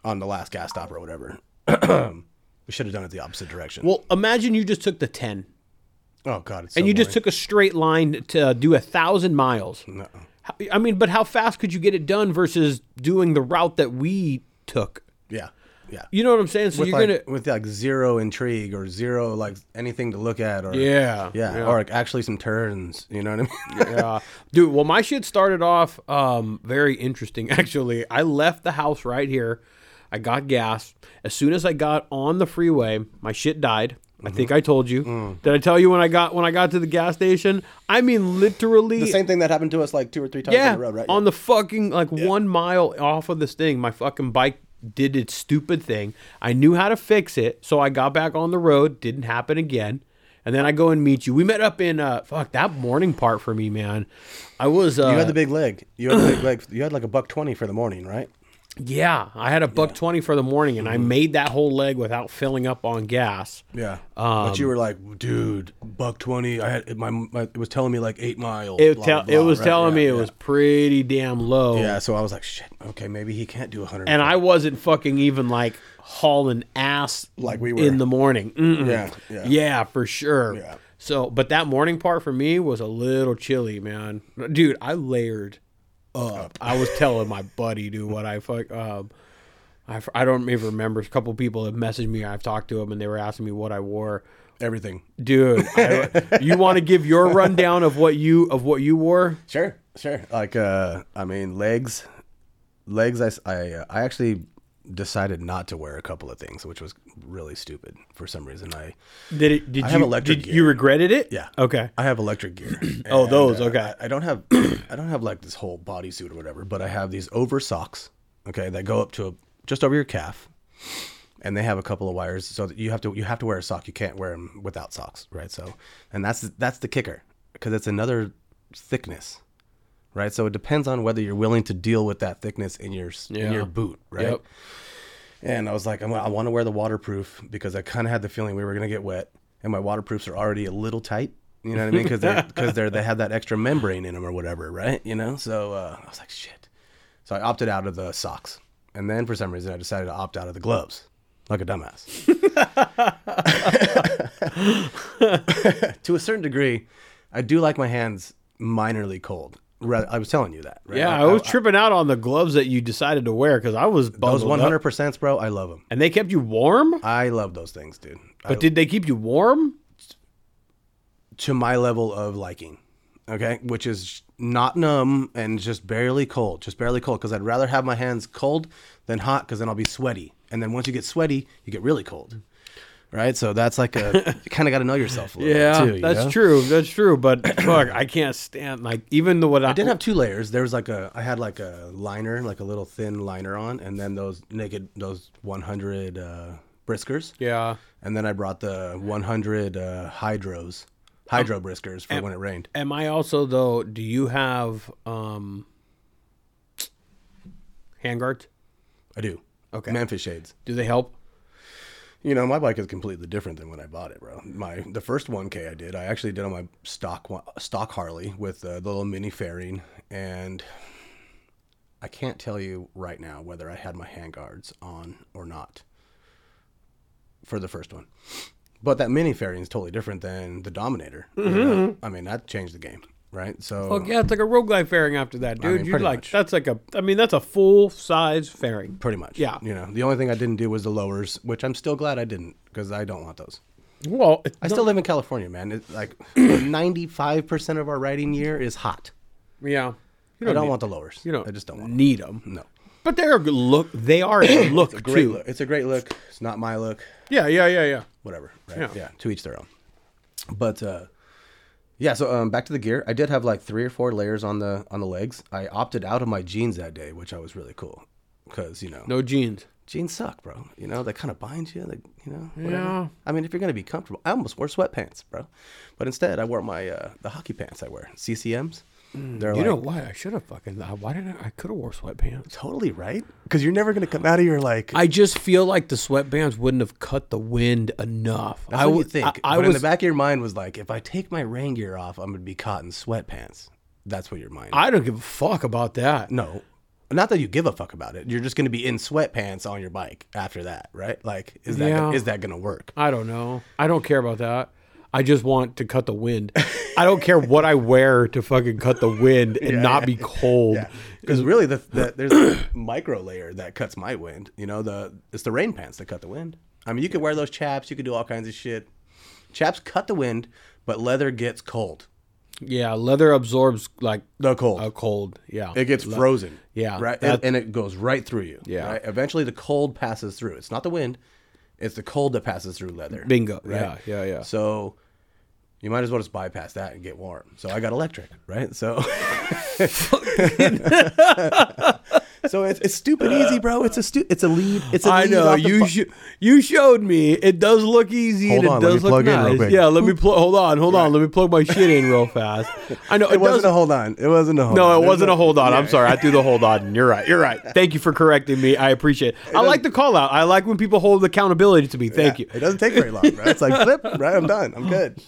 [SPEAKER 3] on the last gas stop or whatever, we should have done it the opposite direction.
[SPEAKER 1] well, imagine you just took the 10.
[SPEAKER 3] oh God, it's
[SPEAKER 1] and you just took a straight line to uh, do a thousand miles. How- I mean, but how fast could you get it done versus doing the route that we took?
[SPEAKER 3] yeah, yeah.
[SPEAKER 1] You know what I'm saying? So
[SPEAKER 3] with
[SPEAKER 1] you're
[SPEAKER 3] like,
[SPEAKER 1] gonna
[SPEAKER 3] with like zero intrigue or zero like anything to look at or
[SPEAKER 1] Yeah,
[SPEAKER 3] yeah,
[SPEAKER 1] yeah.
[SPEAKER 3] or like actually some turns. You know what I mean?
[SPEAKER 1] yeah. Dude, well, my shit started off um, very interesting, actually. I left the house right here. I got gas. As soon as I got on the freeway, my shit died. I think
[SPEAKER 3] Mm-hmm.
[SPEAKER 1] I told you.
[SPEAKER 3] Mm.
[SPEAKER 1] Did I tell you when I got when I got to the gas station? I mean, literally,
[SPEAKER 3] the same thing that happened to us like two or three times
[SPEAKER 1] yeah,
[SPEAKER 3] on the road, right?
[SPEAKER 1] on the fucking like one mile off of this thing, my fucking bike did its stupid thing. I knew how to fix it, so I got back on the road. Didn't happen again. And then I go and meet you. We met up in uh fuck that morning part for me, man. I was uh
[SPEAKER 3] you had the big leg. You had the big leg. You had like a buck twenty for the morning, right?
[SPEAKER 1] yeah, I had a buck twenty for the morning, and I
[SPEAKER 3] Mm-hmm.
[SPEAKER 1] made that whole leg without filling up on gas.
[SPEAKER 3] Yeah.
[SPEAKER 1] Um,
[SPEAKER 3] but you were like, dude, buck twenty. I had my, my it was telling me like eight miles.
[SPEAKER 1] It,
[SPEAKER 3] blah,
[SPEAKER 1] tell,
[SPEAKER 3] blah,
[SPEAKER 1] it
[SPEAKER 3] blah,
[SPEAKER 1] was
[SPEAKER 3] right?
[SPEAKER 1] telling
[SPEAKER 3] Yeah,
[SPEAKER 1] me it
[SPEAKER 3] yeah.
[SPEAKER 1] was pretty damn low.
[SPEAKER 3] Yeah, so I was like, shit. Okay, maybe he can't do hundred.
[SPEAKER 1] and I wasn't fucking even like hauling ass
[SPEAKER 3] Like we were.
[SPEAKER 1] in the morning. Mm-mm.
[SPEAKER 3] Yeah,
[SPEAKER 1] yeah,
[SPEAKER 3] yeah.
[SPEAKER 1] for sure.
[SPEAKER 3] Yeah.
[SPEAKER 1] So, but that morning part for me was a little chilly, man. Dude, I layered up. I was telling my buddy, dude, what I fuck. Um, I, f- I don't even remember. A couple people have messaged me. I've talked to them, and they were asking me what I wore.
[SPEAKER 3] Everything.
[SPEAKER 1] dude. I- you want to give your rundown of what you of what you wore?
[SPEAKER 3] Sure, sure. Like, uh, I mean, legs, legs. I, s- I, uh, I actually decided not to wear a couple of things, which was really stupid for some reason. I,
[SPEAKER 1] Did it? Did
[SPEAKER 3] I
[SPEAKER 1] you?
[SPEAKER 3] have electric
[SPEAKER 1] did you
[SPEAKER 3] gear.
[SPEAKER 1] regretted it?
[SPEAKER 3] Yeah.
[SPEAKER 1] Okay.
[SPEAKER 3] I have electric gear.
[SPEAKER 1] Oh,
[SPEAKER 3] And,
[SPEAKER 1] those,
[SPEAKER 3] uh,
[SPEAKER 1] okay.
[SPEAKER 3] I, I don't have, I don't have like this whole bodysuit or whatever, but I have these over socks. Okay, that go up to a, just over your calf, and they have a couple of wires, so that you have to, you have to wear a sock. You can't wear them without socks, right? So, and that's that's the kicker because it's another thickness, right? So it depends on whether you're willing to deal with that thickness in your s in
[SPEAKER 1] Yeah.
[SPEAKER 3] your boot, right?
[SPEAKER 1] Yep.
[SPEAKER 3] And I was like, I'm, I want to wear the waterproof because I kind of had the feeling we were going to get wet, and my waterproofs are already a little tight. You know what I mean? Because they're because they're they have that extra membrane in them or whatever, right? You know. So uh, I was like, shit. So I opted out of the socks, and then for some reason I decided to opt out of the gloves, like a dumbass. to a certain degree, I do like my hands minorly cold. Rather, I was telling you that. Right?
[SPEAKER 1] Yeah, I was tripping out on the gloves that you decided to wear because I was
[SPEAKER 3] Those
[SPEAKER 1] bundled
[SPEAKER 3] one
[SPEAKER 1] up.
[SPEAKER 3] hundred percent, bro. I love them.
[SPEAKER 1] and they kept you warm.
[SPEAKER 3] I love those things, dude. I
[SPEAKER 1] But did they keep you warm?
[SPEAKER 3] to my level of liking. Okay, which is not numb and just barely cold, just barely cold. Because I'd rather have my hands cold than hot, because then I'll be sweaty. And then once you get sweaty, you get really cold, right? So that's like a you kind of got to know yourself a little bit too. you
[SPEAKER 1] that's
[SPEAKER 3] know?
[SPEAKER 1] true. That's true. But fuck, I can't stand like even the what I,
[SPEAKER 3] I did have two layers. There was like a I had like a liner, like a little thin liner on, and then those naked those 100 uh, briskers.
[SPEAKER 1] Yeah.
[SPEAKER 3] And then I brought the 100 uh, hydros,
[SPEAKER 1] Oh.
[SPEAKER 3] hydro briskers for when it rained.
[SPEAKER 1] Am I also though? Do you have um hand guards?
[SPEAKER 3] I do.
[SPEAKER 1] Okay.
[SPEAKER 3] Memphis shades.
[SPEAKER 1] Do they help?
[SPEAKER 3] You know, my bike is completely different than when I bought it, bro. My the first 1K I did, I actually did on my stock one- stock Harley with uh, the little mini fairing, and I can't tell you right now whether I had my handguards on or not for the first one. But that mini fairing is totally different than the Dominator. you know?
[SPEAKER 1] Mm-hmm.
[SPEAKER 3] I mean, that changed the game, right? So
[SPEAKER 1] Fuck yeah, it's like a roguelike fairing after that, dude.
[SPEAKER 3] mean,
[SPEAKER 1] you
[SPEAKER 3] pretty
[SPEAKER 1] like
[SPEAKER 3] much.
[SPEAKER 1] that's like a I mean that's a full size fairing.
[SPEAKER 3] pretty much,
[SPEAKER 1] Yeah.
[SPEAKER 3] You know, the only thing I didn't do was the lowers, which I'm still glad I didn't because I don't want those.
[SPEAKER 1] Well, it-
[SPEAKER 3] I still live in California, man. It's like 95% of our riding year is hot.
[SPEAKER 1] yeah. You
[SPEAKER 3] I don't
[SPEAKER 1] need-
[SPEAKER 3] want the lowers.
[SPEAKER 1] you don't
[SPEAKER 3] I just don't want them.
[SPEAKER 1] need them.
[SPEAKER 3] No.
[SPEAKER 1] But they're a good look. They are a good look
[SPEAKER 3] Great
[SPEAKER 1] too.
[SPEAKER 3] look. It's a great look. It's not my look.
[SPEAKER 1] Yeah, yeah, yeah, yeah.
[SPEAKER 3] Whatever. Right?
[SPEAKER 1] Yeah.
[SPEAKER 3] Yeah. To each their own. But uh, yeah, so um, back to the gear. I did have like three or four layers on the on the legs. I opted out of my jeans that day, which I was really cool because you know
[SPEAKER 1] No jeans.
[SPEAKER 3] jeans suck, bro. You know they kind of bind you. They, you know. Whatever.
[SPEAKER 1] Yeah.
[SPEAKER 3] I mean, if you're gonna be comfortable, I almost wore sweatpants, bro. But instead, I wore my uh, the hockey pants I wear, CCMs. They're
[SPEAKER 1] Mm. You know why I should have fucking. I- Why didn't I? I could have wore sweatpants.
[SPEAKER 3] Totally right. Because you're never gonna come out of your like.
[SPEAKER 1] I just feel like the sweatbands wouldn't have cut the wind enough.
[SPEAKER 3] I
[SPEAKER 1] I
[SPEAKER 3] would
[SPEAKER 1] would
[SPEAKER 3] think.
[SPEAKER 1] I, I
[SPEAKER 3] but in
[SPEAKER 1] was.
[SPEAKER 3] the back of your mind was like, if I take my rain gear off, I'm gonna be caught in sweatpants. That's what your mind.
[SPEAKER 1] I don't give a fuck about that.
[SPEAKER 3] no, not that you give a fuck about it. You're just gonna be in sweatpants on your bike after that, right? Like, is that
[SPEAKER 1] Yeah.
[SPEAKER 3] is that gonna work?
[SPEAKER 1] I don't know. I don't care about that. I just want to cut the wind. I don't care what I wear to fucking cut the wind and not be cold.
[SPEAKER 3] Because really, the, the there's a micro layer that cuts my wind. You know, the it's the rain pants that cut the wind. I mean, you could wear those chaps. You could do all kinds of shit. Chaps cut the wind, but leather gets cold.
[SPEAKER 1] Yeah, leather absorbs like
[SPEAKER 3] The cold.
[SPEAKER 1] a cold. Yeah.
[SPEAKER 3] It gets frozen.
[SPEAKER 1] Oh, yeah,
[SPEAKER 3] Right.
[SPEAKER 1] that-
[SPEAKER 3] and, and it goes right through you.
[SPEAKER 1] Yeah.
[SPEAKER 3] Right? Eventually, the cold passes through. It's not the wind. It's the cold that passes through leather.
[SPEAKER 1] Bingo. Yeah, yeah, yeah.
[SPEAKER 3] So you might as well just bypass that and get warm. So I got electric. Right. So. so it's, it's stupid easy, bro. It's a stu- It's a lead. It's a
[SPEAKER 1] I
[SPEAKER 3] lead
[SPEAKER 1] know
[SPEAKER 3] off the
[SPEAKER 1] you
[SPEAKER 3] fu-
[SPEAKER 1] sho- you showed me. It does look easy
[SPEAKER 3] Hold
[SPEAKER 1] and
[SPEAKER 3] on,
[SPEAKER 1] it
[SPEAKER 3] let
[SPEAKER 1] does
[SPEAKER 3] me
[SPEAKER 1] look
[SPEAKER 3] plug in
[SPEAKER 1] nice.
[SPEAKER 3] real quick.
[SPEAKER 1] Yeah, let me plug. Hold on, hold on. Let me plug my shit in real fast. I know it,
[SPEAKER 3] it wasn't
[SPEAKER 1] does.
[SPEAKER 3] a hold on. It wasn't a hold on.
[SPEAKER 1] No, it
[SPEAKER 3] There's
[SPEAKER 1] wasn't a hold on. I'm sorry. I threw the hold on. You're right. You're right. Thank you for correcting me. I appreciate it. I like the call out. I like when people hold accountability to me. Thank you.
[SPEAKER 3] It doesn't take very long, right? It's like flip, right? I'm done. I'm good.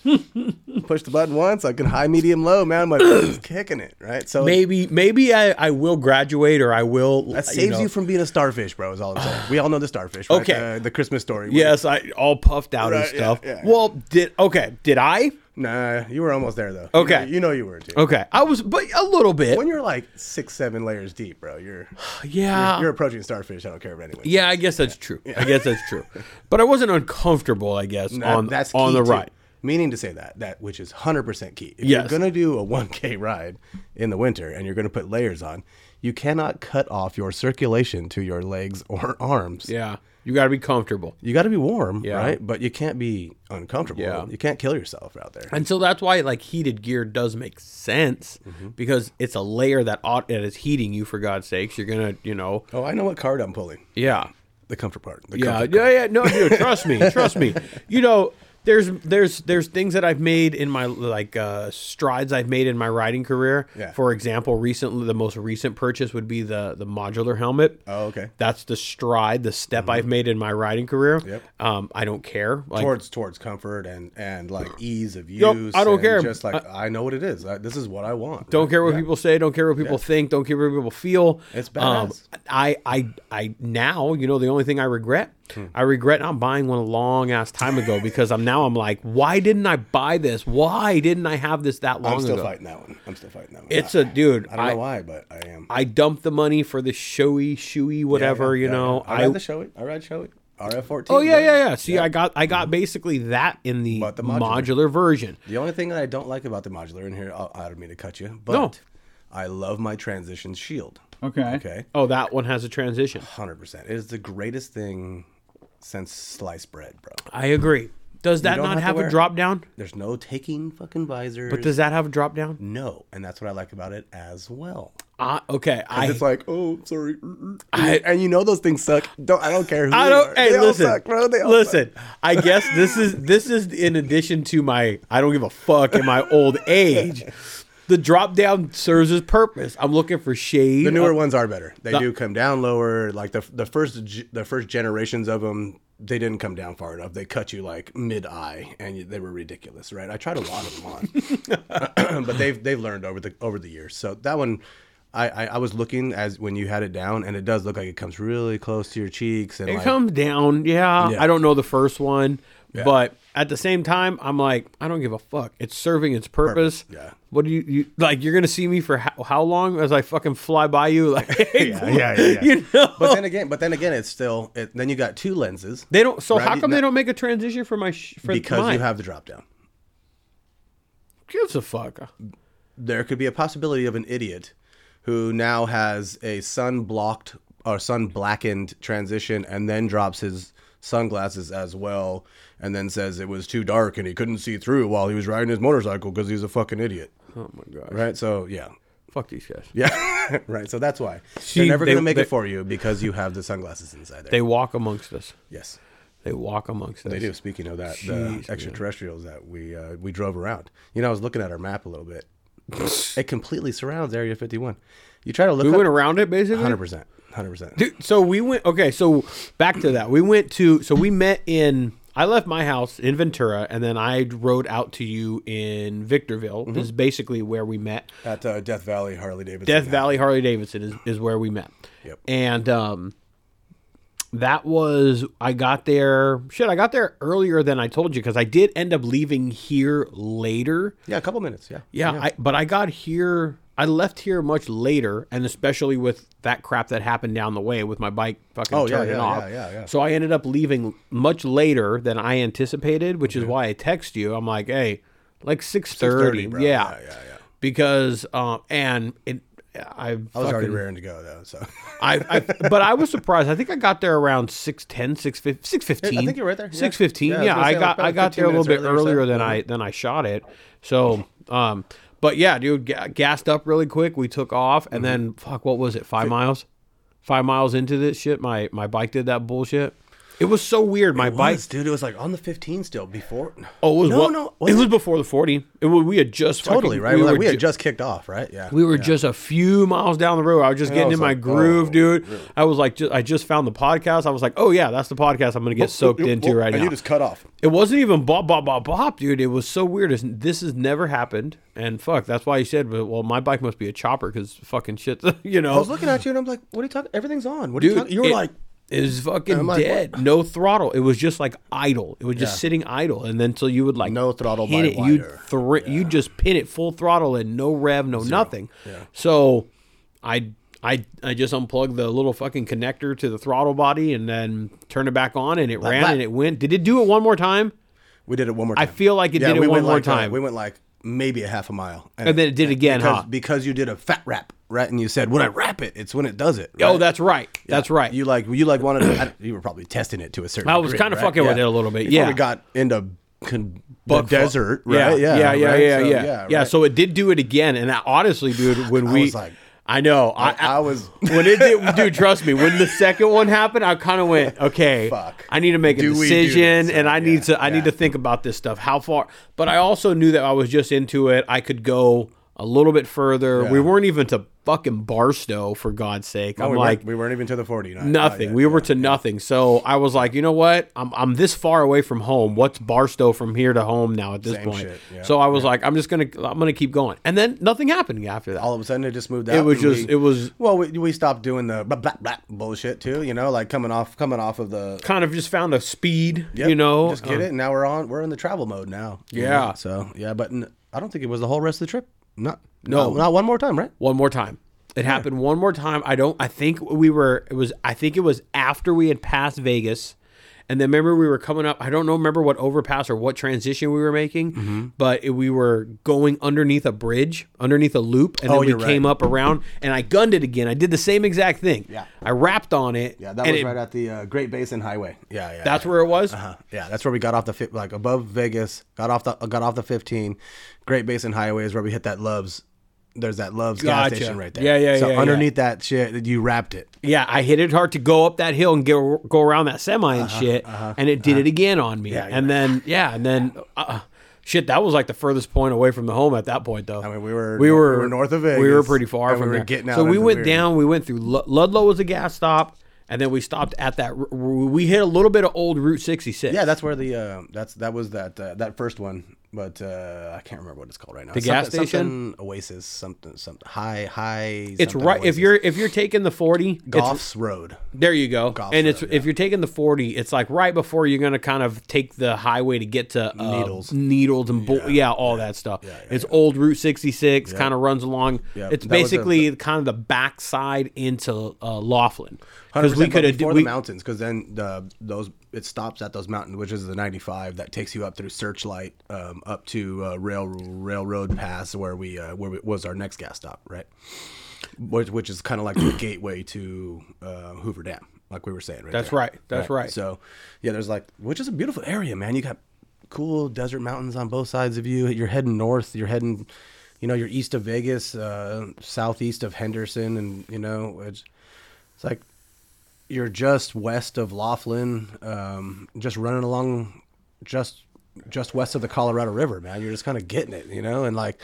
[SPEAKER 3] Push the button once. I can high, medium, low, man. I'm like just kicking it, right? So
[SPEAKER 1] Maybe maybe I, I will graduate or I will
[SPEAKER 3] that saves you, from being a starfish, bro. Is all I'm saying. We all know the starfish, right?
[SPEAKER 1] Okay.
[SPEAKER 3] The, the Christmas story.
[SPEAKER 1] Yes, I all puffed out and
[SPEAKER 3] Right, yeah,
[SPEAKER 1] stuff.
[SPEAKER 3] yeah.
[SPEAKER 1] Well, did okay, did I?
[SPEAKER 3] Nah, you were almost there though.
[SPEAKER 1] Okay.
[SPEAKER 3] You, you know you were too.
[SPEAKER 1] Okay, I was, but a little bit.
[SPEAKER 3] When you're like six, seven layers deep, bro, you're
[SPEAKER 1] yeah,
[SPEAKER 3] you're approaching starfish. I don't care about anyone.
[SPEAKER 1] Uh, yeah. I guess that's true. I guess that's true. But I wasn't uncomfortable. I guess
[SPEAKER 3] That-
[SPEAKER 1] on on
[SPEAKER 3] key,
[SPEAKER 1] the
[SPEAKER 3] too.
[SPEAKER 1] ride.
[SPEAKER 3] Meaning to say that that which is hundred percent key. If
[SPEAKER 1] Yes.
[SPEAKER 3] you're gonna do a 1K ride in the winter and you're gonna put layers on, you cannot cut off your circulation to your legs or arms.
[SPEAKER 1] Yeah, you got to be comfortable.
[SPEAKER 3] You got to be warm,
[SPEAKER 1] Yeah.
[SPEAKER 3] right? But you can't be uncomfortable.
[SPEAKER 1] Yeah.
[SPEAKER 3] You can't kill yourself out there.
[SPEAKER 1] And so that's why like heated gear does make sense
[SPEAKER 3] Mm-hmm.
[SPEAKER 1] because it's a layer that ought, that is heating you for God's sakes. You're gonna, you know,
[SPEAKER 3] Oh, I know what card I'm pulling.
[SPEAKER 1] yeah,
[SPEAKER 3] The comfort part. The
[SPEAKER 1] yeah,
[SPEAKER 3] comfort
[SPEAKER 1] yeah, yeah. No, dude, trust me, trust me. You know, there's there's there's things that I've made in my like uh, strides I've made in my riding career.
[SPEAKER 3] Yeah.
[SPEAKER 1] For example, recently the most recent purchase would be the the modular helmet.
[SPEAKER 3] Oh, okay.
[SPEAKER 1] That's the stride, the step I've made in my riding career.
[SPEAKER 3] Yep.
[SPEAKER 1] Um, I don't care. Like,
[SPEAKER 3] towards towards comfort and and like ease of use.
[SPEAKER 1] Yup, I don't
[SPEAKER 3] and
[SPEAKER 1] care.
[SPEAKER 3] Just like I, know what it is. I, this is what I want.
[SPEAKER 1] Don't care what people say. Don't care what people think. Don't care what people feel.
[SPEAKER 3] It's
[SPEAKER 1] Um,
[SPEAKER 3] badass.
[SPEAKER 1] I, I, I now you know the only thing I regret.
[SPEAKER 3] Hmm.
[SPEAKER 1] I regret not buying one a long ass time ago because I'm now I'm like, why didn't I buy this? Why didn't I have this that long
[SPEAKER 3] I'm still
[SPEAKER 1] ago?
[SPEAKER 3] fighting that one. I'm still fighting that one.
[SPEAKER 1] It's a dude.
[SPEAKER 3] I don't
[SPEAKER 1] I,
[SPEAKER 3] know why, but I am.
[SPEAKER 1] I dumped the money for the showy, shoey, whatever you know.
[SPEAKER 3] I read the show it. I read show it. RF fourteen.
[SPEAKER 1] oh yeah, yeah, yeah. See, I got I got basically that in the,
[SPEAKER 3] Mm-hmm. But the
[SPEAKER 1] modular.
[SPEAKER 3] modular.
[SPEAKER 1] version.
[SPEAKER 3] The only thing that I don't like about the modular in here, I, I don't mean to cut you, but
[SPEAKER 1] No.
[SPEAKER 3] I love my transition shield.
[SPEAKER 4] Okay.
[SPEAKER 3] Okay,
[SPEAKER 1] Oh, that one has a transition.
[SPEAKER 3] hundred percent. It is the greatest thing since sliced bread, bro.
[SPEAKER 1] I agree. Does that
[SPEAKER 3] don't
[SPEAKER 1] not
[SPEAKER 3] have to
[SPEAKER 1] have,
[SPEAKER 3] wear
[SPEAKER 1] a
[SPEAKER 3] it.
[SPEAKER 1] drop down?
[SPEAKER 3] There's no taking fucking visors.
[SPEAKER 1] But does that have a drop down?
[SPEAKER 3] no, and that's what I like about it as well.
[SPEAKER 1] Uh, okay, I
[SPEAKER 3] it's like, oh, sorry, and you know those things suck. Don't I don't care. Who
[SPEAKER 1] I
[SPEAKER 3] they
[SPEAKER 1] don't.
[SPEAKER 3] are.
[SPEAKER 1] Hey,
[SPEAKER 3] They all
[SPEAKER 1] listen,
[SPEAKER 3] suck, bro. They all
[SPEAKER 1] listen. I guess this is this is in addition to my I don't give a fuck in my old age. The drop down serves its purpose. I'm looking for shade.
[SPEAKER 3] The newer ones are better. They do come down lower. Like the the first ge- the first generations of them, they didn't come down far enough. They cut you like mid eye, and you, they were ridiculous, right? I tried a lot of them on, but they've they've learned over the over the years. So that one. I, I, I was looking as when you had it down, and it does look like it comes really close to your cheeks. And
[SPEAKER 1] it
[SPEAKER 3] like,
[SPEAKER 1] comes down. Yeah,
[SPEAKER 3] Yeah.
[SPEAKER 1] I don't know the first one, but at the same time, I'm like, I don't give a fuck. It's serving its purpose.
[SPEAKER 3] yeah.
[SPEAKER 1] What do you, you like? You're gonna see me for how, how long as I fucking fly by you? Like,
[SPEAKER 3] yeah, yeah, yeah.
[SPEAKER 1] you know.
[SPEAKER 3] but then again, but then again, it's still. It, then you got two lenses
[SPEAKER 1] They don't. So
[SPEAKER 3] Right,
[SPEAKER 1] how come
[SPEAKER 3] no.
[SPEAKER 1] they don't make a transition for my sh- for
[SPEAKER 3] because
[SPEAKER 1] mine?
[SPEAKER 3] you have the drop down.
[SPEAKER 1] gives a fuck.
[SPEAKER 3] there could be a possibility of an idiot who now has a sun blocked or sun blackened transition and then drops his sunglasses as well and then says it was too dark and he couldn't see through while he was riding his motorcycle because he's a fucking idiot
[SPEAKER 1] Oh my god.
[SPEAKER 3] right so yeah
[SPEAKER 1] Fuck these guys.
[SPEAKER 3] yeah right so that's why
[SPEAKER 1] See,
[SPEAKER 3] they're never
[SPEAKER 1] they-
[SPEAKER 3] going to make
[SPEAKER 1] they-
[SPEAKER 3] it for you because you have the sunglasses inside there
[SPEAKER 1] They walk amongst us.
[SPEAKER 3] yes
[SPEAKER 1] They walk amongst us.
[SPEAKER 3] They do. Speaking of that,
[SPEAKER 1] Jeez,
[SPEAKER 3] the extraterrestrials that we uh, we drove around. You know, I was looking at our map a little bit. it completely surrounds Area 51. You try to look.
[SPEAKER 1] We
[SPEAKER 3] up,
[SPEAKER 1] went around it basically.
[SPEAKER 3] 100 percent, 100 percent.
[SPEAKER 1] Dude, so we went. Okay, so back to that. We went to. So we met in. I left my house in Ventura, and then I rode out to you in Victorville.
[SPEAKER 3] Mm-hmm.
[SPEAKER 1] This is basically where we met.
[SPEAKER 3] At uh, Death Valley, Harley Davidson.
[SPEAKER 1] Death Valley Harley Davidson is, is where we met.
[SPEAKER 3] Yep.
[SPEAKER 1] And um, that was I got there. Shit, I got there earlier than I told you because I did end up leaving here later.
[SPEAKER 3] Yeah, a couple minutes. Yeah.
[SPEAKER 1] Yeah, I, but I got here. I left here much later, and especially with that crap that happened down the way with my bike fucking
[SPEAKER 3] Oh, yeah,
[SPEAKER 1] turning
[SPEAKER 3] yeah,
[SPEAKER 1] off.
[SPEAKER 3] yeah, yeah, yeah.
[SPEAKER 1] So I ended up leaving much later than I anticipated, which is why I text you. I'm like, hey, like six thirty.
[SPEAKER 3] 6:30,
[SPEAKER 1] Yeah.
[SPEAKER 3] bro. Yeah, yeah, yeah.
[SPEAKER 1] Because um, and it, I,
[SPEAKER 3] I was already raring to go though. So
[SPEAKER 1] I, I but I was surprised. I think I got there around 610, 615.
[SPEAKER 3] I think you're right there. Yeah.
[SPEAKER 1] Six fifteen.
[SPEAKER 3] Yeah,
[SPEAKER 1] Yeah,
[SPEAKER 3] I was gonna
[SPEAKER 1] I
[SPEAKER 3] say,
[SPEAKER 1] got
[SPEAKER 3] like,
[SPEAKER 1] I got there a little
[SPEAKER 3] 15
[SPEAKER 1] bit
[SPEAKER 3] minutes
[SPEAKER 1] earlier,
[SPEAKER 3] earlier, so-
[SPEAKER 1] than I than I shot it. So um but yeah, dude, ga- gassed up really quick. We took off
[SPEAKER 3] Mm-hmm.
[SPEAKER 1] and then fuck, what was it? Five miles? Five miles into this shit, my my bike did that bullshit. It was so weird. My bike.
[SPEAKER 3] Was, dude, it was like on the 15 still before.
[SPEAKER 1] Oh, it was
[SPEAKER 3] no,
[SPEAKER 1] well-
[SPEAKER 3] no,
[SPEAKER 1] It was before the forty. It was, we had just
[SPEAKER 3] totally
[SPEAKER 1] fucking-
[SPEAKER 3] right. We, like,
[SPEAKER 1] were
[SPEAKER 3] we had
[SPEAKER 1] ju-
[SPEAKER 3] just kicked off, right? Yeah.
[SPEAKER 1] we were just a few miles down the road. I was just getting
[SPEAKER 3] was
[SPEAKER 1] in my
[SPEAKER 3] like,
[SPEAKER 1] groove,
[SPEAKER 3] oh,
[SPEAKER 1] dude. I was like, ju- I just found the podcast. I was like, oh yeah, that's the podcast I'm gonna get soaked into right
[SPEAKER 3] and
[SPEAKER 1] now.
[SPEAKER 3] You just cut off.
[SPEAKER 1] it wasn't even bop bop bop bop, dude. It was so weird. It's, this has never happened, and fuck, that's why he said, well, my bike must be a chopper because fucking shit, you know.
[SPEAKER 3] I was looking at you and I'm like, what are you talking? Everything's on. What are
[SPEAKER 1] Oh. Dude,
[SPEAKER 3] you talking? You were
[SPEAKER 1] it-
[SPEAKER 3] like,
[SPEAKER 1] It was fucking
[SPEAKER 5] I'm like,
[SPEAKER 1] dead. No throttle. It was just like idle. It was just sitting idle, and then so you would like
[SPEAKER 5] No throttle
[SPEAKER 1] hit
[SPEAKER 5] by
[SPEAKER 1] it. You
[SPEAKER 5] wire.
[SPEAKER 1] thr- you just pin it full throttle and no rev, no nothing. So I I I just unplugged the little fucking connector to the throttle body and then turned it back on, and it ran
[SPEAKER 3] blah.
[SPEAKER 1] and it went. Did it do it one more time?
[SPEAKER 3] We did it one more
[SPEAKER 1] I
[SPEAKER 3] time.
[SPEAKER 1] feel like it did it
[SPEAKER 3] we
[SPEAKER 1] one
[SPEAKER 3] went
[SPEAKER 1] more
[SPEAKER 3] like, uh,
[SPEAKER 1] time.
[SPEAKER 3] we went like maybe a half a mile,
[SPEAKER 1] And then it did again,
[SPEAKER 3] because,
[SPEAKER 1] huh?
[SPEAKER 3] Because you did a fat wrap, right? And you said, "When I wrap it, it's when it does it."
[SPEAKER 1] oh,
[SPEAKER 3] right?
[SPEAKER 1] that's right. That's right.
[SPEAKER 3] You like you like wanted. To, I don't- you were probably testing it to a certain.
[SPEAKER 1] I was
[SPEAKER 3] degree,
[SPEAKER 1] kinda
[SPEAKER 3] right?
[SPEAKER 1] fucking with it a little bit,
[SPEAKER 3] Before
[SPEAKER 1] yeah.
[SPEAKER 3] we got into con- the desert, right?
[SPEAKER 1] Yeah, yeah, yeah,
[SPEAKER 3] right?
[SPEAKER 1] yeah,
[SPEAKER 3] So,
[SPEAKER 1] yeah. Yeah,
[SPEAKER 3] right.
[SPEAKER 1] So it did do it again, and I, honestly, dude, when
[SPEAKER 3] I
[SPEAKER 1] we,
[SPEAKER 3] was like-
[SPEAKER 1] I know, I,
[SPEAKER 3] I was-
[SPEAKER 1] when it did, dude. Trust me, when the second one happened, I kind of went, okay,
[SPEAKER 3] Fuck.
[SPEAKER 1] I need to make a
[SPEAKER 3] Do we do
[SPEAKER 1] decision,
[SPEAKER 3] this?
[SPEAKER 1] and I need
[SPEAKER 3] Yeah,
[SPEAKER 1] to, I need
[SPEAKER 3] yeah.
[SPEAKER 1] to think about this stuff. How far? But I also knew that I was just into it. I could go a little bit further. We
[SPEAKER 3] Yeah.
[SPEAKER 1] weren't even to fucking Barstow, for God's sake. I'm
[SPEAKER 3] we
[SPEAKER 1] like,
[SPEAKER 3] weren't, we Oh, weren't even to the forty. Not, not
[SPEAKER 1] nothing.
[SPEAKER 3] yet.
[SPEAKER 1] we were to nothing. So I was like, you know what? I'm I'm this far away from home. What's Barstow from here to home now at this
[SPEAKER 3] Same
[SPEAKER 1] point?
[SPEAKER 3] shit, yeah,
[SPEAKER 1] so I was like, I'm just gonna I'm gonna keep going. And then nothing happened after that.
[SPEAKER 3] all of a sudden it just moved out.
[SPEAKER 1] it was
[SPEAKER 3] and
[SPEAKER 1] just
[SPEAKER 3] we-
[SPEAKER 1] it was
[SPEAKER 3] Well, we, we stopped doing the blah, blah, blah bullshit too. You know, like coming off coming off of the.
[SPEAKER 1] kind of just found a speed.
[SPEAKER 3] Yep,
[SPEAKER 1] you know,
[SPEAKER 3] just get
[SPEAKER 1] Um,
[SPEAKER 3] it. And now we're on. We're in the travel mode now. you
[SPEAKER 1] Yeah.
[SPEAKER 3] know? So yeah, but n- I don't think it was the whole rest of the trip. Not
[SPEAKER 1] No.
[SPEAKER 3] not, not one more time, right?
[SPEAKER 1] One more time. It happened one more time. I don't. I think we were. It was. I think it was after we had passed Vegas, and then remember we were coming up. I don't know. Remember what overpass or what transition we were making,
[SPEAKER 3] Mm-hmm.
[SPEAKER 1] but it, we were going underneath a bridge, underneath a loop, and
[SPEAKER 3] Oh,
[SPEAKER 1] then
[SPEAKER 3] you're
[SPEAKER 1] we
[SPEAKER 3] right.
[SPEAKER 1] came up around, and I gunned it again. I did the same exact thing. Yeah. I wrapped on it.
[SPEAKER 3] Yeah, that
[SPEAKER 1] and
[SPEAKER 3] was
[SPEAKER 1] it-
[SPEAKER 3] right at the uh, Great Basin Highway. Yeah, yeah.
[SPEAKER 1] That's where it was.
[SPEAKER 3] Uh-huh. Yeah, that's where we got off the fif- like above Vegas. Got off the uh, got off the 15. Great Basin Highway is where we hit that Loves. There's that Loves
[SPEAKER 1] Gotcha.
[SPEAKER 3] gas station right there.
[SPEAKER 1] Yeah, yeah,
[SPEAKER 3] So
[SPEAKER 1] yeah, yeah.
[SPEAKER 3] underneath that shit, you wrapped it.
[SPEAKER 1] Yeah, I hit it hard to go up that hill and get, go around that semi and shit, and it did it again on me.
[SPEAKER 3] Uh-huh, Yeah, you're
[SPEAKER 1] and then yeah, and then uh, shit, that was like the furthest point away from the home at that point though. I
[SPEAKER 3] mean, we were-
[SPEAKER 1] we
[SPEAKER 3] we
[SPEAKER 1] were,
[SPEAKER 3] were north of
[SPEAKER 1] We were
[SPEAKER 3] Vegas,
[SPEAKER 1] pretty far
[SPEAKER 3] and we
[SPEAKER 1] from
[SPEAKER 3] were
[SPEAKER 1] there.
[SPEAKER 3] getting out
[SPEAKER 1] so we
[SPEAKER 3] into
[SPEAKER 1] went
[SPEAKER 3] weird.
[SPEAKER 1] down. We went through Lu- Ludlow was a gas stop, and then we stopped at that. r- We hit a little bit of old Route sixty six.
[SPEAKER 3] Yeah, that's where the uh, that's that was that uh, that first one, but uh, I can't remember what it's called right now. The
[SPEAKER 1] gas station?
[SPEAKER 3] something Oasis, something something high high.
[SPEAKER 1] it's
[SPEAKER 3] something
[SPEAKER 1] right if
[SPEAKER 3] Oasis.
[SPEAKER 1] you're if you're taking the forty. it's
[SPEAKER 3] Goff's Road.
[SPEAKER 1] There you go.
[SPEAKER 3] Golf
[SPEAKER 1] and it's
[SPEAKER 3] road,
[SPEAKER 1] if you're taking the 40, it's like right before you're going to kind of take the highway to get to uh,
[SPEAKER 3] Needles.
[SPEAKER 1] needles and bo- yeah, all that stuff. it's old Route 66, kind of runs along.
[SPEAKER 3] Yeah,
[SPEAKER 1] It's
[SPEAKER 3] that was a-
[SPEAKER 1] basically kind of the backside into uh, Laughlin. Because
[SPEAKER 3] 'Cause
[SPEAKER 1] we could have
[SPEAKER 3] before
[SPEAKER 1] we,
[SPEAKER 3] the mountains, because then the those it stops at those mountains, which is the 95 that takes you up through Searchlight, um, up to uh, rail railroad pass where we uh, where we, was our next gas stop, right? Which, which is kind of like the gateway to uh, Hoover Dam, like we were saying. Right.
[SPEAKER 1] That's
[SPEAKER 3] there.
[SPEAKER 1] right. That's right.
[SPEAKER 3] So yeah, there's like which is a beautiful area, man. You got cool desert mountains on both sides of you. You're heading north. You're heading. You know, you're east of Vegas, uh, southeast of Henderson, and you know, it's, it's like you're just west of Laughlin, um, just running along, just just west of the Colorado River, man. You're just kind of getting it, you know. And like,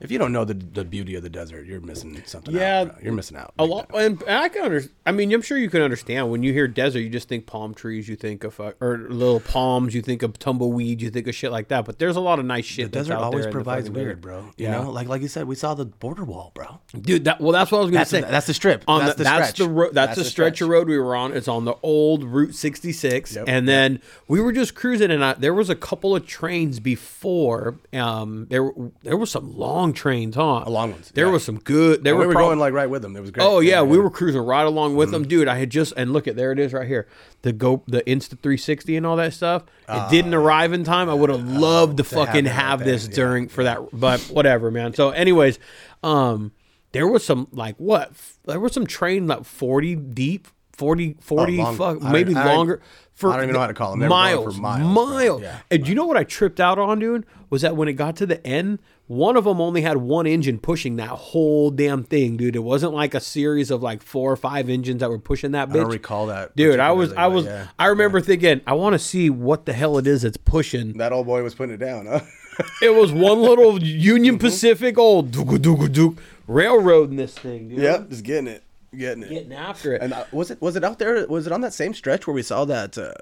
[SPEAKER 3] if you don't know the the beauty of the desert, you're missing something.
[SPEAKER 1] Yeah.
[SPEAKER 3] out, bro. you're missing out.
[SPEAKER 1] a lot, and I can under, I mean, I'm sure you can understand when you hear desert, you just think palm trees, you think of uh, or little palms, you think of tumbleweed, you think of shit like that. But there's a lot of nice shit.
[SPEAKER 3] The
[SPEAKER 1] that's
[SPEAKER 3] desert
[SPEAKER 1] out there
[SPEAKER 3] always
[SPEAKER 1] in the
[SPEAKER 3] provides
[SPEAKER 1] fucking desert.
[SPEAKER 3] weird, bro. You
[SPEAKER 1] Yeah.
[SPEAKER 3] know, like like you said, we saw the border wall, bro.
[SPEAKER 1] dude. That well, that's what I was gonna
[SPEAKER 3] That's
[SPEAKER 1] say.
[SPEAKER 3] the- that's the strip.
[SPEAKER 1] On
[SPEAKER 3] That's
[SPEAKER 1] the,
[SPEAKER 3] the
[SPEAKER 1] that's
[SPEAKER 3] stretch.
[SPEAKER 1] the ro- that's,
[SPEAKER 3] That's
[SPEAKER 1] the
[SPEAKER 3] the
[SPEAKER 1] stretch of
[SPEAKER 3] stretch.
[SPEAKER 1] road we were on. It's on the old Route sixty six,
[SPEAKER 3] Yep.
[SPEAKER 1] and then we were just cruising, and I, there was a couple of trains before. Um, there there was some long trains, huh?
[SPEAKER 3] Long ones,
[SPEAKER 1] There
[SPEAKER 3] yeah.
[SPEAKER 1] was some good. There
[SPEAKER 3] We were
[SPEAKER 1] prob-
[SPEAKER 3] going like right with them. It was great. Mm-hmm.
[SPEAKER 1] Oh yeah, we were cruising right along with them, dude. I had just and look at there it is right here, the go the Insta 360 and all that stuff. It
[SPEAKER 3] Ah.
[SPEAKER 1] didn't arrive in time. I would have loved to, fucking
[SPEAKER 3] Oh, that right
[SPEAKER 1] have,
[SPEAKER 3] there,
[SPEAKER 1] this during for that, but whatever, man. So, anyways, um, there was some like what f- there was some train like 40 deep, 40, 40
[SPEAKER 3] Oh, long-
[SPEAKER 1] fuck
[SPEAKER 3] I don't-
[SPEAKER 1] maybe
[SPEAKER 3] I don't-
[SPEAKER 1] longer. For
[SPEAKER 3] I don't even know how to call them. They were going
[SPEAKER 1] Miles,
[SPEAKER 3] for
[SPEAKER 1] miles,
[SPEAKER 3] miles, bro. Yeah.
[SPEAKER 1] And do you know what I tripped out on, dude? Was that when it got to the end, one of them only had one engine pushing that whole damn thing, dude. It wasn't like a series of like four or five engines that were pushing that bitch.
[SPEAKER 3] I don't recall that
[SPEAKER 1] Dude, I was, I
[SPEAKER 3] particularly,
[SPEAKER 1] was,
[SPEAKER 3] but yeah.
[SPEAKER 1] I remember thinking, I want to see what the hell it is that's pushing.
[SPEAKER 3] That old boy was putting it down. Huh?
[SPEAKER 1] It was one little
[SPEAKER 3] Mm-hmm.
[SPEAKER 1] Union Pacific old dooku dooku dook railroading this thing, dude.
[SPEAKER 3] yep, just getting it, getting it.
[SPEAKER 1] Getting after it.
[SPEAKER 3] And uh, was it was it out there? Was it on that same stretch where we saw that? Uh,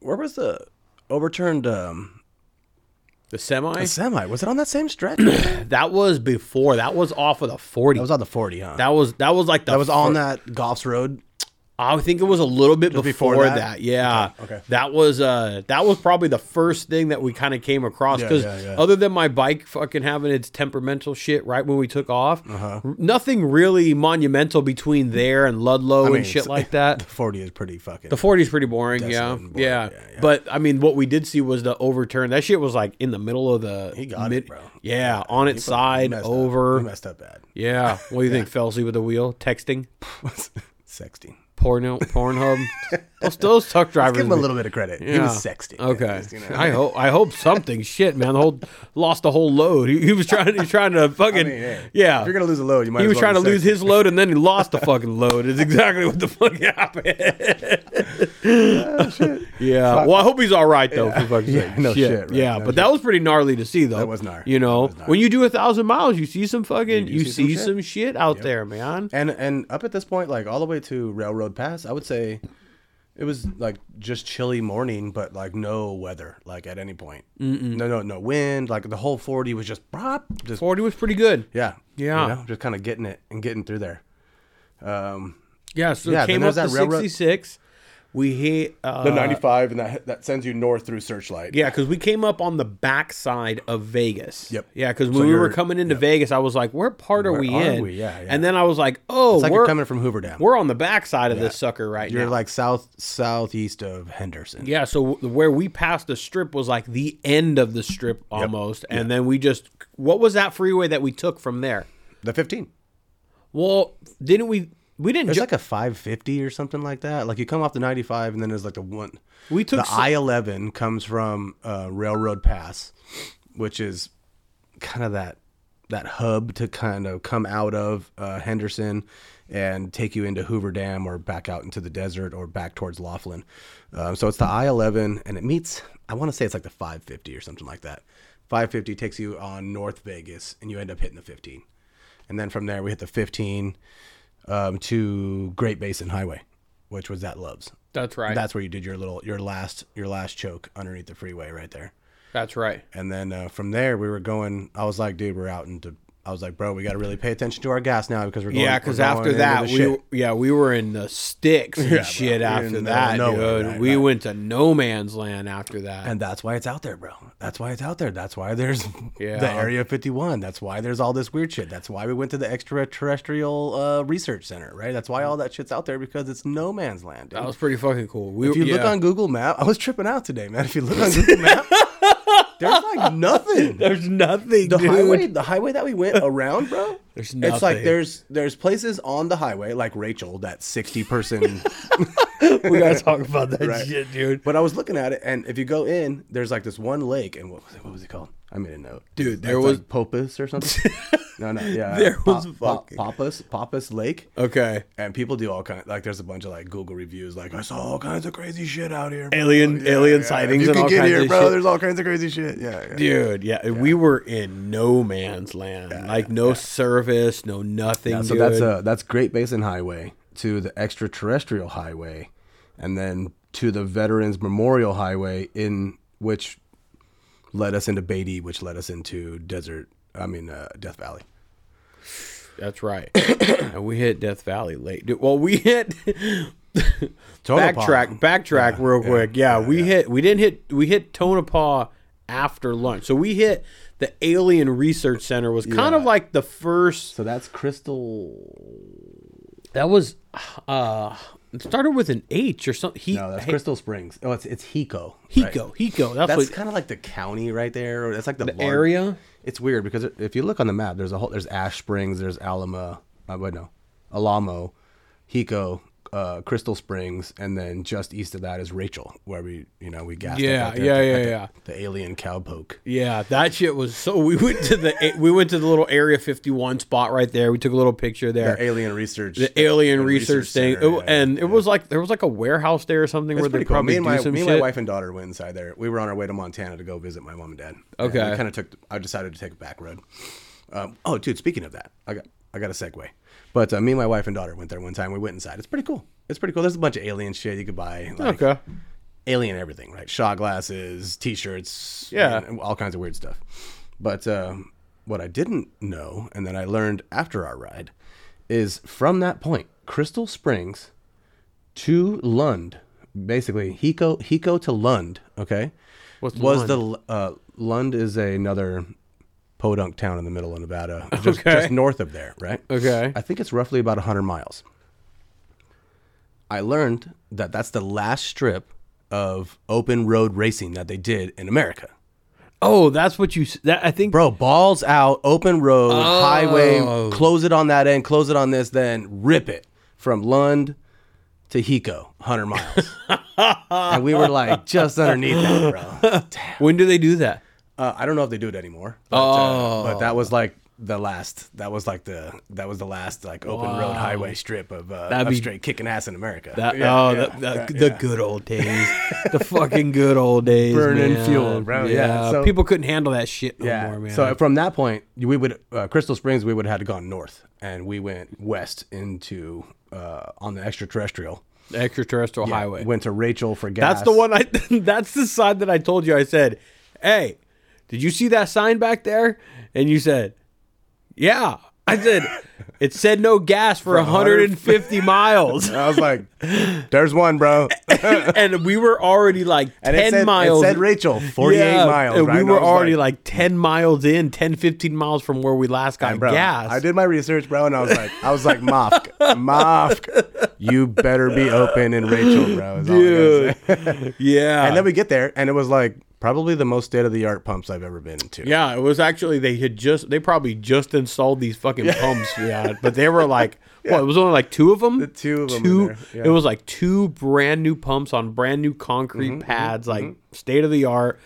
[SPEAKER 3] where was the overturned um,
[SPEAKER 1] the semi?
[SPEAKER 3] semi? Was it on that same stretch? that
[SPEAKER 1] That was before. That was off of the 40.
[SPEAKER 3] was on the forty, huh?
[SPEAKER 1] That was that was like the
[SPEAKER 3] That was on
[SPEAKER 1] fir-
[SPEAKER 3] that Goffs Road.
[SPEAKER 1] I think it was a little bit before,
[SPEAKER 3] before
[SPEAKER 1] that.
[SPEAKER 3] that?
[SPEAKER 1] Yeah.
[SPEAKER 3] Okay, okay.
[SPEAKER 1] That was uh that was probably the first thing that we kind of came across
[SPEAKER 3] Yeah,
[SPEAKER 1] because
[SPEAKER 3] yeah, yeah.
[SPEAKER 1] other than my bike fucking having its temperamental shit right when we took off,
[SPEAKER 3] Uh-huh.
[SPEAKER 1] r- nothing really monumental between there and Ludlow
[SPEAKER 3] mean,
[SPEAKER 1] and shit
[SPEAKER 3] it's-
[SPEAKER 1] like that.
[SPEAKER 3] 40 is pretty fucking.
[SPEAKER 1] The 40 is pretty boring, yeah.
[SPEAKER 3] Desolate and boring,
[SPEAKER 1] yeah.
[SPEAKER 3] yeah, yeah.
[SPEAKER 1] But I mean, what we did see was the overturn. That shit was like in the middle of the. He
[SPEAKER 3] got it, bro.
[SPEAKER 1] Yeah, on its
[SPEAKER 3] he
[SPEAKER 1] side,
[SPEAKER 3] messed up. He
[SPEAKER 1] over.
[SPEAKER 3] messed up bad.
[SPEAKER 1] Yeah. What do you think? Felsey with the wheel, texting,
[SPEAKER 3] sexting.
[SPEAKER 1] porno, Pornhub. those, those truck drivers.
[SPEAKER 3] Give him a little bit of credit. He was
[SPEAKER 1] Yeah.
[SPEAKER 3] sexting.
[SPEAKER 1] Okay.
[SPEAKER 3] At least, you know.
[SPEAKER 1] I hope. I hope something. Shit, man. The whole lost the whole load. He, he was trying. He was trying to fucking.
[SPEAKER 3] mean, hey,
[SPEAKER 1] yeah.
[SPEAKER 3] If you're gonna lose a load, you might.
[SPEAKER 1] he
[SPEAKER 3] as
[SPEAKER 1] was
[SPEAKER 3] well
[SPEAKER 1] trying to
[SPEAKER 3] be
[SPEAKER 1] lose
[SPEAKER 3] sexting.
[SPEAKER 1] his load and then he lost the fucking load. Is exactly what the fuck happened. yeah. Well, I hope he's all right though. For fuck's
[SPEAKER 3] Ah, Yeah,
[SPEAKER 1] sake.
[SPEAKER 3] no shit, right,
[SPEAKER 1] yeah,
[SPEAKER 3] no
[SPEAKER 1] but that was pretty gnarly to see though.
[SPEAKER 3] That was gnarly.
[SPEAKER 1] You know,
[SPEAKER 3] That was gnarly.
[SPEAKER 1] when you do a thousand miles, you see some fucking, you,
[SPEAKER 3] do see some
[SPEAKER 1] see
[SPEAKER 3] shit.
[SPEAKER 1] some shit, out there, man.
[SPEAKER 3] And and up at this point, like all the way to Railroad Pass, I would say it was like just chilly morning, but like no weather, like at any point. No, no, no wind. Like the whole forty was just prop, just
[SPEAKER 1] Forty was pretty good.
[SPEAKER 3] yeah,
[SPEAKER 1] Yeah.
[SPEAKER 3] you know, just kind of getting it and getting through there. Um,
[SPEAKER 1] Yeah. So
[SPEAKER 3] Yeah,
[SPEAKER 1] it
[SPEAKER 3] then
[SPEAKER 1] came up
[SPEAKER 3] there's
[SPEAKER 1] to
[SPEAKER 3] that railroad-
[SPEAKER 1] sixty six. We hit uh,
[SPEAKER 3] the ninety five, and that that sends you north through Searchlight.
[SPEAKER 1] Yeah, because we came up on the backside of Vegas.
[SPEAKER 3] Yep.
[SPEAKER 1] Yeah, because when we
[SPEAKER 3] you're-
[SPEAKER 1] were coming into Vegas, I was like, "Where part are
[SPEAKER 3] Where
[SPEAKER 1] we
[SPEAKER 3] are
[SPEAKER 1] in?"
[SPEAKER 3] we? Yeah, yeah.
[SPEAKER 1] And then I was like, "Oh,
[SPEAKER 3] it's like
[SPEAKER 1] we're
[SPEAKER 3] you're coming from Hoover Dam.
[SPEAKER 1] we're on the backside of this sucker right
[SPEAKER 3] You're
[SPEAKER 1] now."
[SPEAKER 3] like south southeast of Henderson.
[SPEAKER 1] yeah. So w- where we passed the strip was like the end of the strip almost, and then we just what was that freeway that we took from there?
[SPEAKER 3] The fifteen.
[SPEAKER 1] Well, didn't we? We didn't.
[SPEAKER 3] There's
[SPEAKER 1] Ju-
[SPEAKER 3] like a 550 or something like that. Like you come off the 95 and then there's like the one.
[SPEAKER 1] We took
[SPEAKER 3] the
[SPEAKER 1] so-
[SPEAKER 3] I-11 comes from uh, Railroad Pass, which is kind of that that hub to kind of come out of uh, Henderson and take you into Hoover Dam or back out into the desert or back towards Laughlin. Um, so it's the I-11 and it meets. I want to say it's like the 550 or something like that. 550 takes you on North Vegas and you end up hitting the 15. And then from there we hit the 15 um, to Great Basin Highway, which was that Loves.
[SPEAKER 1] that's right.
[SPEAKER 3] That's where you did your little your last your last choke underneath the freeway right there.
[SPEAKER 1] that's right.
[SPEAKER 3] And then uh, from there we were going. I was like, dude, we're out into. I was like, bro, we got to really pay attention to our gas now because we're going.
[SPEAKER 1] Yeah,
[SPEAKER 3] we're
[SPEAKER 1] because
[SPEAKER 3] going
[SPEAKER 1] after
[SPEAKER 3] into
[SPEAKER 1] that,
[SPEAKER 3] the
[SPEAKER 1] we
[SPEAKER 3] shit.
[SPEAKER 1] were- yeah we were in the sticks and
[SPEAKER 3] Yeah,
[SPEAKER 1] shit.
[SPEAKER 3] bro.
[SPEAKER 1] After
[SPEAKER 3] In the
[SPEAKER 1] that,
[SPEAKER 3] middle of nowhere,
[SPEAKER 1] dude,
[SPEAKER 3] right,
[SPEAKER 1] we
[SPEAKER 3] right.
[SPEAKER 1] went to no man's land after that.
[SPEAKER 3] And that's why it's out there, bro. That's why it's out there. That's why there's
[SPEAKER 1] Yeah.
[SPEAKER 3] the Area 51. That's why there's all this weird shit. That's why we went to the Extraterrestrial uh, Research Center, right? That's why all that shit's out there because it's no man's land. dude.
[SPEAKER 1] That was pretty fucking cool. We,
[SPEAKER 3] If you look
[SPEAKER 1] Oh, yeah.
[SPEAKER 3] on Google Map, I was tripping out today, man. If you look on Google Map, there's like nothing.
[SPEAKER 1] there's nothing,
[SPEAKER 3] the
[SPEAKER 1] dude.
[SPEAKER 3] highway, the highway that we went around, bro.
[SPEAKER 1] There's
[SPEAKER 3] It's like
[SPEAKER 1] nothing.
[SPEAKER 3] there's there's places on the highway, like Rachel, that sixty person.
[SPEAKER 1] we gotta talk about that
[SPEAKER 3] Right.
[SPEAKER 1] shit, dude.
[SPEAKER 3] but I was looking at it, and if you go in, there's like this one lake, and what was it, what was it called? I made a note,
[SPEAKER 1] Dude, there
[SPEAKER 3] It's
[SPEAKER 1] was-
[SPEAKER 3] like Popus or something. no, no, yeah,
[SPEAKER 1] There was fucking-
[SPEAKER 3] Popus Popus Lake.
[SPEAKER 1] Okay,
[SPEAKER 3] And people do all kind like there's a bunch of like Google reviews like I saw all kinds of crazy shit out here. bro."
[SPEAKER 1] Alien- alien sightings
[SPEAKER 3] If you
[SPEAKER 1] and
[SPEAKER 3] can
[SPEAKER 1] all
[SPEAKER 3] get
[SPEAKER 1] kinds
[SPEAKER 3] here,
[SPEAKER 1] of
[SPEAKER 3] bro.
[SPEAKER 1] shit.
[SPEAKER 3] There's all kinds of crazy shit. Yeah, yeah.
[SPEAKER 1] dude. Yeah, we were in no man's land, like no service, no nothing.
[SPEAKER 3] So
[SPEAKER 1] dude.
[SPEAKER 3] that's uh that's Great Basin Highway to the extraterrestrial highway, and then to the Veterans Memorial Highway, in which led us into Beatty, which led us into Desert. I mean uh, Death Valley.
[SPEAKER 1] that's right. and we hit Death Valley late. Dude, well, we hit.
[SPEAKER 3] Tonopah.
[SPEAKER 1] backtrack, backtrack real quick. Yeah, we hit. We didn't hit. We hit Tonopah after lunch. So we hit the Alien Research Center. Was kind of like the first.
[SPEAKER 3] So that's Crystal.
[SPEAKER 1] That was. uh It started with an H or something. He,
[SPEAKER 3] No, that's
[SPEAKER 1] hey,
[SPEAKER 3] Crystal Springs. Oh, it's it's Hico. right?
[SPEAKER 1] Hico. Hico. That's,
[SPEAKER 3] That's
[SPEAKER 1] what,
[SPEAKER 3] kind of like the county right there. or That's like the, lar-
[SPEAKER 1] area?
[SPEAKER 3] It's weird because if you look on the map, there's a whole there's Ash Springs, there's Alamo, I would know, Alamo, Hico, uh, Crystal Springs, and then just east of that is Rachel, where we you know we gassed.
[SPEAKER 1] Yeah,
[SPEAKER 3] up right there
[SPEAKER 1] yeah,
[SPEAKER 3] at the-
[SPEAKER 1] yeah,
[SPEAKER 3] at the-
[SPEAKER 1] yeah.
[SPEAKER 3] The alien cowpoke.
[SPEAKER 1] Yeah, that shit was so. We went to the we went to the little Area 51 spot right there. We took a little picture there.
[SPEAKER 3] The alien research.
[SPEAKER 1] the alien research, thing,
[SPEAKER 3] Center,
[SPEAKER 1] It-
[SPEAKER 3] yeah,
[SPEAKER 1] and it was like there was like a warehouse there or something
[SPEAKER 3] It's
[SPEAKER 1] where they
[SPEAKER 3] pretty cool.
[SPEAKER 1] probably
[SPEAKER 3] Me and, my,
[SPEAKER 1] do some
[SPEAKER 3] me and
[SPEAKER 1] shit.
[SPEAKER 3] my wife and daughter went inside there. We were on our way to Montana to go visit my mom and dad. And
[SPEAKER 1] Okay.
[SPEAKER 3] we kind of took. I decided to take a back road. Um, oh, dude. Speaking of that, I got I got a segue. But uh, me and my wife and daughter went there one time. We went inside. It's pretty cool. It's pretty cool. There's a bunch of alien shit you could buy. Like,
[SPEAKER 1] okay,
[SPEAKER 3] Alien everything, right? Shot glasses, T-shirts,
[SPEAKER 1] Yeah.
[SPEAKER 3] and all kinds of weird stuff. But um, what I didn't know, and that I learned after our ride, is from that point, Crystal Springs to Lund, basically Hiko Hiko to Lund. Okay,
[SPEAKER 6] What's
[SPEAKER 3] was the uh, Lund is another podunk town in the middle of Nevada, just,
[SPEAKER 6] Okay.
[SPEAKER 3] just north of there, right?
[SPEAKER 6] Okay.
[SPEAKER 3] I think it's roughly about 100 miles. I learned that that's the last strip of open road racing that they did in America.
[SPEAKER 1] Oh, that's what you. s- That I think.
[SPEAKER 3] Bro, balls out, open road, highway, close it on that end, close it on this, then rip it from Lund to Hiko, 100 miles. and we were like just underneath that, bro.
[SPEAKER 1] When do they do that?
[SPEAKER 3] Uh, I don't know if they do it anymore. But, uh, but that was like the last. That was like the that was the last like open road highway strip of, uh,
[SPEAKER 1] That'd
[SPEAKER 3] of
[SPEAKER 1] be-
[SPEAKER 3] straight kicking ass in America.
[SPEAKER 1] That,
[SPEAKER 3] Yeah,
[SPEAKER 1] oh,
[SPEAKER 3] yeah,
[SPEAKER 1] the, the,
[SPEAKER 3] right,
[SPEAKER 1] the
[SPEAKER 3] yeah.
[SPEAKER 1] good old days, the fucking good old days,
[SPEAKER 3] Burning
[SPEAKER 1] man.
[SPEAKER 3] fuel, bro. Yeah, so-
[SPEAKER 1] people couldn't handle that shit no
[SPEAKER 3] Yeah.
[SPEAKER 1] more, man.
[SPEAKER 3] So uh, from that point, we would uh, Crystal Springs. We would have had gone north, and we went west into uh, on the extraterrestrial
[SPEAKER 1] The extraterrestrial highway.
[SPEAKER 3] Went to Rachel for gas.
[SPEAKER 1] That's the one I. that's the sign that I told you. I said, "Hey, did you see that sign back there?" And you said, "Yeah." I said, "It said no gas for 150 miles,"
[SPEAKER 3] I was like, "There's one, bro."
[SPEAKER 1] and we were already like 10
[SPEAKER 3] And it said,
[SPEAKER 1] miles.
[SPEAKER 3] It said Rachel, 48
[SPEAKER 1] Yeah,
[SPEAKER 3] miles.
[SPEAKER 1] And
[SPEAKER 3] right?
[SPEAKER 1] we
[SPEAKER 3] And I
[SPEAKER 1] were
[SPEAKER 3] was
[SPEAKER 1] already like, 10 miles in, 10, 15 miles from where we last got
[SPEAKER 3] bro.
[SPEAKER 1] gas.
[SPEAKER 3] I did my research, bro, and I was like, I was like, Mofk, Mofk, you better be open in Rachel, bro. Is all I gotta
[SPEAKER 1] Dude.
[SPEAKER 3] say.
[SPEAKER 1] Yeah.
[SPEAKER 3] and then we get there, and it was like probably the most state of the art pumps I've ever been to.
[SPEAKER 1] Yeah, it was actually they had just they probably just installed these fucking pumps, yeah. But they were like, what? It was only like two of them.
[SPEAKER 3] two of 'em in there, yeah.
[SPEAKER 1] It was like two brand new pumps on brand new concrete
[SPEAKER 3] Mm-hmm,
[SPEAKER 1] pads, like state of the art,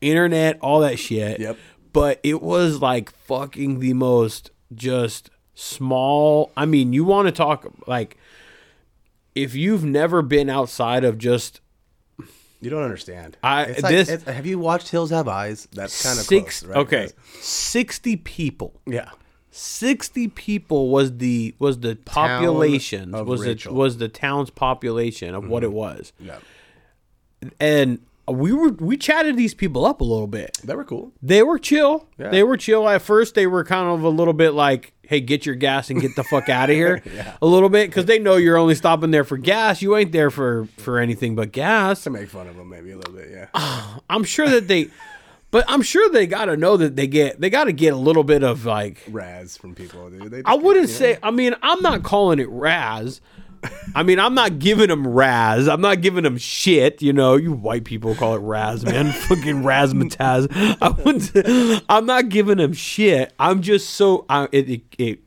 [SPEAKER 1] internet, all that shit.
[SPEAKER 3] Yep.
[SPEAKER 1] But it was like fucking the most just small. I mean, you want to talk like if you've never been outside of just
[SPEAKER 3] You don't understand.
[SPEAKER 1] I-
[SPEAKER 3] It's like-
[SPEAKER 1] this-
[SPEAKER 3] it's- have you watched Hills Have Eyes? That's kind of
[SPEAKER 1] six,
[SPEAKER 3] close, right?
[SPEAKER 1] okay, sixty people.
[SPEAKER 3] Yeah.
[SPEAKER 1] 60 people was the was the population
[SPEAKER 3] of
[SPEAKER 1] was the,
[SPEAKER 3] Rachel.
[SPEAKER 1] was the town's population of what it was
[SPEAKER 3] Yeah.
[SPEAKER 1] and we were we chatted these people up a little bit
[SPEAKER 3] They were cool.
[SPEAKER 1] they were chill they were chill at first they were kind of a little bit like hey get your gas and get the fuck out of here a little bit because they know you're only stopping there for gas you ain't there for for anything but gas
[SPEAKER 3] To make fun of them, maybe a little bit, yeah.
[SPEAKER 1] i'm sure that they but i'm sure they gotta know that they get they gotta get a little bit of like
[SPEAKER 3] Razz from people, dude. They
[SPEAKER 1] I wouldn't say. I mean, I'm not calling it Raz. I mean, I'm not giving them Raz. I'm not giving them shit. You know, you white people call it Raz, man. Fucking razzmatazz. I wouldn't. I'm not giving them shit. I'm just so. I, it, it it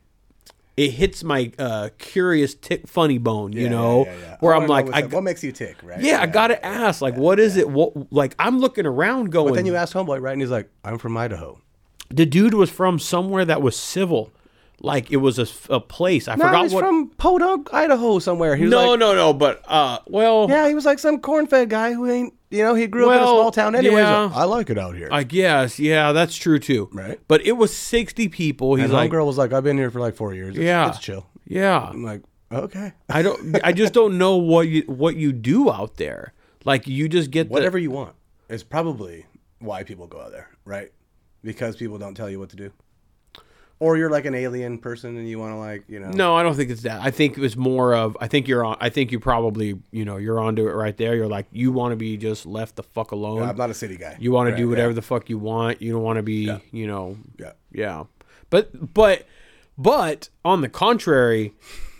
[SPEAKER 1] it hits my uh, curious tick funny bone. You
[SPEAKER 3] Yeah,
[SPEAKER 1] know,
[SPEAKER 3] yeah, yeah, yeah.
[SPEAKER 1] where
[SPEAKER 3] I
[SPEAKER 1] I'm
[SPEAKER 3] wanna know
[SPEAKER 1] like,
[SPEAKER 3] what's
[SPEAKER 1] I,
[SPEAKER 3] up. what makes you tick, right?
[SPEAKER 1] yeah, I gotta ask. Like, what is it? What like I'm looking around going.
[SPEAKER 3] But then you ask homeboy, right? And he's like, "I'm from Idaho."
[SPEAKER 1] the dude was from somewhere that was civil. Like it was a, a place. I
[SPEAKER 3] No,
[SPEAKER 1] forgot
[SPEAKER 3] he's
[SPEAKER 1] what.
[SPEAKER 3] from Podunk, Idaho, somewhere. He was
[SPEAKER 1] no,
[SPEAKER 3] like,
[SPEAKER 1] no, no. But uh, well,
[SPEAKER 3] yeah, he was like some corn-fed guy who ain't, you know, he grew up in a
[SPEAKER 1] Well,
[SPEAKER 3] small town anyway. He's like,
[SPEAKER 1] yeah.
[SPEAKER 3] I like it out here.
[SPEAKER 1] I guess yeah, that's true too.
[SPEAKER 3] Right.
[SPEAKER 1] But it was sixty people. He's
[SPEAKER 3] and
[SPEAKER 1] like,
[SPEAKER 3] homegirl was like, I've been here for like four years. It's,
[SPEAKER 1] Yeah.
[SPEAKER 3] it's chill.
[SPEAKER 1] yeah,
[SPEAKER 3] I'm like, okay,
[SPEAKER 1] I don't. I just don't know what you what you do out there. Like you just get
[SPEAKER 3] whatever you want is probably why people go out there, right? Because people don't tell you what to do, or you're like an alien person and you want to like, you know,
[SPEAKER 1] The, no, I don't think it's that. I think it was more of. I think you're on. I think you probably you know you're onto it right there. You're like you want to be just left the fuck alone.
[SPEAKER 3] I'm not a city guy.
[SPEAKER 1] you want to do
[SPEAKER 3] Right,
[SPEAKER 1] whatever the fuck you want. You don't want to be you know
[SPEAKER 3] Yeah.
[SPEAKER 1] Yeah. But but but on the contrary,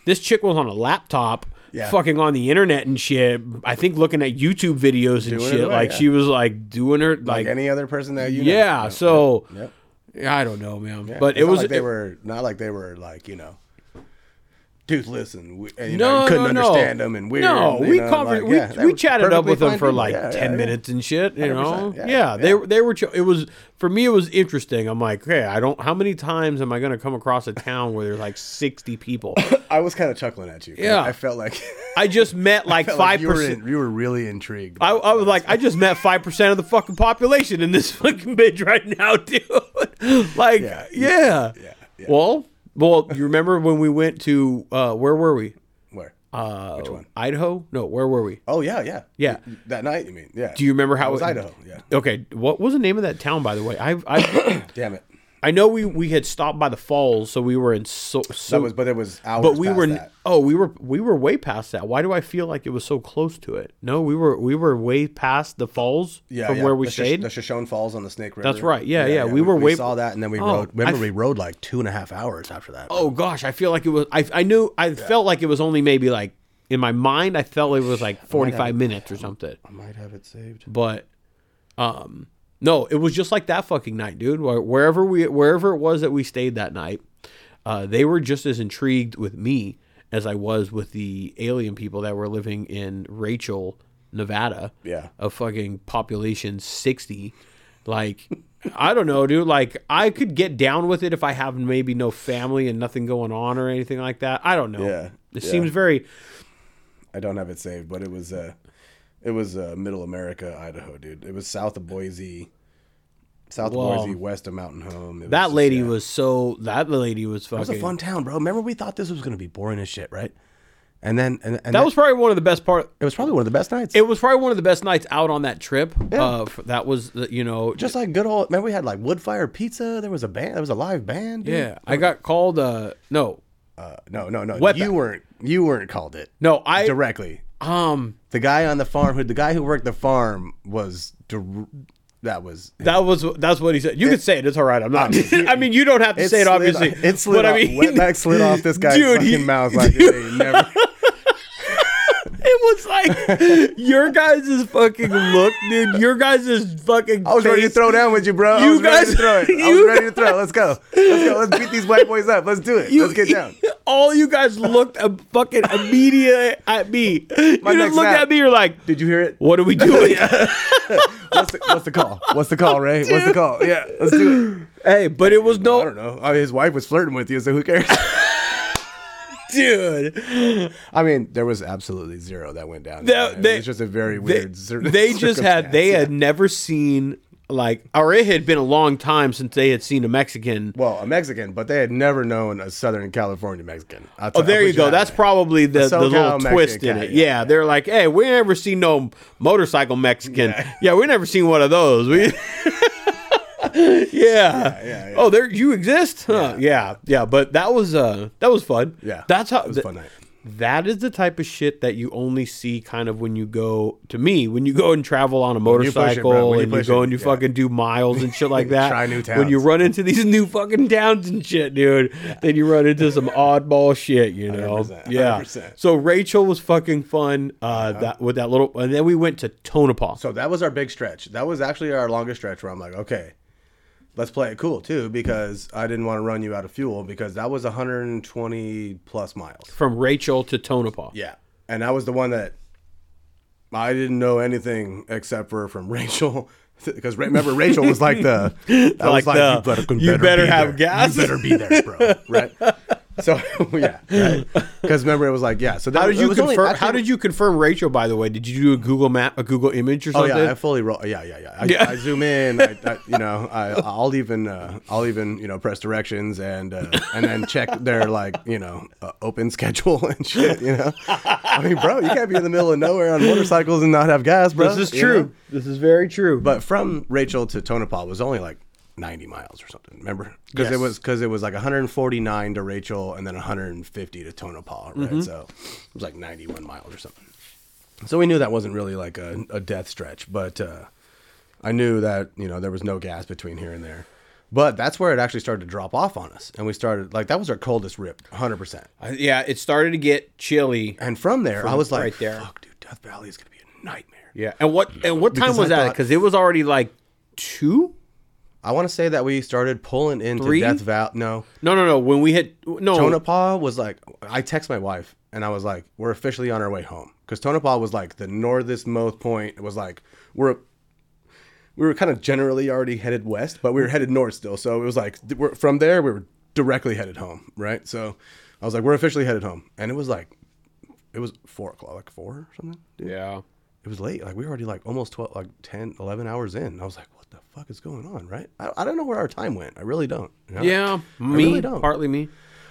[SPEAKER 1] this chick was on a laptop
[SPEAKER 3] Yeah.
[SPEAKER 1] fucking on the internet and shit. I think looking at YouTube videos and
[SPEAKER 3] Doing it
[SPEAKER 1] shit.
[SPEAKER 3] away,
[SPEAKER 1] like
[SPEAKER 3] yeah.
[SPEAKER 1] she was like doing her
[SPEAKER 3] Like
[SPEAKER 1] like,
[SPEAKER 3] any other person that you, know.
[SPEAKER 1] yeah.
[SPEAKER 3] Yeah.
[SPEAKER 1] so
[SPEAKER 3] Yep.
[SPEAKER 1] yeah, I don't know, man.
[SPEAKER 3] Yeah.
[SPEAKER 1] But
[SPEAKER 3] It's
[SPEAKER 1] it
[SPEAKER 3] not
[SPEAKER 1] was
[SPEAKER 3] like
[SPEAKER 1] it-
[SPEAKER 3] they were not like they were like you know. Dude, listen. We, and, you
[SPEAKER 1] no,
[SPEAKER 3] know, you couldn't
[SPEAKER 1] no, no.
[SPEAKER 3] understand them and weird.
[SPEAKER 1] No,
[SPEAKER 3] and, you
[SPEAKER 1] we
[SPEAKER 3] know,
[SPEAKER 1] conver-
[SPEAKER 3] like,
[SPEAKER 1] we,
[SPEAKER 3] yeah, they
[SPEAKER 1] we
[SPEAKER 3] were
[SPEAKER 1] chatted up
[SPEAKER 3] perfectly
[SPEAKER 1] with them
[SPEAKER 3] fine
[SPEAKER 1] for
[SPEAKER 3] people.
[SPEAKER 1] like
[SPEAKER 3] Yeah,
[SPEAKER 1] ten
[SPEAKER 3] yeah,
[SPEAKER 1] minutes and shit. You know,
[SPEAKER 3] 100%,
[SPEAKER 1] yeah,
[SPEAKER 3] yeah,
[SPEAKER 1] they
[SPEAKER 3] yeah.
[SPEAKER 1] were they were. Ch- it was for me. It was interesting. I'm like, hey, I don't. How many times am I gonna come across a town where there's like sixty people?
[SPEAKER 3] yeah. I was kind of chuckling at you. 'cause
[SPEAKER 1] Yeah.
[SPEAKER 3] I felt like
[SPEAKER 1] I just met like
[SPEAKER 3] felt like
[SPEAKER 1] five
[SPEAKER 3] you, were
[SPEAKER 1] percent.
[SPEAKER 3] in, you were really intrigued.
[SPEAKER 1] I, I was like, I just met five percent of the fucking population in this fucking bitch right now, dude. like, yeah,
[SPEAKER 3] Yeah.
[SPEAKER 1] yeah,
[SPEAKER 3] yeah.
[SPEAKER 1] Well, well, you remember when we went to uh, where were we?
[SPEAKER 3] where?
[SPEAKER 1] Uh, Which
[SPEAKER 3] one?
[SPEAKER 1] Idaho? No, where were we?
[SPEAKER 3] Oh yeah, yeah,
[SPEAKER 1] Yeah.
[SPEAKER 3] That night, you mean? Yeah.
[SPEAKER 1] Do you remember how
[SPEAKER 3] It was
[SPEAKER 1] it-
[SPEAKER 3] Idaho. Yeah.
[SPEAKER 1] Okay, what was the name of that town, by the way? I I
[SPEAKER 3] Damn it.
[SPEAKER 1] I know we we had stopped by the falls, so we were in so, so
[SPEAKER 3] That was, but it was hours.
[SPEAKER 1] but we
[SPEAKER 3] past
[SPEAKER 1] were
[SPEAKER 3] that.
[SPEAKER 1] oh we were we were way past that. Why do I feel like it was so close to it? No, we were we were way past the falls
[SPEAKER 3] yeah,
[SPEAKER 1] from
[SPEAKER 3] yeah.
[SPEAKER 1] where we
[SPEAKER 3] the Shosh-
[SPEAKER 1] stayed.
[SPEAKER 3] the Shoshone Falls on the Snake River.
[SPEAKER 1] That's right. Yeah, yeah. We were way-
[SPEAKER 3] saw that, and then we
[SPEAKER 1] Oh,
[SPEAKER 3] rode. Remember,
[SPEAKER 1] I-
[SPEAKER 3] we rode like two and a half hours after that.
[SPEAKER 1] oh gosh, I feel like it was. I I knew I felt like it was only maybe like in my mind. I felt it was like forty five minutes or something.
[SPEAKER 3] I might have it saved.
[SPEAKER 1] But um no, it was just like that fucking night, dude. Where- Wherever we wherever it was that we stayed that night, uh, they were just as intrigued with me as I was with the alien people that were living in Rachel, Nevada.
[SPEAKER 3] Yeah.
[SPEAKER 1] A fucking population 60. Like I don't know, dude. Like I could get down with it if I have maybe no family and nothing going on or anything like that. I don't know.
[SPEAKER 3] Yeah,
[SPEAKER 1] It
[SPEAKER 3] yeah.
[SPEAKER 1] seems very
[SPEAKER 3] I don't have it saved, but it was uh, it was uh, Middle America, Idaho, dude. It was south of Boise, south
[SPEAKER 1] Whoa.
[SPEAKER 3] of Boise, west of Mountain Home. It was
[SPEAKER 1] that
[SPEAKER 3] just-
[SPEAKER 1] lady
[SPEAKER 3] yeah.
[SPEAKER 1] was so that lady was fucking
[SPEAKER 3] It was a fun town, bro. Remember, we thought this was gonna be boring as shit, right? And then, and, and
[SPEAKER 1] that was probably one of the best part
[SPEAKER 3] it was probably one of the best nights.
[SPEAKER 1] It was probably one of the best nights out on that trip. Uh, f- that was, the- you know,
[SPEAKER 3] just like good old. Remember, we had like wood fire pizza. There was a band. There was a live band. Dude.
[SPEAKER 1] yeah. I got called. Uh, no,
[SPEAKER 3] Uh, no, no, no.
[SPEAKER 1] Wepa.
[SPEAKER 3] You weren't. You weren't called it.
[SPEAKER 1] no, I
[SPEAKER 3] directly.
[SPEAKER 1] um
[SPEAKER 3] The guy on the farm, who the guy who worked the farm was. dir- that was.
[SPEAKER 1] that was that's what he said. You could say it. It's all right. I'm not. I mean, you don't have to say it.
[SPEAKER 3] slid-
[SPEAKER 1] Obviously,
[SPEAKER 3] it slid.
[SPEAKER 1] But
[SPEAKER 3] off,
[SPEAKER 1] I mean,
[SPEAKER 3] wetback slid off this guy's
[SPEAKER 1] Dude,
[SPEAKER 3] fucking
[SPEAKER 1] he-
[SPEAKER 3] mouth like they never.
[SPEAKER 1] it was like your guys' fucking look, dude. Your guys' fucking.
[SPEAKER 3] I was ready to
[SPEAKER 1] face.
[SPEAKER 3] throw down with you, bro. I
[SPEAKER 1] You
[SPEAKER 3] was ready to
[SPEAKER 1] guys-
[SPEAKER 3] throw it. I was
[SPEAKER 1] you
[SPEAKER 3] ready to throw. it. Let's go. Let's go. Let's beat these white boys up. Let's do it. Let's get down.
[SPEAKER 1] All you guys looked a fucking immediate at me. you just
[SPEAKER 3] next
[SPEAKER 1] looked
[SPEAKER 3] nap.
[SPEAKER 1] at me. You're like,
[SPEAKER 3] Did you hear it?
[SPEAKER 1] what are we doing?
[SPEAKER 3] What's the, what's the call? What's the call, Ray? What's the call? Yeah, let's do it.
[SPEAKER 1] Hey, but it was
[SPEAKER 3] I
[SPEAKER 1] no
[SPEAKER 3] don't know. I mean, his wife was flirting with you, so who cares?
[SPEAKER 1] dude.
[SPEAKER 3] I mean, there was absolutely zero that went down.
[SPEAKER 1] No,
[SPEAKER 3] It
[SPEAKER 1] they-
[SPEAKER 3] was just a very
[SPEAKER 1] they,
[SPEAKER 3] weird. cir-
[SPEAKER 1] they just had they had never seen like or it had been a long time since they had seen a mexican
[SPEAKER 3] well, a Mexican, but they had never known a Southern California Mexican.
[SPEAKER 1] oh
[SPEAKER 3] I'll tell- I'll
[SPEAKER 1] there
[SPEAKER 3] put
[SPEAKER 1] you go
[SPEAKER 3] that
[SPEAKER 1] that's
[SPEAKER 3] way.
[SPEAKER 1] probably the, the
[SPEAKER 3] SoCal
[SPEAKER 1] little
[SPEAKER 3] Mexican
[SPEAKER 1] twist in
[SPEAKER 3] guy,
[SPEAKER 1] it yeah,
[SPEAKER 3] yeah,
[SPEAKER 1] they're like hey we never seen no motorcycle mexican yeah, we never seen one of those we yeah.
[SPEAKER 3] yeah, yeah.
[SPEAKER 1] oh there you exist huh. yeah. yeah but that was uh that was fun
[SPEAKER 3] Yeah,
[SPEAKER 1] that's how
[SPEAKER 3] It was a
[SPEAKER 1] th-
[SPEAKER 3] fun night.
[SPEAKER 1] that is the type of shit that you only see kind of when you go to me when you go and travel on a
[SPEAKER 3] you push it,
[SPEAKER 1] motorcycle
[SPEAKER 3] bro. When you
[SPEAKER 1] and you
[SPEAKER 3] push
[SPEAKER 1] go
[SPEAKER 3] it,
[SPEAKER 1] and you
[SPEAKER 3] yeah.
[SPEAKER 1] fucking do miles and shit like that
[SPEAKER 3] Try new
[SPEAKER 1] when you
[SPEAKER 3] towns.
[SPEAKER 1] run into these new fucking towns and shit dude then you run into some oddball shit you know
[SPEAKER 3] 100%,
[SPEAKER 1] yeah
[SPEAKER 3] 100%.
[SPEAKER 1] so rachel was fucking fun uh that with that little and then we went to tonopah
[SPEAKER 3] Uh-huh. So that was our big stretch. That was actually our longest stretch where I'm like, okay, let's play it cool too, because I didn't want to run you out of fuel because that was 120 plus miles.
[SPEAKER 1] from rachel to tonopah
[SPEAKER 3] Yeah. And I was the one that I didn't know anything except for from Rachel. Because remember, Rachel was like the, I
[SPEAKER 1] Like
[SPEAKER 3] was like,
[SPEAKER 1] the, "You better
[SPEAKER 3] be
[SPEAKER 1] have
[SPEAKER 3] there.
[SPEAKER 1] gas."
[SPEAKER 3] You better be there, bro. Right? So yeah, right. Because remember, it was like yeah. So that,
[SPEAKER 1] how did
[SPEAKER 3] it
[SPEAKER 1] you
[SPEAKER 3] was only
[SPEAKER 1] confirm
[SPEAKER 3] actually-
[SPEAKER 1] how did you confirm rachel by the way did you do a google map a google image or
[SPEAKER 3] Oh
[SPEAKER 1] something
[SPEAKER 3] yeah, I fully roll. Yeah, yeah, yeah. I,
[SPEAKER 1] Yeah.
[SPEAKER 3] I zoom in. I, I, you know, I, I'll even uh, I'll even you know press directions and uh, and then check their like you know uh, open schedule and shit. You know, I mean, bro, you can't be in the middle of nowhere on motorcycles and not have gas, bro.
[SPEAKER 1] this is
[SPEAKER 3] you know?
[SPEAKER 1] true this is very true
[SPEAKER 3] But from Rachel to Tonopah was only like. 90 miles or something remember because
[SPEAKER 1] Yes.
[SPEAKER 3] it was because it was like 149 to rachel and then 150 to tonopah right
[SPEAKER 1] Mm-hmm.
[SPEAKER 3] so it was like 91 miles or something so we knew that wasn't really like a, a death stretch, but uh, I knew that you know there was no gas between here and there. But that's where it actually started to drop off on us, and we started like that was our coldest rip, hundred percent.
[SPEAKER 1] I- yeah it started to get chilly
[SPEAKER 3] And from there, I was like,
[SPEAKER 1] right there.
[SPEAKER 3] "Fuck, dude, Death Valley is gonna be a nightmare."
[SPEAKER 1] Yeah, and what and what time
[SPEAKER 3] Because
[SPEAKER 1] was
[SPEAKER 3] I
[SPEAKER 1] that?
[SPEAKER 3] thought-
[SPEAKER 1] Because it was already like two.
[SPEAKER 3] I want to say that we started pulling into
[SPEAKER 1] Three?
[SPEAKER 3] Death Valley. No,
[SPEAKER 1] No, no, no. When we hit no,
[SPEAKER 3] Tonopah was like, I text my wife and I was like, we're officially on our way home. Because Tonopah was like the northest most point. It was like, we're, we were kind of generally already headed west, but we were headed north still. So it was like, th- we're, from there, we were directly headed home, right? So I was like, we're officially headed home. And it was like, it was four o'clock, like four or something. Dude.
[SPEAKER 1] yeah,
[SPEAKER 3] It was late. Like we were already like almost 12, like 10, 11 hours in. I was like, what the fuck is going on, right? I, I don't know where our time went. I really don't. you know?
[SPEAKER 1] yeah. Me,
[SPEAKER 3] really don't.
[SPEAKER 1] partly me.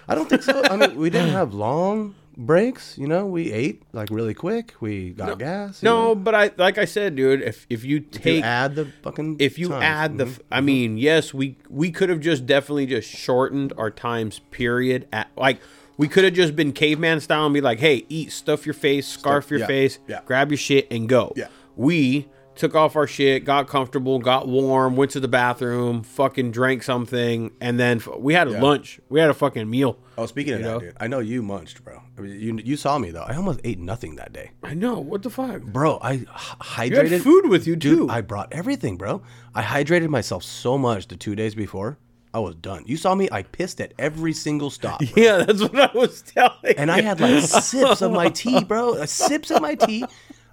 [SPEAKER 3] I don't think so. I mean, we didn't have long. breaks. You know, we ate like really quick. We got gas. you know.
[SPEAKER 1] No, but I like I said, dude. If if you
[SPEAKER 3] You
[SPEAKER 1] take
[SPEAKER 3] add the fucking. mm-hmm.
[SPEAKER 1] if you
[SPEAKER 3] time.
[SPEAKER 1] add the, f I mean, yes, we we could have just definitely just shortened our times period. At like we could have just been caveman style and be like, hey, eat, stuff your face, scarf your
[SPEAKER 3] yeah,
[SPEAKER 1] face,
[SPEAKER 3] yeah.
[SPEAKER 1] grab your shit and go.
[SPEAKER 3] Yeah.
[SPEAKER 1] We took off our shit, got comfortable, got warm, went to the bathroom, fucking drank something, and then f- we had a lunch. We had a fucking meal.
[SPEAKER 3] Oh, speaking of
[SPEAKER 1] You
[SPEAKER 3] that,
[SPEAKER 1] know?
[SPEAKER 3] dude, I know you munched, bro. I mean, you you saw me though. I almost ate nothing that day,
[SPEAKER 1] I know. What the fuck?
[SPEAKER 3] bro. I h- hydrated.
[SPEAKER 1] You had food with you too.
[SPEAKER 3] Dude, I brought everything, bro. I hydrated myself so much the two days before. I was done. You saw me. I pissed at every single stop. bro.
[SPEAKER 1] yeah, that's what I was telling.
[SPEAKER 3] and I had like sips of my tea, bro. Uh, Sips of my tea.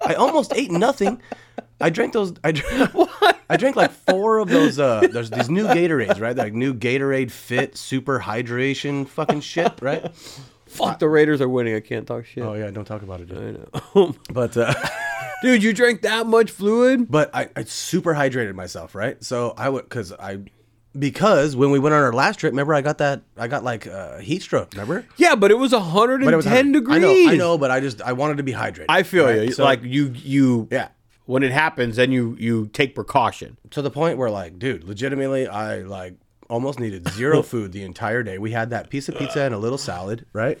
[SPEAKER 3] I almost ate nothing. I drank those. I drank, I drank like four of those. Uh, there's these new Gatorades, right? Like new Gatorade Fit Super Hydration fucking shit, right?
[SPEAKER 1] Fuck, the Raiders are winning. I can't talk shit.
[SPEAKER 3] Oh yeah, don't talk about it. Dude. I know. but uh,
[SPEAKER 1] Dude, you drank that much fluid?
[SPEAKER 3] but I, I super hydrated myself, right? So I would because I because when we went on our last trip, remember I got that I got like uh, heat stroke, remember?
[SPEAKER 1] Yeah, but it was 110
[SPEAKER 3] But it was
[SPEAKER 1] degrees.
[SPEAKER 3] I know, I know, but I just I wanted to be hydrated.
[SPEAKER 1] I feel
[SPEAKER 3] right?
[SPEAKER 1] you.
[SPEAKER 3] So-
[SPEAKER 1] like you, you.
[SPEAKER 3] Yeah.
[SPEAKER 1] When it happens, then you you take precaution.
[SPEAKER 3] to the point where like dude legitimately i like almost needed zero food the entire day we had that piece of pizza and a little salad right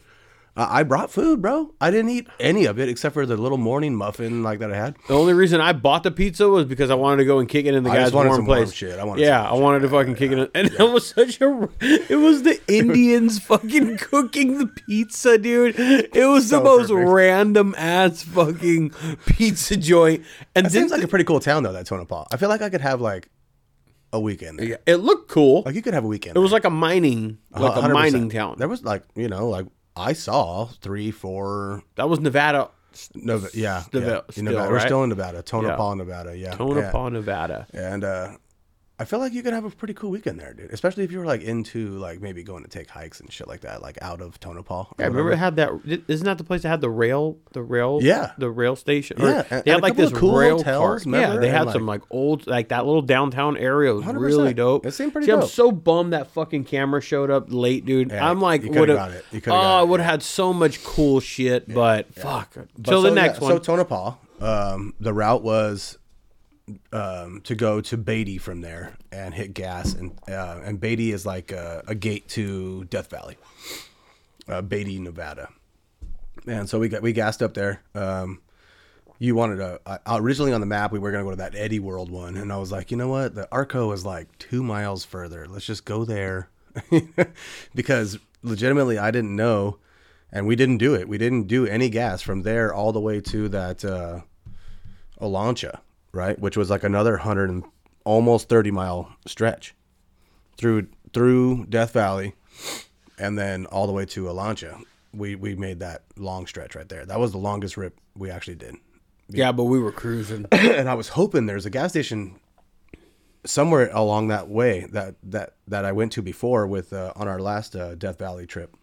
[SPEAKER 3] uh, i brought food bro i didn't eat any of it except for the little morning muffin like that i had
[SPEAKER 1] The only reason I bought the pizza was because I wanted to go and kick it in the
[SPEAKER 3] I just
[SPEAKER 1] guy's
[SPEAKER 3] wanted
[SPEAKER 1] warm
[SPEAKER 3] some warm
[SPEAKER 1] place.
[SPEAKER 3] shit. I wanted
[SPEAKER 1] yeah,
[SPEAKER 3] some
[SPEAKER 1] I wanted to fucking kick it, in, and it was such a. It was the Indians fucking cooking the pizza, dude. It was
[SPEAKER 3] So
[SPEAKER 1] the most
[SPEAKER 3] perfect.
[SPEAKER 1] random ass fucking pizza joint, and
[SPEAKER 3] it
[SPEAKER 1] then
[SPEAKER 3] seems like a pretty cool town though that tonopah i feel like i could have like a weekend there.
[SPEAKER 1] it looked cool.
[SPEAKER 3] like you could have a weekend
[SPEAKER 1] it was like a mining, like a mining town.
[SPEAKER 3] there was like you know like i saw three four
[SPEAKER 1] That was Nevada.
[SPEAKER 3] Nova, yeah,
[SPEAKER 1] Still-
[SPEAKER 3] yeah. In
[SPEAKER 1] still,
[SPEAKER 3] Nevada. we're
[SPEAKER 1] right?
[SPEAKER 3] still in nevada tonopah nevada yeah yeah.
[SPEAKER 1] Tonopah, Nevada.
[SPEAKER 3] And uh, I feel like you could have a pretty cool weekend there, dude. Especially if you were like into like maybe going to take hikes and shit like that, like out of Tonopah. or
[SPEAKER 1] Yeah, remember
[SPEAKER 3] whatever.
[SPEAKER 1] it had that. Isn't that the place that had the rail? The rail.
[SPEAKER 3] Yeah.
[SPEAKER 1] The rail station.
[SPEAKER 3] Yeah,
[SPEAKER 1] Or
[SPEAKER 3] and- and
[SPEAKER 1] They
[SPEAKER 3] a
[SPEAKER 1] had like
[SPEAKER 3] couple
[SPEAKER 1] this
[SPEAKER 3] of cool
[SPEAKER 1] rail
[SPEAKER 3] hotels,
[SPEAKER 1] cars. Yeah,
[SPEAKER 3] remember?
[SPEAKER 1] they
[SPEAKER 3] And,
[SPEAKER 1] had
[SPEAKER 3] like-
[SPEAKER 1] some like old, like that little downtown area was
[SPEAKER 3] 100%.
[SPEAKER 1] really dope.
[SPEAKER 3] It seemed pretty
[SPEAKER 1] See, I'm
[SPEAKER 3] dope.
[SPEAKER 1] so bummed that fucking camera showed up late, dude.
[SPEAKER 3] Yeah,
[SPEAKER 1] I'm like,
[SPEAKER 3] you coulda
[SPEAKER 1] would have.
[SPEAKER 3] got it. You
[SPEAKER 1] Oh,
[SPEAKER 3] coulda got
[SPEAKER 1] I
[SPEAKER 3] it,
[SPEAKER 1] would have had so much cool shit, but fuck.
[SPEAKER 3] But
[SPEAKER 1] Till
[SPEAKER 3] so,
[SPEAKER 1] the
[SPEAKER 3] yeah,
[SPEAKER 1] next
[SPEAKER 3] So
[SPEAKER 1] one.
[SPEAKER 3] Tonopah, um, the route was um, to go to Beatty from there and hit gas, and uh, and Beatty is like a, a gate to Death Valley, uh, Beatty, Nevada. And so we got we gassed up there. Um, you wanted to I, originally on the map we were gonna go to that Eddie World one, and I was like, you know what, the Arco is like two miles further. Let's just go there, because legitimately I didn't know, and we didn't do it. We didn't do any gas from there all the way to that uh, Olancha, right, which was like another hundred and almost thirty mile stretch through through Death Valley, and then all the way to Elancha. We we made that long stretch right there. That was the longest rip we actually did
[SPEAKER 1] yeah, but we were cruising.
[SPEAKER 3] and I was hoping there's a gas station somewhere along that way that that that I went to before with uh, on our last uh, Death Valley trip,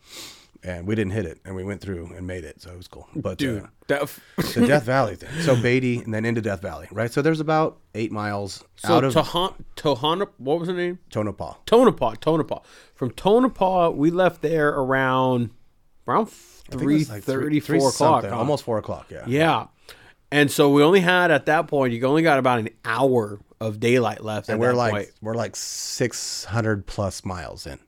[SPEAKER 3] and we didn't hit it, and we went through and made it, so it was cool. But dude,
[SPEAKER 1] That f-
[SPEAKER 3] the Death Valley thing, so Beatty and then into Death Valley, right? So there's about eight miles
[SPEAKER 1] so
[SPEAKER 3] out of
[SPEAKER 1] Tohon, Tohon, what was her name?
[SPEAKER 3] Tonopah.
[SPEAKER 1] Tonopah, Tonopah. From Tonopah, we left there around around
[SPEAKER 3] I think it
[SPEAKER 1] three
[SPEAKER 3] was like
[SPEAKER 1] thirty,
[SPEAKER 3] three
[SPEAKER 1] four o'clock,
[SPEAKER 3] something,
[SPEAKER 1] huh?
[SPEAKER 3] almost four o'clock. Yeah,
[SPEAKER 1] Yeah, and so we only had at that point you only got about an hour of daylight left.
[SPEAKER 3] and
[SPEAKER 1] at
[SPEAKER 3] we're
[SPEAKER 1] that
[SPEAKER 3] like
[SPEAKER 1] point.
[SPEAKER 3] we're like six hundred plus miles in.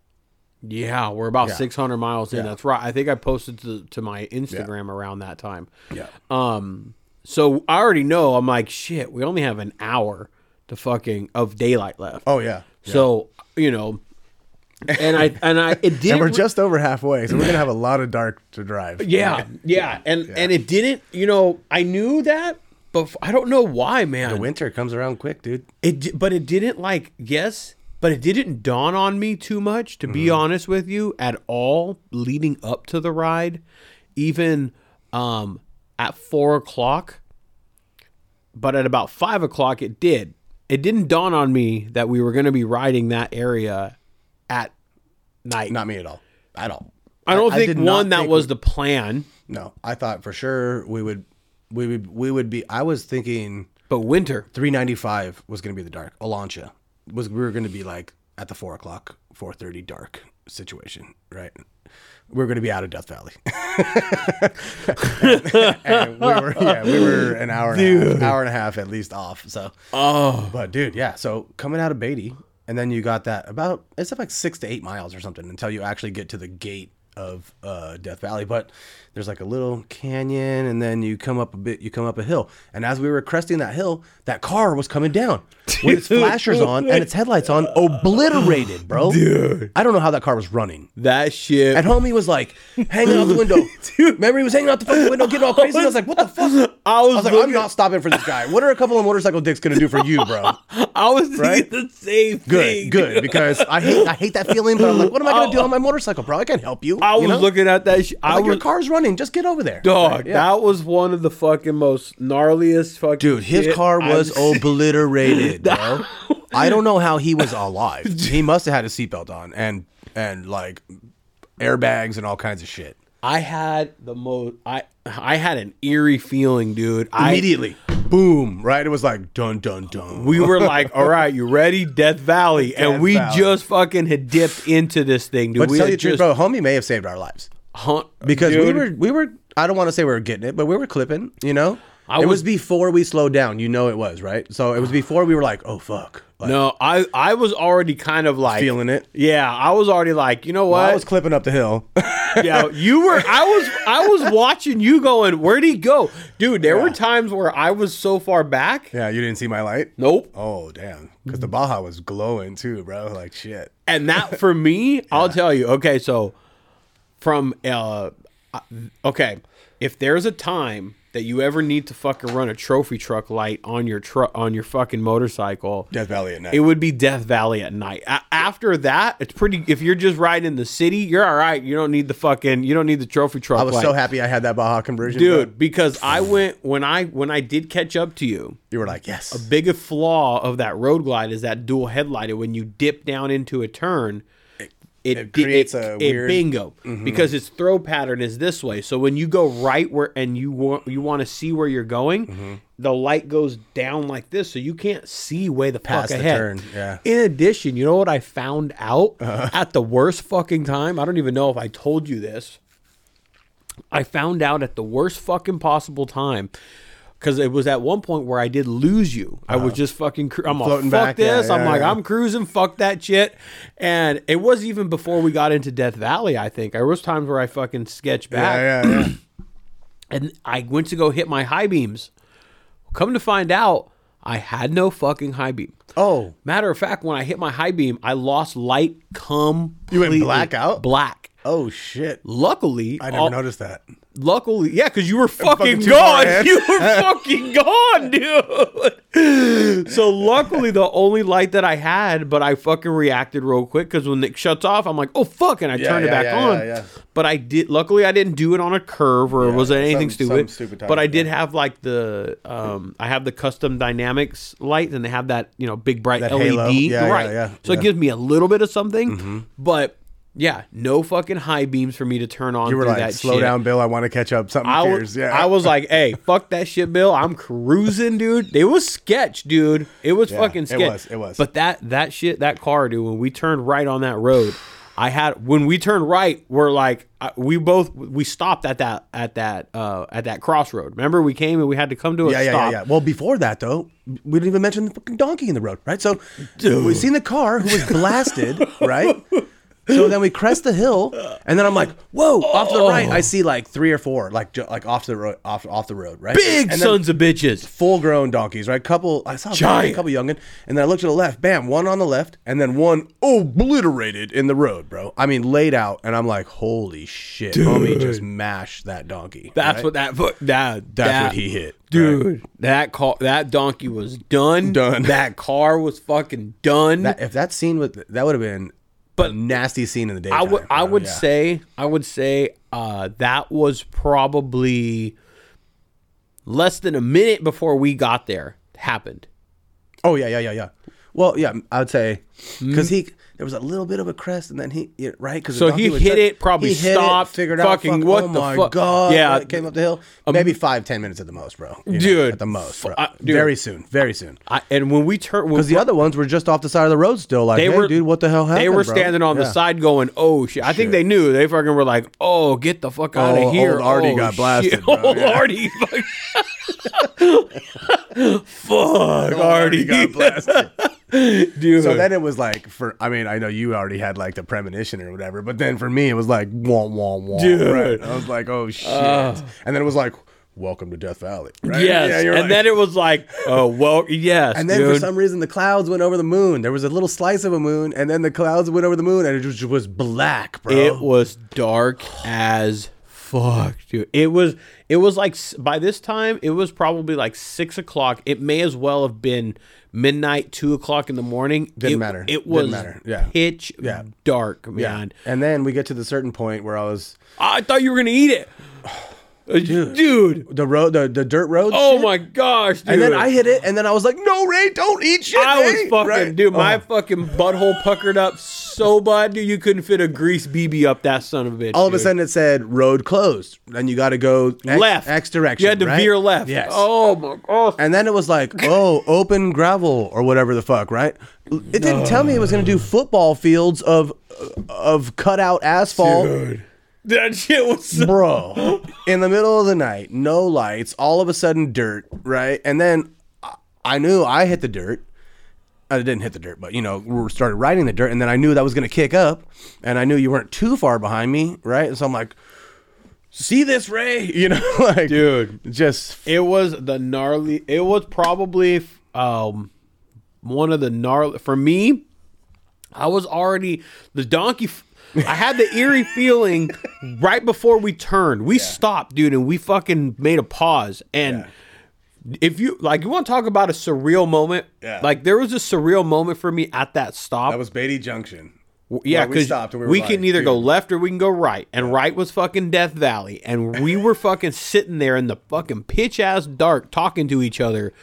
[SPEAKER 1] yeah, we're about
[SPEAKER 3] Yeah.
[SPEAKER 1] six hundred miles in. That's right. I think I posted to to my Instagram around that time.
[SPEAKER 3] Yeah,
[SPEAKER 1] Um, so I already know. I'm like, shit. We only have an hour to fucking of daylight left.
[SPEAKER 3] oh yeah.
[SPEAKER 1] So you know, and I and I it didn't.
[SPEAKER 3] And we're
[SPEAKER 1] re-
[SPEAKER 3] just over halfway, so we're gonna have a lot of dark to drive.
[SPEAKER 1] Yeah, yeah, and and it didn't. You know, I knew that, but f- I don't know why, man.
[SPEAKER 3] winter comes around quick, dude.
[SPEAKER 1] it, di- but it didn't like yes, but it didn't dawn on me too much, to
[SPEAKER 3] Mm-hmm.
[SPEAKER 1] be honest with you, at all. Leading up to the ride, even um at four o'clock, but at about five o'clock, it did. It didn't dawn on me that we were going to be riding that area at night.
[SPEAKER 3] Not me at all. At all.
[SPEAKER 1] I don't think
[SPEAKER 3] did not
[SPEAKER 1] one that
[SPEAKER 3] think-
[SPEAKER 1] was the plan,
[SPEAKER 3] No, I thought for sure we would, we would, we would be. I was thinking
[SPEAKER 1] but winter.
[SPEAKER 3] 395 was going to be the dark. Elancha was we were going to be like at the four o'clock, four thirty dark situation, right? we're going to be out of Death Valley. and we were, yeah, we were an hour, and a half, hour and a half at least off. So, oh, but dude, yeah. So coming out of Beatty, and then you got that about it's like six to eight miles or something until you actually get to the gate of uh, Death Valley. But there's like a little canyon, and then you come up a bit, you come up a hill, and as we were cresting that hill, that car was coming down with its flashers on and its headlights on, obliterated, bro. Dude, I don't know how that car was running.
[SPEAKER 1] That shit.
[SPEAKER 3] And homie was like hanging out the window. Dude, remember he was hanging out the fucking window, getting all crazy. I was like, what the fuck?
[SPEAKER 1] I was,
[SPEAKER 3] I was like, I'm
[SPEAKER 1] looking-
[SPEAKER 3] not stopping for this guy. What are a couple of motorcycle dicks gonna do for you, bro?
[SPEAKER 1] I was thinking
[SPEAKER 3] Right?
[SPEAKER 1] the same thing.
[SPEAKER 3] Good, good, because I hate I hate that feeling, but I'm like, what am I gonna do on my motorcycle, bro? I can't help you.
[SPEAKER 1] I
[SPEAKER 3] you
[SPEAKER 1] was
[SPEAKER 3] know?
[SPEAKER 1] looking at that. Sh- I
[SPEAKER 3] like, your
[SPEAKER 1] was
[SPEAKER 3] car's running. Just get over there,
[SPEAKER 1] dog.
[SPEAKER 3] Right, yeah.
[SPEAKER 1] That was one of the fucking most gnarliest fucking.
[SPEAKER 3] Dude, his
[SPEAKER 1] shit
[SPEAKER 3] car
[SPEAKER 1] I've
[SPEAKER 3] was
[SPEAKER 1] seen.
[SPEAKER 3] obliterated, bro. I don't know how he was alive. He must have had his seatbelt on and and like airbags and all kinds of shit.
[SPEAKER 1] I had the most. I I had an eerie feeling, dude.
[SPEAKER 3] Immediately, boom! Right, it was like dun dun
[SPEAKER 1] I,
[SPEAKER 3] dun.
[SPEAKER 1] we were like, all right, you ready? Death Valley,
[SPEAKER 3] Death
[SPEAKER 1] and we
[SPEAKER 3] Valley.
[SPEAKER 1] just fucking had dipped into this thing, dude.
[SPEAKER 3] But
[SPEAKER 1] we
[SPEAKER 3] to
[SPEAKER 1] had
[SPEAKER 3] tell you the truth,
[SPEAKER 1] just
[SPEAKER 3] bro, homie may have saved our lives
[SPEAKER 1] hunt
[SPEAKER 3] because we
[SPEAKER 1] dude.
[SPEAKER 3] were we were. I don't want to say we were getting it, but we were clipping. You know,
[SPEAKER 1] I
[SPEAKER 3] it was,
[SPEAKER 1] was-
[SPEAKER 3] before we slowed down. You know, it was right. So it was before we were like, oh fuck, like,
[SPEAKER 1] No, I I was already kind of like
[SPEAKER 3] feeling it.
[SPEAKER 1] Yeah, I was already like, you know what?
[SPEAKER 3] I was clipping up the hill.
[SPEAKER 1] Yeah, you were. I was. I was watching you going. Where'd he go, dude? There were times where I was so far back.
[SPEAKER 3] yeah, you didn't see my light.
[SPEAKER 1] Nope.
[SPEAKER 3] Oh damn, because the Baja was glowing too, bro. Like shit.
[SPEAKER 1] And that for me, I'll tell you. Okay, so from uh, I- okay, if there's a time that you ever need to fucking run a trophy truck light on your truck on your fucking motorcycle,
[SPEAKER 3] Death Valley at night.
[SPEAKER 1] it would be Death Valley at night. A- after that, it's pretty. If you're just riding in the city, you're all right. You don't need the fucking. You don't need the trophy truck.
[SPEAKER 3] I was
[SPEAKER 1] light.
[SPEAKER 3] so happy I had that Baja conversion, bro.
[SPEAKER 1] dude because i went when i when i did catch up to you
[SPEAKER 3] You were like, yes.
[SPEAKER 1] biggest flaw of that road glide is that dual headlight when you dip down into a turn it,
[SPEAKER 3] it
[SPEAKER 1] di-
[SPEAKER 3] creates a weird- Mm-hmm.
[SPEAKER 1] bingo because its throw pattern is this way so when you go right where and you want you want to see where you're going
[SPEAKER 3] Mm-hmm.
[SPEAKER 1] the light goes down like this so you can't see way the past
[SPEAKER 3] Past the
[SPEAKER 1] fuck ahead
[SPEAKER 3] turn, yeah. Uh-huh.
[SPEAKER 1] in addition you know what i found out at the worst fucking time i don't even know if i told you this I found out at the worst fucking possible time because it was at one point where I did lose you. I was just fucking. Cru- I'm like,
[SPEAKER 3] Uh-huh. Floating
[SPEAKER 1] fuck
[SPEAKER 3] back, yeah,
[SPEAKER 1] this. I'm
[SPEAKER 3] yeah,
[SPEAKER 1] like,
[SPEAKER 3] yeah.
[SPEAKER 1] I'm cruising. Fuck that shit. And it was even before we got into Death Valley. I think there was times where I fucking sketched back,
[SPEAKER 3] Yeah, yeah, yeah.
[SPEAKER 1] and I went to go hit my high beams. Come to find out, I had no fucking high beam.
[SPEAKER 3] oh,
[SPEAKER 1] Matter of fact, when I hit my high beam, I lost light. Come
[SPEAKER 3] blackout?
[SPEAKER 1] Black.
[SPEAKER 3] oh shit.
[SPEAKER 1] Luckily,
[SPEAKER 3] I never
[SPEAKER 1] all-
[SPEAKER 3] noticed that.
[SPEAKER 1] Luckily, yeah, because you were fucking,
[SPEAKER 3] too far
[SPEAKER 1] gone.
[SPEAKER 3] ahead.
[SPEAKER 1] You were fucking gone, dude. So luckily, the only light that I had, but I fucking reacted real quick because when it shuts off, I'm like, oh fuck, and I turn it
[SPEAKER 3] yeah,
[SPEAKER 1] back
[SPEAKER 3] yeah,
[SPEAKER 1] on.
[SPEAKER 3] yeah, yeah.
[SPEAKER 1] But I did. Luckily, I didn't do it on a curve or was it
[SPEAKER 3] yeah,
[SPEAKER 1] anything
[SPEAKER 3] some-
[SPEAKER 1] stupid.
[SPEAKER 3] some stupid
[SPEAKER 1] but
[SPEAKER 3] time,
[SPEAKER 1] I did
[SPEAKER 3] yeah.
[SPEAKER 1] have like the um, I have the custom dynamics light, and they have that you know big bright
[SPEAKER 3] That
[SPEAKER 1] LED,
[SPEAKER 3] halo. Yeah, yeah,
[SPEAKER 1] right?
[SPEAKER 3] yeah,
[SPEAKER 1] so it
[SPEAKER 3] yeah. Mm-hmm.
[SPEAKER 1] gives me a little bit of something, but. Yeah, no fucking high beams for me to turn on.
[SPEAKER 3] You were
[SPEAKER 1] through
[SPEAKER 3] like,
[SPEAKER 1] that
[SPEAKER 3] slow
[SPEAKER 1] shit.
[SPEAKER 3] down, Bill. I want to catch up. Something
[SPEAKER 1] I
[SPEAKER 3] fierce.
[SPEAKER 1] was,
[SPEAKER 3] Yeah.
[SPEAKER 1] I was like, hey, fuck that shit, Bill. I'm cruising, dude. It was sketch, dude. It was
[SPEAKER 3] Yeah,
[SPEAKER 1] fucking
[SPEAKER 3] it
[SPEAKER 1] sketch.
[SPEAKER 3] was, it was.
[SPEAKER 1] But that that shit, that car, dude. When we turned right on that road, I had when we turned right, we're like, I, we both we stopped at that at that uh at that crossroad. Remember, we came and we had to come to a
[SPEAKER 3] Yeah, yeah, yeah,
[SPEAKER 1] stop.
[SPEAKER 3] yeah. Well, before that though, we didn't even mention the fucking donkey in the road, right? So we seen the car who was blasted, right? So then we crest the hill, and then I'm like, "Whoa!" Off to the right, I see like three or four, like ju- like off the road, off off the road, right?
[SPEAKER 1] Big
[SPEAKER 3] And then
[SPEAKER 1] sons of bitches.
[SPEAKER 3] full grown donkeys, right? Couple, I saw a
[SPEAKER 1] Giant.
[SPEAKER 3] couple youngin, and then I looked to the left, bam, one on the left, and then one obliterated in the road, bro. I mean, laid out, and I'm like, "Holy shit, homie, just mashed that donkey."
[SPEAKER 1] That's
[SPEAKER 3] right?
[SPEAKER 1] what that foot that
[SPEAKER 3] That's
[SPEAKER 1] that-
[SPEAKER 3] what he hit,
[SPEAKER 1] Dude, that car, that donkey was done.
[SPEAKER 3] Done.
[SPEAKER 1] That car was fucking done.
[SPEAKER 3] That- if that scene was that would have been a
[SPEAKER 1] But-
[SPEAKER 3] nasty scene in the day.
[SPEAKER 1] I would I would say I would say uh, that was probably less than a minute before we got there happened.
[SPEAKER 3] Oh yeah, yeah, yeah, yeah. Well, yeah, I would say because he There was a little bit of a crest, and then he it- right because
[SPEAKER 1] Mm-hmm. So he hit it, probably stopped,
[SPEAKER 3] figured
[SPEAKER 1] fucking
[SPEAKER 3] out, fuck,
[SPEAKER 1] what
[SPEAKER 3] oh
[SPEAKER 1] the
[SPEAKER 3] my
[SPEAKER 1] fuck.
[SPEAKER 3] god,
[SPEAKER 1] Yeah. Um,
[SPEAKER 3] yeah, it came up the hill. Maybe five, ten minutes at the most, bro. You know,
[SPEAKER 1] Dude,
[SPEAKER 3] at the most, bro.
[SPEAKER 1] fu- I- dude.
[SPEAKER 3] very soon, very soon.
[SPEAKER 1] I, and when we turn,
[SPEAKER 3] Because the other ones were just off the side of the road, still like,
[SPEAKER 1] They
[SPEAKER 3] hey,
[SPEAKER 1] were-
[SPEAKER 3] dude, what the hell happened?
[SPEAKER 1] they were
[SPEAKER 3] bro?"
[SPEAKER 1] standing on the
[SPEAKER 3] Yeah.
[SPEAKER 1] side going, "Oh shit!" I think they knew. They fucking were like, "Oh, get the fuck out of
[SPEAKER 3] old
[SPEAKER 1] here!"
[SPEAKER 3] Artie
[SPEAKER 1] Oh,
[SPEAKER 3] got
[SPEAKER 1] shit.
[SPEAKER 3] blasted, bro.
[SPEAKER 1] Old
[SPEAKER 3] Yeah.
[SPEAKER 1] Artie, fuck, fuck Artie,
[SPEAKER 3] God bless.
[SPEAKER 1] dude.
[SPEAKER 3] So then it was like for I mean I know you already had like the premonition or whatever, but then for me it was like wah wah wah.
[SPEAKER 1] Dude.
[SPEAKER 3] right? I was like oh shit, and then it was like welcome to Death Valley. Right?
[SPEAKER 1] yes,
[SPEAKER 3] Yeah, you're
[SPEAKER 1] and
[SPEAKER 3] like-
[SPEAKER 1] then it was like, "Oh well, yes."
[SPEAKER 3] and then
[SPEAKER 1] dude.
[SPEAKER 3] for some reason the clouds went over the moon. There was a little slice of a moon, and then the clouds went over the moon, and it just was black, bro.
[SPEAKER 1] It was dark as fuck, dude. It was it was like s- by this time it was probably like six o'clock. It may as well have been midnight, two o'clock in the morning.
[SPEAKER 3] Didn't
[SPEAKER 1] It-
[SPEAKER 3] matter.
[SPEAKER 1] It
[SPEAKER 3] Didn't
[SPEAKER 1] was
[SPEAKER 3] matter. Yeah.
[SPEAKER 1] pitch
[SPEAKER 3] Yeah.
[SPEAKER 1] dark,
[SPEAKER 3] yeah.
[SPEAKER 1] man.
[SPEAKER 3] And then we get to the certain point where I was
[SPEAKER 1] I thought you were gonna eat it, dude.
[SPEAKER 3] the road, the, the dirt road.
[SPEAKER 1] Oh
[SPEAKER 3] shit,
[SPEAKER 1] my gosh, dude.
[SPEAKER 3] And then I hit it, and then I was like, "No, Ray, don't eat shit."
[SPEAKER 1] I was
[SPEAKER 3] Ray."
[SPEAKER 1] fucking
[SPEAKER 3] Right?
[SPEAKER 1] dude. My
[SPEAKER 3] Oh.
[SPEAKER 1] fucking butthole puckered up so bad, dude. You couldn't fit a grease BB up that son of a bitch.
[SPEAKER 3] all of a
[SPEAKER 1] dude.
[SPEAKER 3] sudden it said road closed and you got to go X,
[SPEAKER 1] left
[SPEAKER 3] x direction
[SPEAKER 1] You had to
[SPEAKER 3] right?
[SPEAKER 1] veer left.
[SPEAKER 3] yes
[SPEAKER 1] Oh my gosh.
[SPEAKER 3] and then it was like oh open gravel or whatever the fuck right it didn't tell me it was going to do football fields of of cut out asphalt
[SPEAKER 1] That shit was so
[SPEAKER 3] bro in the middle of the night no lights all of a sudden dirt right and then I- i knew i hit the dirt i didn't hit the dirt but you know started riding the dirt and then i knew that was going to kick up and i knew you weren't too far behind me right and so i'm like see this ray you know like
[SPEAKER 1] Dude.
[SPEAKER 3] just
[SPEAKER 1] It was the gnarly. It was probably um one of the gnarly for me. I was already the donkey. F- I had the eerie feeling right before we turned. We stopped, dude, and we fucking made a pause. And if you like, you want to talk about a surreal moment?
[SPEAKER 3] Yeah.
[SPEAKER 1] Like there was a surreal moment for me at that stop.
[SPEAKER 3] that was beatty junction
[SPEAKER 1] Yeah,
[SPEAKER 3] Where we
[SPEAKER 1] because
[SPEAKER 3] stopped and
[SPEAKER 1] we,
[SPEAKER 3] we were
[SPEAKER 1] can
[SPEAKER 3] like,
[SPEAKER 1] either go
[SPEAKER 3] dude.
[SPEAKER 1] left or we can go right, and right was fucking Death Valley, and we were fucking sitting there in the fucking pitch ass dark, talking to each other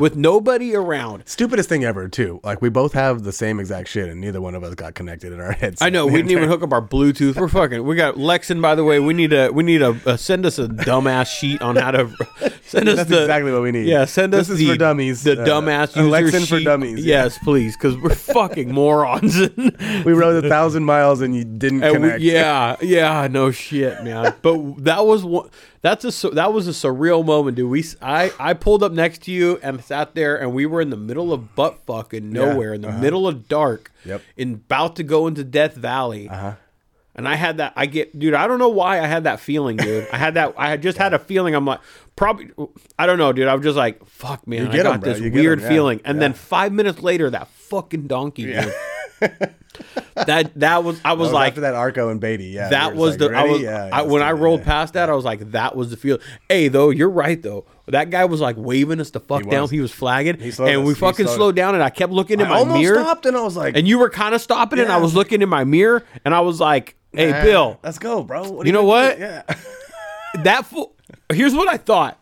[SPEAKER 1] with nobody around.
[SPEAKER 3] stupidest thing ever too like we both have the same exact shit and neither one of us got connected in our heads
[SPEAKER 1] I know we didn't even hook up our Bluetooth. We're fucking. We got Lexan, by the way. We need a. We need a. a send us a dumbass sheet on how to send us
[SPEAKER 3] That's
[SPEAKER 1] the-
[SPEAKER 3] exactly what we need.
[SPEAKER 1] Yeah, send us
[SPEAKER 3] This is
[SPEAKER 1] the,
[SPEAKER 3] for dummies,
[SPEAKER 1] The
[SPEAKER 3] uh,
[SPEAKER 1] dumbass
[SPEAKER 3] a
[SPEAKER 1] user
[SPEAKER 3] Lexan for
[SPEAKER 1] sheet.
[SPEAKER 3] dummies, yeah.
[SPEAKER 1] Yes, please, because we're fucking morons.
[SPEAKER 3] we rode a thousand miles and you didn't
[SPEAKER 1] And we-
[SPEAKER 3] connect
[SPEAKER 1] yeah, yeah, no shit, man. But that was one. That's a sur- that was a surreal moment, dude. We s- I I pulled up next to you and sat there, and we were in the middle of butt fucking nowhere, in the middle of dark,
[SPEAKER 3] uh-huh. Yep. Uh-huh.
[SPEAKER 1] and about to go into Death Valley. And I had that. I get, dude. I don't know why I had that feeling, dude. I had that. I had just had a feeling. I'm like, probably. I don't know, dude. I was just like, fuck, man. I
[SPEAKER 3] get 'em,
[SPEAKER 1] got
[SPEAKER 3] bro.
[SPEAKER 1] this
[SPEAKER 3] You get 'em,
[SPEAKER 1] weird
[SPEAKER 3] yeah.
[SPEAKER 1] feeling. And
[SPEAKER 3] Yeah.
[SPEAKER 1] then five minutes later, that fucking donkey, dude. that that was. I was,
[SPEAKER 3] Oh, It was
[SPEAKER 1] like,
[SPEAKER 3] after that Arco and Beatty, yeah.
[SPEAKER 1] that
[SPEAKER 3] we were
[SPEAKER 1] was
[SPEAKER 3] just
[SPEAKER 1] the
[SPEAKER 3] like,
[SPEAKER 1] I
[SPEAKER 3] "Ready?"
[SPEAKER 1] was
[SPEAKER 3] Yeah,
[SPEAKER 1] I,
[SPEAKER 3] let's
[SPEAKER 1] when
[SPEAKER 3] do
[SPEAKER 1] I
[SPEAKER 3] it,
[SPEAKER 1] rolled
[SPEAKER 3] yeah.
[SPEAKER 1] past that I was like that was the feel. Hey though, you're right though. That guy was like waving us the fuck
[SPEAKER 3] He
[SPEAKER 1] down.
[SPEAKER 3] was.
[SPEAKER 1] He was flagging,
[SPEAKER 3] slowed
[SPEAKER 1] and
[SPEAKER 3] us.
[SPEAKER 1] we
[SPEAKER 3] He
[SPEAKER 1] fucking
[SPEAKER 3] slowed
[SPEAKER 1] slowed down. And I kept looking in
[SPEAKER 3] I
[SPEAKER 1] my
[SPEAKER 3] almost
[SPEAKER 1] mirror,
[SPEAKER 3] stopped and I was like,
[SPEAKER 1] and you were kind of stopping, and I
[SPEAKER 3] Yeah.
[SPEAKER 1] was looking in my mirror, and I was like, "Hey,
[SPEAKER 3] "Ah,
[SPEAKER 1] Bill,
[SPEAKER 3] let's go, bro. What are
[SPEAKER 1] you know
[SPEAKER 3] gonna
[SPEAKER 1] what?
[SPEAKER 3] do?" Yeah.
[SPEAKER 1] that fool. Here's what I thought.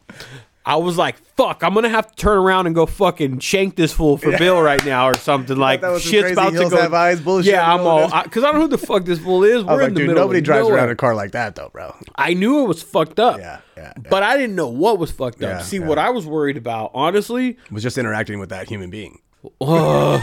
[SPEAKER 1] I was like, "Fuck! I'm gonna have to turn around and go fucking shank this fool for Bill right now or something." Like
[SPEAKER 3] that was some
[SPEAKER 1] shit's
[SPEAKER 3] crazy
[SPEAKER 1] about to
[SPEAKER 3] hills
[SPEAKER 1] go.
[SPEAKER 3] have eyes bullshit in
[SPEAKER 1] yeah,
[SPEAKER 3] the
[SPEAKER 1] I'm
[SPEAKER 3] middle of
[SPEAKER 1] all because I, don't know who the fuck this fool is. We're
[SPEAKER 3] I
[SPEAKER 1] in
[SPEAKER 3] was like,
[SPEAKER 1] the
[SPEAKER 3] dude,
[SPEAKER 1] middle.
[SPEAKER 3] nobody
[SPEAKER 1] of
[SPEAKER 3] drives
[SPEAKER 1] nowhere.
[SPEAKER 3] around in a car like that, though, bro.
[SPEAKER 1] I knew it was fucked up.
[SPEAKER 3] Yeah, yeah, yeah.
[SPEAKER 1] But I didn't know what was fucked up.
[SPEAKER 3] Yeah,
[SPEAKER 1] See,
[SPEAKER 3] yeah.
[SPEAKER 1] what I was worried about, honestly,
[SPEAKER 3] I was just interacting with that human being.
[SPEAKER 1] uh,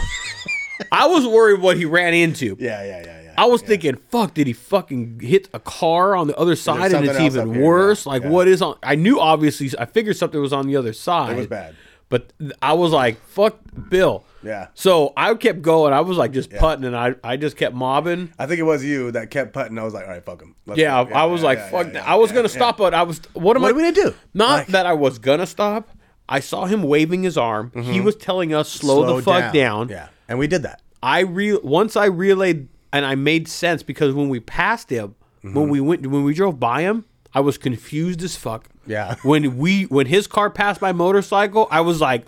[SPEAKER 1] I was worried what he ran into.
[SPEAKER 3] Yeah, yeah, yeah, yeah.
[SPEAKER 1] I was thinking, fuck, did he fucking hit a car on the other side and it's
[SPEAKER 3] something else
[SPEAKER 1] even
[SPEAKER 3] up here,
[SPEAKER 1] worse?
[SPEAKER 3] yeah,
[SPEAKER 1] Like,
[SPEAKER 3] yeah.
[SPEAKER 1] what is on? I knew, obviously, I figured something was on the other side. It
[SPEAKER 3] was bad.
[SPEAKER 1] But th- I was like, fuck Bill.
[SPEAKER 3] Yeah.
[SPEAKER 1] So I kept going. I was like just putting and I, I just kept mobbing.
[SPEAKER 3] I think it was you that kept putting. I was like, all right, fuck him. Let's
[SPEAKER 1] Yeah,
[SPEAKER 3] go.
[SPEAKER 1] I was like,
[SPEAKER 3] yeah,
[SPEAKER 1] fuck.
[SPEAKER 3] yeah,
[SPEAKER 1] that.
[SPEAKER 3] yeah,
[SPEAKER 1] I was
[SPEAKER 3] yeah,
[SPEAKER 1] gonna
[SPEAKER 3] yeah.
[SPEAKER 1] stop, but I was. What am
[SPEAKER 3] What
[SPEAKER 1] I
[SPEAKER 3] are we gonna do?
[SPEAKER 1] Not
[SPEAKER 3] Like-
[SPEAKER 1] that I was gonna stop. I saw him waving his arm. He was telling us slow, the fuck down.
[SPEAKER 3] Mm-hmm. Yeah, and we did that.
[SPEAKER 1] I re once I relayed and I made sense because when we passed him,
[SPEAKER 3] Mm-hmm.
[SPEAKER 1] when we went when we drove by him, I was confused as fuck.
[SPEAKER 3] Yeah.
[SPEAKER 1] When we when his car passed my motorcycle, I was like,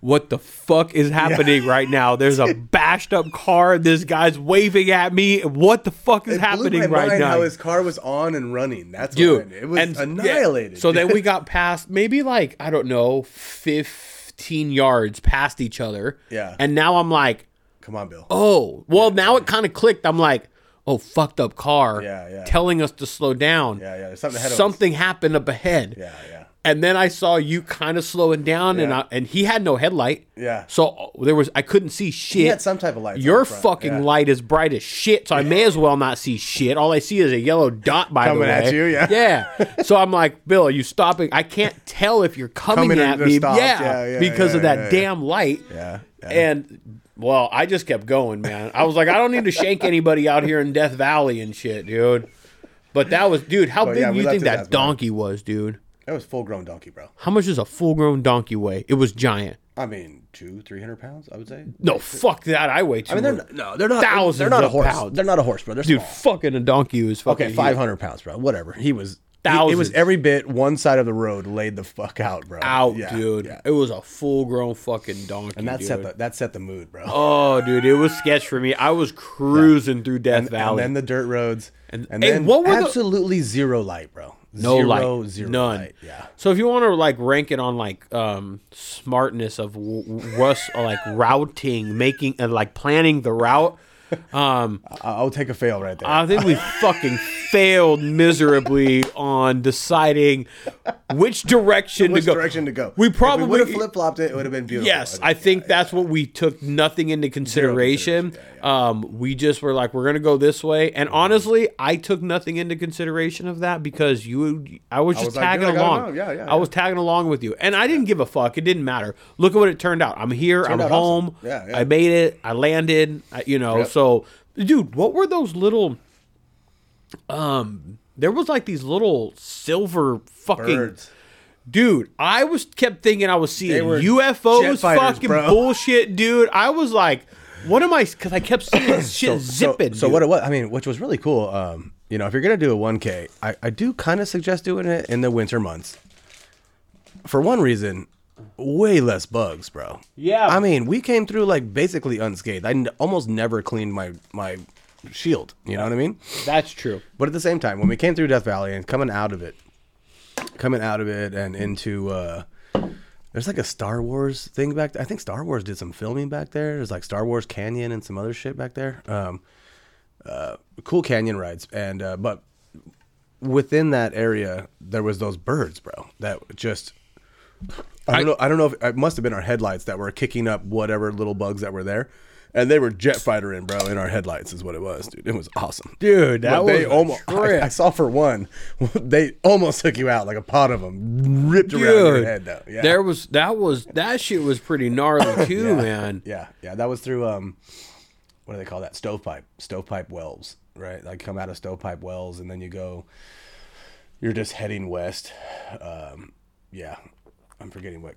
[SPEAKER 1] what the fuck is happening right now? There's a bashed up car. This guy's waving at me. What the fuck is happening
[SPEAKER 3] Blew my
[SPEAKER 1] right
[SPEAKER 3] mind
[SPEAKER 1] now?
[SPEAKER 3] How his car was on and running. That's what I
[SPEAKER 1] dude.
[SPEAKER 3] mean. it was
[SPEAKER 1] and-
[SPEAKER 3] annihilated.
[SPEAKER 1] yeah. So then we got past maybe like I don't know, fifteen yards past each other.
[SPEAKER 3] Yeah.
[SPEAKER 1] And now I'm like,
[SPEAKER 3] Come on, Bill.
[SPEAKER 1] oh, well, now it kind of clicked. I'm like, oh, fucked up car
[SPEAKER 3] Yeah, yeah.
[SPEAKER 1] telling us to slow down.
[SPEAKER 3] Yeah, yeah. There's something ahead of us.
[SPEAKER 1] Something happened up ahead.
[SPEAKER 3] Yeah, yeah.
[SPEAKER 1] And then I saw you kind of slowing down, and
[SPEAKER 3] Yeah.
[SPEAKER 1] I, and he had no headlight.
[SPEAKER 3] Yeah.
[SPEAKER 1] So uh, there was I couldn't see shit.
[SPEAKER 3] had some type of lights on
[SPEAKER 1] Your
[SPEAKER 3] the front,
[SPEAKER 1] fucking
[SPEAKER 3] yeah.
[SPEAKER 1] light is bright as shit, so I may as well not see shit. All I see is a yellow dot by the
[SPEAKER 3] Coming
[SPEAKER 1] way.
[SPEAKER 3] at you, yeah.
[SPEAKER 1] Yeah. so I'm like, Bill, are you stopping? I can't tell if you're coming,
[SPEAKER 3] Coming or
[SPEAKER 1] at
[SPEAKER 3] they're
[SPEAKER 1] me.
[SPEAKER 3] stopped.
[SPEAKER 1] Yeah,
[SPEAKER 3] Yeah, yeah,
[SPEAKER 1] because of
[SPEAKER 3] yeah,
[SPEAKER 1] that
[SPEAKER 3] yeah, yeah.
[SPEAKER 1] damn light.
[SPEAKER 3] Yeah, yeah.
[SPEAKER 1] And well, I just kept going, man. I was like, I don't need to shank anybody out here in Death Valley and shit, dude. But that was, dude. How
[SPEAKER 3] But
[SPEAKER 1] big
[SPEAKER 3] yeah,
[SPEAKER 1] do
[SPEAKER 3] we
[SPEAKER 1] you
[SPEAKER 3] left
[SPEAKER 1] think
[SPEAKER 3] it
[SPEAKER 1] that
[SPEAKER 3] as well.
[SPEAKER 1] donkey was, dude?
[SPEAKER 3] That was full grown donkey, bro.
[SPEAKER 1] How much does a full-grown donkey weigh? It was giant.
[SPEAKER 3] I mean, two, three hundred pounds, I would say.
[SPEAKER 1] No, fuck that. I weigh too
[SPEAKER 3] I mean, they're
[SPEAKER 1] much.
[SPEAKER 3] not, no, they're not
[SPEAKER 1] Thousands
[SPEAKER 3] They're not a
[SPEAKER 1] of
[SPEAKER 3] horse.
[SPEAKER 1] pounds.
[SPEAKER 3] They're not a horse, bro. They're
[SPEAKER 1] Dude,
[SPEAKER 3] small.
[SPEAKER 1] fucking a donkey was fucking
[SPEAKER 3] Okay, five hundred pounds, bro. Whatever. He was. he- It
[SPEAKER 1] Thousands.
[SPEAKER 3] was every bit one side of the road laid the fuck out, bro.
[SPEAKER 1] out,
[SPEAKER 3] Yeah,
[SPEAKER 1] dude.
[SPEAKER 3] yeah.
[SPEAKER 1] It was a full-grown fucking donkey.
[SPEAKER 3] And that set
[SPEAKER 1] dude.
[SPEAKER 3] the that set the mood, bro.
[SPEAKER 1] Oh, dude, it was sketch for me. I was cruising through Death
[SPEAKER 3] and,
[SPEAKER 1] Valley.
[SPEAKER 3] and then the dirt roads, and,
[SPEAKER 1] hey,
[SPEAKER 3] then
[SPEAKER 1] what were the-
[SPEAKER 3] absolutely zero light, bro.
[SPEAKER 1] no
[SPEAKER 3] zero,
[SPEAKER 1] light,
[SPEAKER 3] zero
[SPEAKER 1] none.
[SPEAKER 3] light. Yeah,
[SPEAKER 1] So if you want to like rank it on like um smartness of w- w- us uh, like routing, making and like planning the route,
[SPEAKER 3] I- I'll take a fail right there.
[SPEAKER 1] I think we fucking failed miserably on deciding which direction
[SPEAKER 3] Which
[SPEAKER 1] to go.
[SPEAKER 3] direction to go?
[SPEAKER 1] We
[SPEAKER 3] If
[SPEAKER 1] probably- e-
[SPEAKER 3] would have flip flopped it. It would have been beautiful.
[SPEAKER 1] Yes,
[SPEAKER 3] It
[SPEAKER 1] I
[SPEAKER 3] would've-
[SPEAKER 1] think
[SPEAKER 3] yeah,
[SPEAKER 1] that's what we took nothing into consideration. Um, we just were like, we're gonna go this way,
[SPEAKER 3] Mm-hmm.
[SPEAKER 1] and honestly, I took nothing into consideration of that because you, I was just
[SPEAKER 3] was like,
[SPEAKER 1] tagging
[SPEAKER 3] dude, I gotta
[SPEAKER 1] along.
[SPEAKER 3] know. Yeah, yeah,
[SPEAKER 1] I was tagging along with you, and I didn't give a fuck. It didn't matter. Look at what it turned out. I'm here. I'm
[SPEAKER 3] out awesome.
[SPEAKER 1] home.
[SPEAKER 3] Yeah, yeah.
[SPEAKER 1] I made it. I landed. I, you know,
[SPEAKER 3] Yep.
[SPEAKER 1] so dude, what were those little? Um, there was like these little silver fucking
[SPEAKER 3] birds.
[SPEAKER 1] Dude, I was kept thinking I was seeing
[SPEAKER 3] were
[SPEAKER 1] UFOs,
[SPEAKER 3] jet fighters,
[SPEAKER 1] fucking
[SPEAKER 3] bro.
[SPEAKER 1] bullshit, dude. I was like, what am I? Because I kept seeing shit zipping.
[SPEAKER 3] So, so
[SPEAKER 1] dude.
[SPEAKER 3] what it was, I mean, which was really cool. Um, you know, if you're gonna do a 1K, I, I do kind of suggest doing it in the winter months. For one reason, way less bugs, bro.
[SPEAKER 1] Yeah.
[SPEAKER 3] I mean, we came through like basically unscathed. I n- almost never cleaned my my shield. You know what I mean?
[SPEAKER 1] That's true.
[SPEAKER 3] But at the same time, when we came through Death Valley and coming out of it, coming out of it and into uh there's like a Star Wars thing back there. I think Star Wars did some filming back there. There's like Star Wars Canyon and some other shit back there. Um uh cool canyon rides and uh but within that area there was those birds, bro. That just I don't know. I don't know if it must have been our headlights that were kicking up whatever little bugs that were there, and they were jet fighter in, bro. In our headlights is what it was, dude. It was awesome, dude.
[SPEAKER 1] that was a
[SPEAKER 3] I, I saw for one, they almost took you out like a pot of them ripped around your
[SPEAKER 1] Dude,
[SPEAKER 3] head though. Yeah,
[SPEAKER 1] there was that was that shit was pretty gnarly too, man.
[SPEAKER 3] yeah, yeah. That was through um, what do they call that? Stovepipe, stovepipe wells, right? Like come out of stovepipe wells, and then you go. You're just heading west. Um, yeah, I'm forgetting what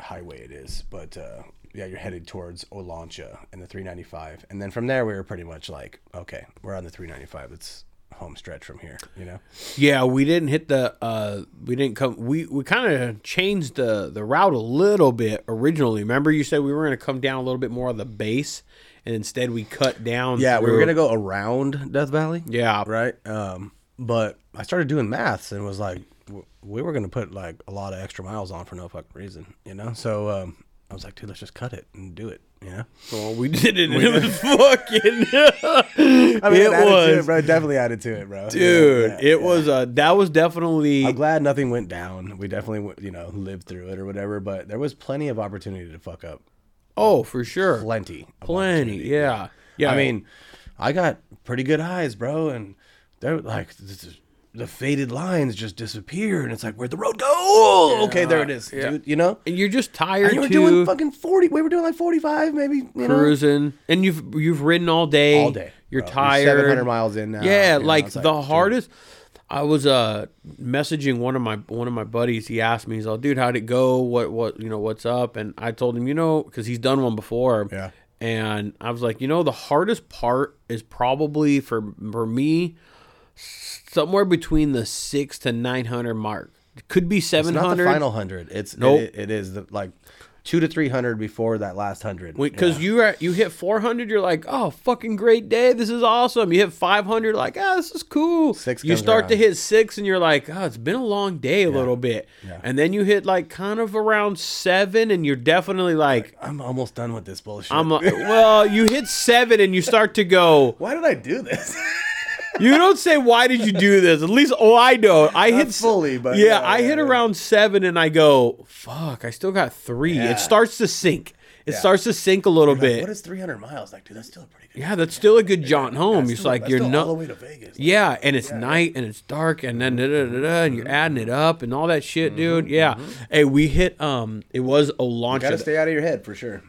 [SPEAKER 3] highway it is, but uh, yeah, you're headed towards Olancha and the 395, and then from there we were pretty much like, okay, we're on the 395. It's home stretch from here, you know.
[SPEAKER 1] Yeah, we didn't hit the uh we didn't come we we kind of changed the the route a little bit originally. Remember you said we were going to come down a little bit more of the base and instead we cut down
[SPEAKER 3] Yeah, we were
[SPEAKER 1] through-
[SPEAKER 3] gonna go around Death Valley.
[SPEAKER 1] Yeah.
[SPEAKER 3] right. Um, but I started doing maths and was like, w- we were gonna put like a lot of extra miles on for no fucking reason, you know. So um, I was like, dude, let's just cut it and do it, you know.
[SPEAKER 1] Well, Oh, we did it and it was fucking
[SPEAKER 3] I mean,
[SPEAKER 1] it
[SPEAKER 3] added to
[SPEAKER 1] was
[SPEAKER 3] it, bro. Definitely added to it, bro.
[SPEAKER 1] dude
[SPEAKER 3] Yeah, yeah.
[SPEAKER 1] it was uh that was
[SPEAKER 3] I'm
[SPEAKER 1] definitely
[SPEAKER 3] glad nothing went down. We definitely, went- you know, lived through it or whatever. But there was plenty of opportunity to fuck up.
[SPEAKER 1] oh for sure
[SPEAKER 3] Plenty. of
[SPEAKER 1] plenty
[SPEAKER 3] opportunity.
[SPEAKER 1] yeah yeah
[SPEAKER 3] I mean, I got pretty good highs, bro, and they're like this is- the faded lines just disappear, and it's like where'd the road go? Oh, okay, there it is, dude. You know,
[SPEAKER 1] and you're just tired
[SPEAKER 3] and you were
[SPEAKER 1] too
[SPEAKER 3] doing fucking forty. We were doing like forty-five, maybe. You know,
[SPEAKER 1] cruising and you've youve ridden all day
[SPEAKER 3] all day.
[SPEAKER 1] you're
[SPEAKER 3] bro.
[SPEAKER 1] tired
[SPEAKER 3] Seven hundred miles in now.
[SPEAKER 1] yeah
[SPEAKER 3] you know,
[SPEAKER 1] like
[SPEAKER 3] it's
[SPEAKER 1] the
[SPEAKER 3] dude,
[SPEAKER 1] hardest I was uh messaging one of my one of my buddies. He asked me, he's like, "Dude, how'd it go? What what you know what's up?" And I told him, you know, because he's done one before.
[SPEAKER 3] Yeah.
[SPEAKER 1] And I was like, you know, the hardest part is probably for for me somewhere between the six to nine hundred mark. It could be
[SPEAKER 3] It's
[SPEAKER 1] seven
[SPEAKER 3] not the
[SPEAKER 1] hundred.
[SPEAKER 3] final hundred. It's
[SPEAKER 1] Nope.
[SPEAKER 3] it, it is the like
[SPEAKER 7] two to three hundred before that last hundred.
[SPEAKER 1] Because you were, you hit 400, you're like, oh, fucking great day. This is awesome. You hit 500, like, ah, this is cool.
[SPEAKER 7] Six
[SPEAKER 1] you
[SPEAKER 7] comes
[SPEAKER 1] start to
[SPEAKER 7] around.
[SPEAKER 1] hit six, and you're like, oh, it's been a long day a little bit. And then you hit like kind of around seven, and you're definitely like,
[SPEAKER 7] I'm almost done with this bullshit.
[SPEAKER 1] I'm like, well, you hit seven, and you start to go,
[SPEAKER 7] Why did I do this?
[SPEAKER 1] You don't say why did you do this? At least oh I know. I hit s-
[SPEAKER 7] fully, but
[SPEAKER 1] yeah,
[SPEAKER 7] yeah,
[SPEAKER 1] I
[SPEAKER 7] yeah,
[SPEAKER 1] hit
[SPEAKER 7] yeah.
[SPEAKER 1] around seven and I go, fuck, I still got three.
[SPEAKER 7] Yeah.
[SPEAKER 1] It starts to sink. It
[SPEAKER 7] Yeah.
[SPEAKER 1] starts to sink a little bit.
[SPEAKER 7] what is 300 miles? Like, dude, that's still a pretty good.
[SPEAKER 1] yeah, that's still a good jaunt home.
[SPEAKER 7] That's
[SPEAKER 1] It's
[SPEAKER 7] still-
[SPEAKER 1] like
[SPEAKER 7] that's
[SPEAKER 1] you're
[SPEAKER 7] still
[SPEAKER 1] not
[SPEAKER 7] all the way to Vegas. Like,
[SPEAKER 1] yeah, and it's night and it's dark and then da, da, da, da, and you're
[SPEAKER 7] Mm-hmm.
[SPEAKER 1] adding it up and all that shit, dude. Yeah. Hey, we hit um it was a launch
[SPEAKER 7] gotta
[SPEAKER 1] of-
[SPEAKER 7] stay out of your head for sure.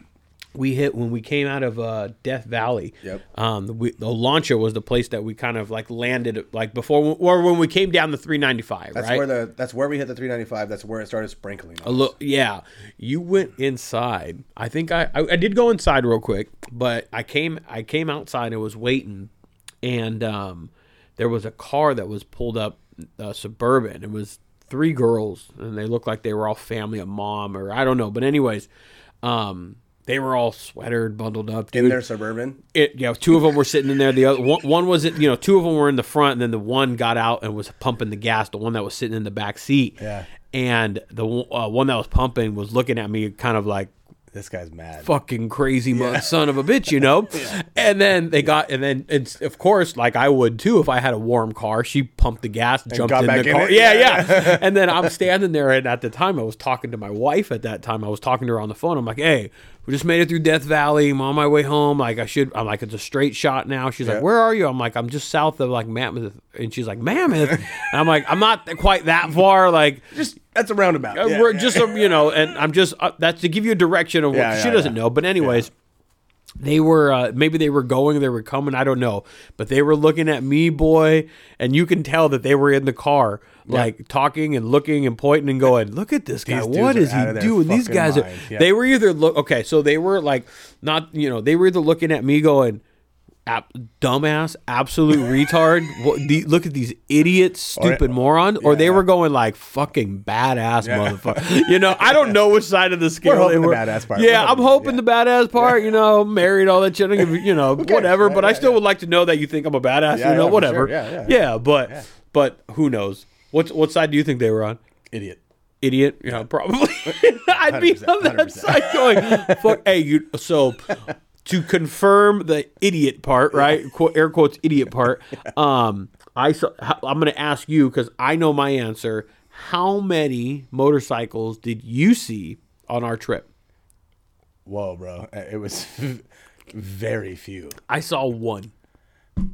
[SPEAKER 1] we hit when we came out of uh, Death Valley.
[SPEAKER 7] Yep.
[SPEAKER 1] Um, we, the launcher was the place that we kind of like landed like before, or when we came down the 395.
[SPEAKER 7] That's
[SPEAKER 1] right.
[SPEAKER 7] where the that's where we hit the 395. That's where it started sprinkling.
[SPEAKER 1] a look, yeah. You went inside. I think I, I I did go inside real quick, but I came I came outside. and was waiting, and um, there was a car that was pulled up, uh, suburban. It was three girls, and they looked like they were all family, a mom or I don't know. But anyways, um, they were all sweatered, bundled up.
[SPEAKER 7] in
[SPEAKER 1] dude.
[SPEAKER 7] their suburban.
[SPEAKER 1] it you know two of them were sitting in there the other one, one was you know two of them were in the front and then the one got out and was pumping the gas the one that was sitting in the back seat
[SPEAKER 7] Yeah.
[SPEAKER 1] and the one- uh, one that was pumping was looking at me kind of like
[SPEAKER 7] This guy's mad.
[SPEAKER 1] fucking crazy mo- son of a bitch, you know? And then they got, and then, it's, of course, like I would too if I had a warm car, she pumped the gas, jumped
[SPEAKER 7] got
[SPEAKER 1] in
[SPEAKER 7] back
[SPEAKER 1] the
[SPEAKER 7] in
[SPEAKER 1] car.
[SPEAKER 7] it?
[SPEAKER 1] yeah, yeah. and then I'm standing there, and at the time I was talking to my wife at that time. I was talking to her on the phone. I'm like, hey, we just made it through Death Valley. I'm on my way home. Like, I should, I'm like, it's a straight shot now. She's like, where are you? I'm like, I'm just south of like Mammoth. And she's like, Mammoth. and I'm like, I'm not quite that far. Like,
[SPEAKER 7] Just that's a roundabout.
[SPEAKER 1] uh, we're just a, you know, and I'm just uh, that's to give you a direction of what
[SPEAKER 7] Yeah,
[SPEAKER 1] she
[SPEAKER 7] yeah,
[SPEAKER 1] doesn't
[SPEAKER 7] yeah.
[SPEAKER 1] know. But anyways, they were uh, maybe they were going, they were coming, I don't know, but they were looking at me, boy, and you can tell that they were in the car, like talking and looking and pointing and going, "Look at this guy!
[SPEAKER 7] dudes
[SPEAKER 1] What
[SPEAKER 7] are
[SPEAKER 1] is
[SPEAKER 7] out of
[SPEAKER 1] he
[SPEAKER 7] their
[SPEAKER 1] doing?" These
[SPEAKER 7] fucking
[SPEAKER 1] guys, are,
[SPEAKER 7] mind. Yeah.
[SPEAKER 1] they were either look okay, so they were like not, you know, they were either looking at me going. Ab- dumbass, absolute retard. What, the, look at these idiots, stupid moron. Or they were going like fucking badass motherfucker. You know, I don't know which side of the scale
[SPEAKER 7] We're hoping the
[SPEAKER 1] they were.
[SPEAKER 7] badass part.
[SPEAKER 1] Yeah,
[SPEAKER 7] We're
[SPEAKER 1] I'm hoping the badass part. You know, married, all that shit. I don't give a- You know, whatever.
[SPEAKER 7] Yeah,
[SPEAKER 1] but I
[SPEAKER 7] yeah,
[SPEAKER 1] still would like to know that you think I'm a badass.
[SPEAKER 7] Yeah,
[SPEAKER 1] you know,
[SPEAKER 7] yeah, for
[SPEAKER 1] whatever.
[SPEAKER 7] sure. Yeah, yeah,
[SPEAKER 1] but but who knows? What what side do you think they were on?
[SPEAKER 7] idiot.
[SPEAKER 1] idiot. You know, probably. I'd be
[SPEAKER 7] 100%,
[SPEAKER 1] on that
[SPEAKER 7] 100%.
[SPEAKER 1] side going, fuck, hey, you. So to confirm the idiot part, right? Quote, air quotes, idiot part. Um, I saw, how- I'm going to ask you because I know my answer. How many motorcycles did you see on our trip?
[SPEAKER 7] Whoa, bro. It was very few.
[SPEAKER 1] I saw one.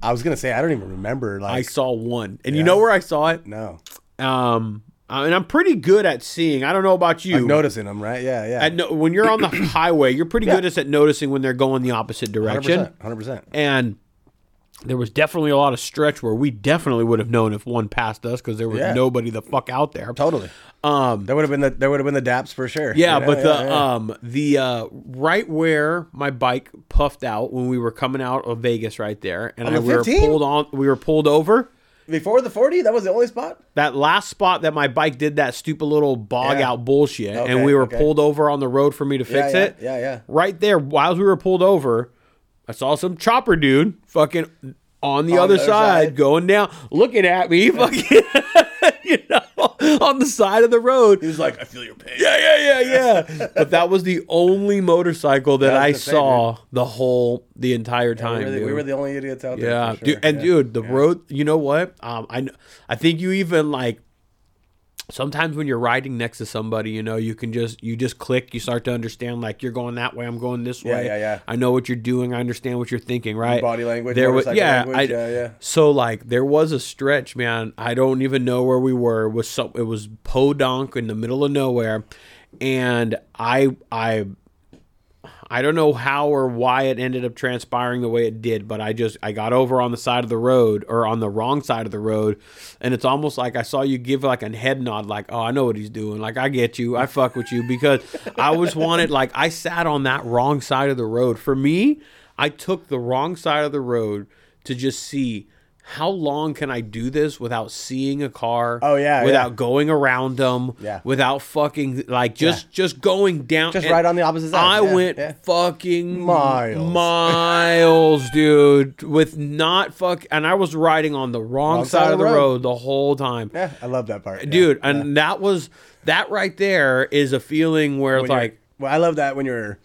[SPEAKER 7] I was gonna say I don't even remember.
[SPEAKER 1] I
[SPEAKER 7] Like
[SPEAKER 1] saw one. And you know where I saw it?
[SPEAKER 7] no,
[SPEAKER 1] Um, I- and I'm pretty good at seeing. I don't know about you.
[SPEAKER 7] I'm noticing them. Right? Yeah, yeah.
[SPEAKER 1] at no, when you're on the highway, you're pretty good at noticing when they're going the opposite direction.
[SPEAKER 7] 100%. 100%.
[SPEAKER 1] And there was definitely a lot of stretch where we definitely would have known if one passed us because there was
[SPEAKER 7] Yeah.
[SPEAKER 1] nobody the fuck out there.
[SPEAKER 7] Totally. Um, there would have been the there would have been the daps for sure.
[SPEAKER 1] Yeah,
[SPEAKER 7] You know?
[SPEAKER 1] but the
[SPEAKER 7] yeah.
[SPEAKER 1] um the uh right where my bike puffed out when we were coming out of Vegas right there and
[SPEAKER 7] On
[SPEAKER 1] I,
[SPEAKER 7] the
[SPEAKER 1] we were
[SPEAKER 7] 15?
[SPEAKER 1] pulled on we were pulled over.
[SPEAKER 7] before the 40, that was the only spot.
[SPEAKER 1] that last spot that my bike did that stupid little bog
[SPEAKER 7] Yeah.
[SPEAKER 1] out bullshit, and
[SPEAKER 7] Okay,
[SPEAKER 1] we were
[SPEAKER 7] okay.
[SPEAKER 1] pulled over on the road for me to fix
[SPEAKER 7] yeah,
[SPEAKER 1] it.
[SPEAKER 7] yeah, yeah.
[SPEAKER 1] Right there, while we were pulled over, I saw some chopper dude fucking on the
[SPEAKER 7] the
[SPEAKER 1] other
[SPEAKER 7] other
[SPEAKER 1] side,
[SPEAKER 7] side.
[SPEAKER 1] going down, looking at me, fucking, you know, on the side of the road.
[SPEAKER 7] He was like, I feel your pain.
[SPEAKER 1] Yeah, yeah, yeah, yeah. but that was the only motorcycle that
[SPEAKER 7] was
[SPEAKER 1] I
[SPEAKER 7] the same,
[SPEAKER 1] saw the whole, the entire time.
[SPEAKER 7] We were, the,
[SPEAKER 1] dude.
[SPEAKER 7] we were the only idiots out there.
[SPEAKER 1] Yeah,
[SPEAKER 7] for sure.
[SPEAKER 1] dude, and
[SPEAKER 7] Yeah.
[SPEAKER 1] dude, the road. You know what? Um, I kn- I think you even like sometimes when you're riding next to somebody, you know, you can just you just click. You start to understand like you're going that way. I'm going this
[SPEAKER 7] Yeah,
[SPEAKER 1] way.
[SPEAKER 7] yeah, yeah.
[SPEAKER 1] I know what you're doing. I understand what you're thinking. Right.
[SPEAKER 7] Body language,
[SPEAKER 1] There was
[SPEAKER 7] motorcycle
[SPEAKER 1] yeah,
[SPEAKER 7] language,
[SPEAKER 1] I-
[SPEAKER 7] yeah, yeah.
[SPEAKER 1] So like there was a stretch, man. I don't even know where we were. It was some? It was Podunk in the middle of nowhere, and I I I don't know how or why it ended up transpiring the way it did, but I just I got over on the side of the road or on the wrong side of the road, and it's almost like I saw you give like a head nod, like oh I know what he's doing, like I get you, I fuck with you because I was wanted like I sat on that wrong side of the road. For me, I took the wrong side of the road to just see how long can I do this without seeing a car?
[SPEAKER 7] Oh, yeah,
[SPEAKER 1] without
[SPEAKER 7] yeah.
[SPEAKER 1] going around them.
[SPEAKER 7] Yeah.
[SPEAKER 1] without fucking like just just going down.
[SPEAKER 7] Just
[SPEAKER 1] and
[SPEAKER 7] right on the opposite side,
[SPEAKER 1] I
[SPEAKER 7] yeah,
[SPEAKER 1] went
[SPEAKER 7] yeah.
[SPEAKER 1] fucking
[SPEAKER 7] Miles.
[SPEAKER 1] miles, dude, with not fuck. And I was riding on the wrong, side, of the road. the whole time.
[SPEAKER 7] Yeah, I love that part, yeah.
[SPEAKER 1] Dude, and that was that right there is a feeling where
[SPEAKER 7] when
[SPEAKER 1] it's
[SPEAKER 7] you're-
[SPEAKER 1] like
[SPEAKER 7] well, I love that when you're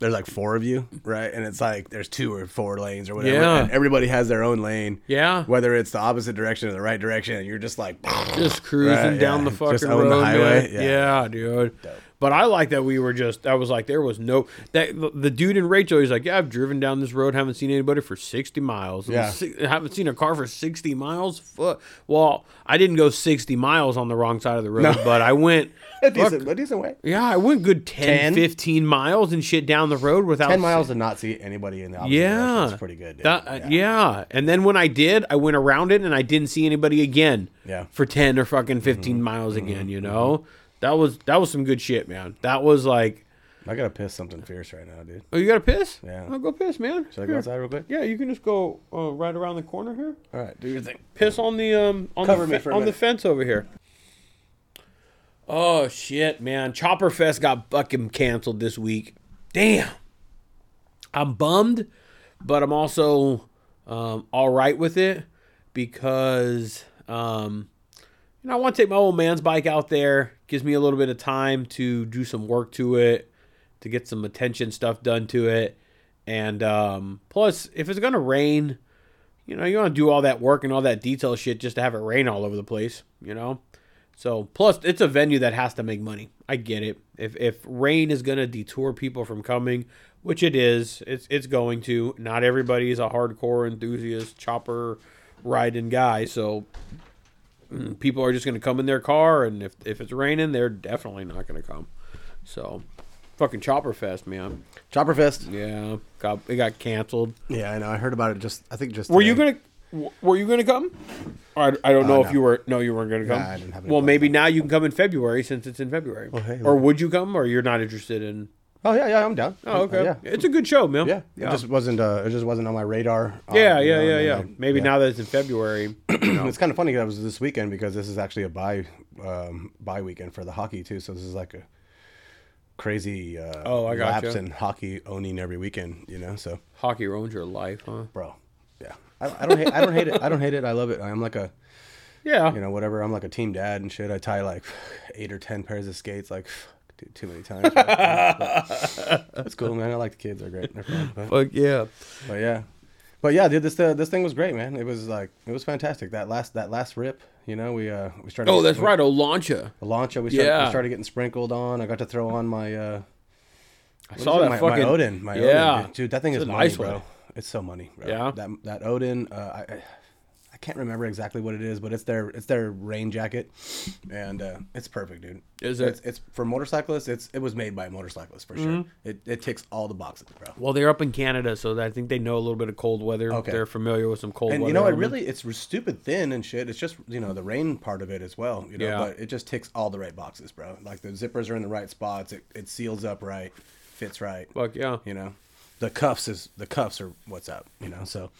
[SPEAKER 7] there's like four of you, right? And it's like there's two or four lanes or whatever,
[SPEAKER 1] Yeah.
[SPEAKER 7] and everybody has their own lane.
[SPEAKER 1] Yeah.
[SPEAKER 7] whether it's the opposite direction or the right direction, and you're just like,
[SPEAKER 1] just cruising
[SPEAKER 7] Right,
[SPEAKER 1] down
[SPEAKER 7] yeah.
[SPEAKER 1] the
[SPEAKER 7] Just
[SPEAKER 1] fucking
[SPEAKER 7] own
[SPEAKER 1] road,
[SPEAKER 7] the highway,
[SPEAKER 1] man. Yeah. dude. But I like that we were just. I was like, there was no that the- the dude in Rachel. He's like, yeah, I've driven down this road, haven't seen anybody for sixty miles. And
[SPEAKER 7] Yeah.
[SPEAKER 1] si- haven't seen a car for sixty miles. Fuck. Well, I didn't go sixty miles on the wrong side of the road, but I went.
[SPEAKER 7] a decent, a decent way.
[SPEAKER 1] Yeah, I went good 10,
[SPEAKER 7] 10?
[SPEAKER 1] 15 miles and shit down the road without
[SPEAKER 7] Ten miles and not see anybody in the opposite direction.
[SPEAKER 1] yeah,
[SPEAKER 7] It's pretty good. Dude.
[SPEAKER 1] That- uh, yeah. and then when I did, I went around it and I didn't see anybody again.
[SPEAKER 7] Yeah. Mm-hmm.
[SPEAKER 1] for ten or fucking 15 miles again. You know, that was that was some good shit, man. That was like,
[SPEAKER 7] I gotta piss something fierce right now, dude.
[SPEAKER 1] oh, you gotta piss?
[SPEAKER 7] Yeah.
[SPEAKER 1] I'll go piss, man.
[SPEAKER 7] Should I
[SPEAKER 1] Here.
[SPEAKER 7] go outside real quick?
[SPEAKER 1] Yeah, you can just go uh, right around the corner here.
[SPEAKER 7] All right, do your thing.
[SPEAKER 1] Piss on the um on
[SPEAKER 7] Cover
[SPEAKER 1] the
[SPEAKER 7] me
[SPEAKER 1] fe-
[SPEAKER 7] for a
[SPEAKER 1] on the
[SPEAKER 7] minute.
[SPEAKER 1] fence over here. Oh shit, man! Chopper Fest got fucking canceled this week. Damn. I'm bummed, but I'm also um, all right with it because um, you know I want to take my old man's bike out there. Gives me a little bit of time to do some work to it, to get some attention stuff done to it, and um, plus if it's gonna rain, you know you want to do all that work and all that detail shit just to have it rain all over the place, you know. So plus it's a venue that has to make money. I get it. If if rain is gonna detour people from coming, which it is, it's it's going to. Not everybody is a hardcore enthusiast chopper riding guy, so mm, people are just gonna come in their car and if if it's raining, they're definitely not gonna come. So fucking chopper fest, man.
[SPEAKER 7] Chopper fist.
[SPEAKER 1] Yeah. Got it got canceled.
[SPEAKER 3] Yeah, I know. I heard about it. Just I think just
[SPEAKER 1] Were you
[SPEAKER 3] today.
[SPEAKER 1] gonna? w- Were you gonna come? I, I don't know if
[SPEAKER 3] Uh, no.
[SPEAKER 1] you were. No, you weren't gonna come.
[SPEAKER 3] I didn't have any
[SPEAKER 1] well,
[SPEAKER 3] plans.
[SPEAKER 1] maybe now you can come in February since it's in February.
[SPEAKER 3] hey,
[SPEAKER 1] or would you come? Or you're not interested in?
[SPEAKER 3] Oh yeah, yeah, I'm down.
[SPEAKER 1] Oh, okay.
[SPEAKER 3] yeah,
[SPEAKER 1] It's a good show, Mil.
[SPEAKER 3] yeah. It
[SPEAKER 1] yeah,
[SPEAKER 3] just wasn't. Uh, it just wasn't on my radar. um,
[SPEAKER 1] yeah,
[SPEAKER 3] you
[SPEAKER 1] yeah,
[SPEAKER 3] know,
[SPEAKER 1] yeah,
[SPEAKER 3] and
[SPEAKER 1] yeah.
[SPEAKER 3] then I-
[SPEAKER 1] Maybe
[SPEAKER 3] yeah.
[SPEAKER 1] now that it's in February.
[SPEAKER 3] It's kind of funny 'cause that was this weekend because this is actually a bye um, bye weekend for the hockey too. So this is like a crazy uh,
[SPEAKER 1] Oh, I gotcha.
[SPEAKER 3] lapse in hockey owning every weekend. You know, so
[SPEAKER 1] Hockey ruins your life, huh?
[SPEAKER 3] bro, yeah, I, I don't hate, I don't hate it. I don't hate it. I love it. I'm like a
[SPEAKER 1] Yeah.
[SPEAKER 3] you know whatever. I'm like a team dad and shit. I tie like eight or ten pairs of skates like. Dude, too many times. But It's cool, man. I like the kids; they're great. They're fun. But-
[SPEAKER 1] Fuck yeah.
[SPEAKER 3] But yeah, but yeah, dude, this uh, this thing was great, man. It was like it was fantastic. That last that last rip, you know, we uh we started.
[SPEAKER 1] Oh, that's
[SPEAKER 3] we-
[SPEAKER 1] right. Olancha.
[SPEAKER 3] The launch, we started,
[SPEAKER 1] Yeah.
[SPEAKER 3] we started getting sprinkled on. I got to throw on my uh,
[SPEAKER 1] I
[SPEAKER 3] what
[SPEAKER 1] saw
[SPEAKER 3] is it?
[SPEAKER 1] that
[SPEAKER 3] my,
[SPEAKER 1] fucking
[SPEAKER 3] my Odin, my
[SPEAKER 1] yeah.
[SPEAKER 3] Odin, dude. Dude, that thing
[SPEAKER 1] It's
[SPEAKER 3] is
[SPEAKER 1] a
[SPEAKER 3] money,
[SPEAKER 1] nice
[SPEAKER 3] bro.
[SPEAKER 1] one.
[SPEAKER 3] It's so money, bro.
[SPEAKER 1] Yeah.
[SPEAKER 3] that that Odin, uh, I- I I can't remember exactly what it is, but it's their it's their rain jacket, and uh, it's perfect, dude.
[SPEAKER 1] Is it?
[SPEAKER 3] It's, it's for motorcyclists. It's it was made by motorcyclists for sure.
[SPEAKER 1] Mm-hmm.
[SPEAKER 3] It it ticks all the boxes, bro.
[SPEAKER 1] Well, they're up in Canada, so I think they know a little bit of cold weather.
[SPEAKER 3] Okay.
[SPEAKER 1] They're familiar with some cold
[SPEAKER 3] and
[SPEAKER 1] weather.
[SPEAKER 3] you know it
[SPEAKER 1] elements.
[SPEAKER 3] really it's stupid thin and shit it's just you know the rain part of it as well you know
[SPEAKER 1] Yeah.
[SPEAKER 3] but it just ticks all the right boxes bro like the zippers are in the right spots it, it seals up right fits right
[SPEAKER 1] Fuck yeah.
[SPEAKER 3] you know the cuffs is the cuffs are what's up you know so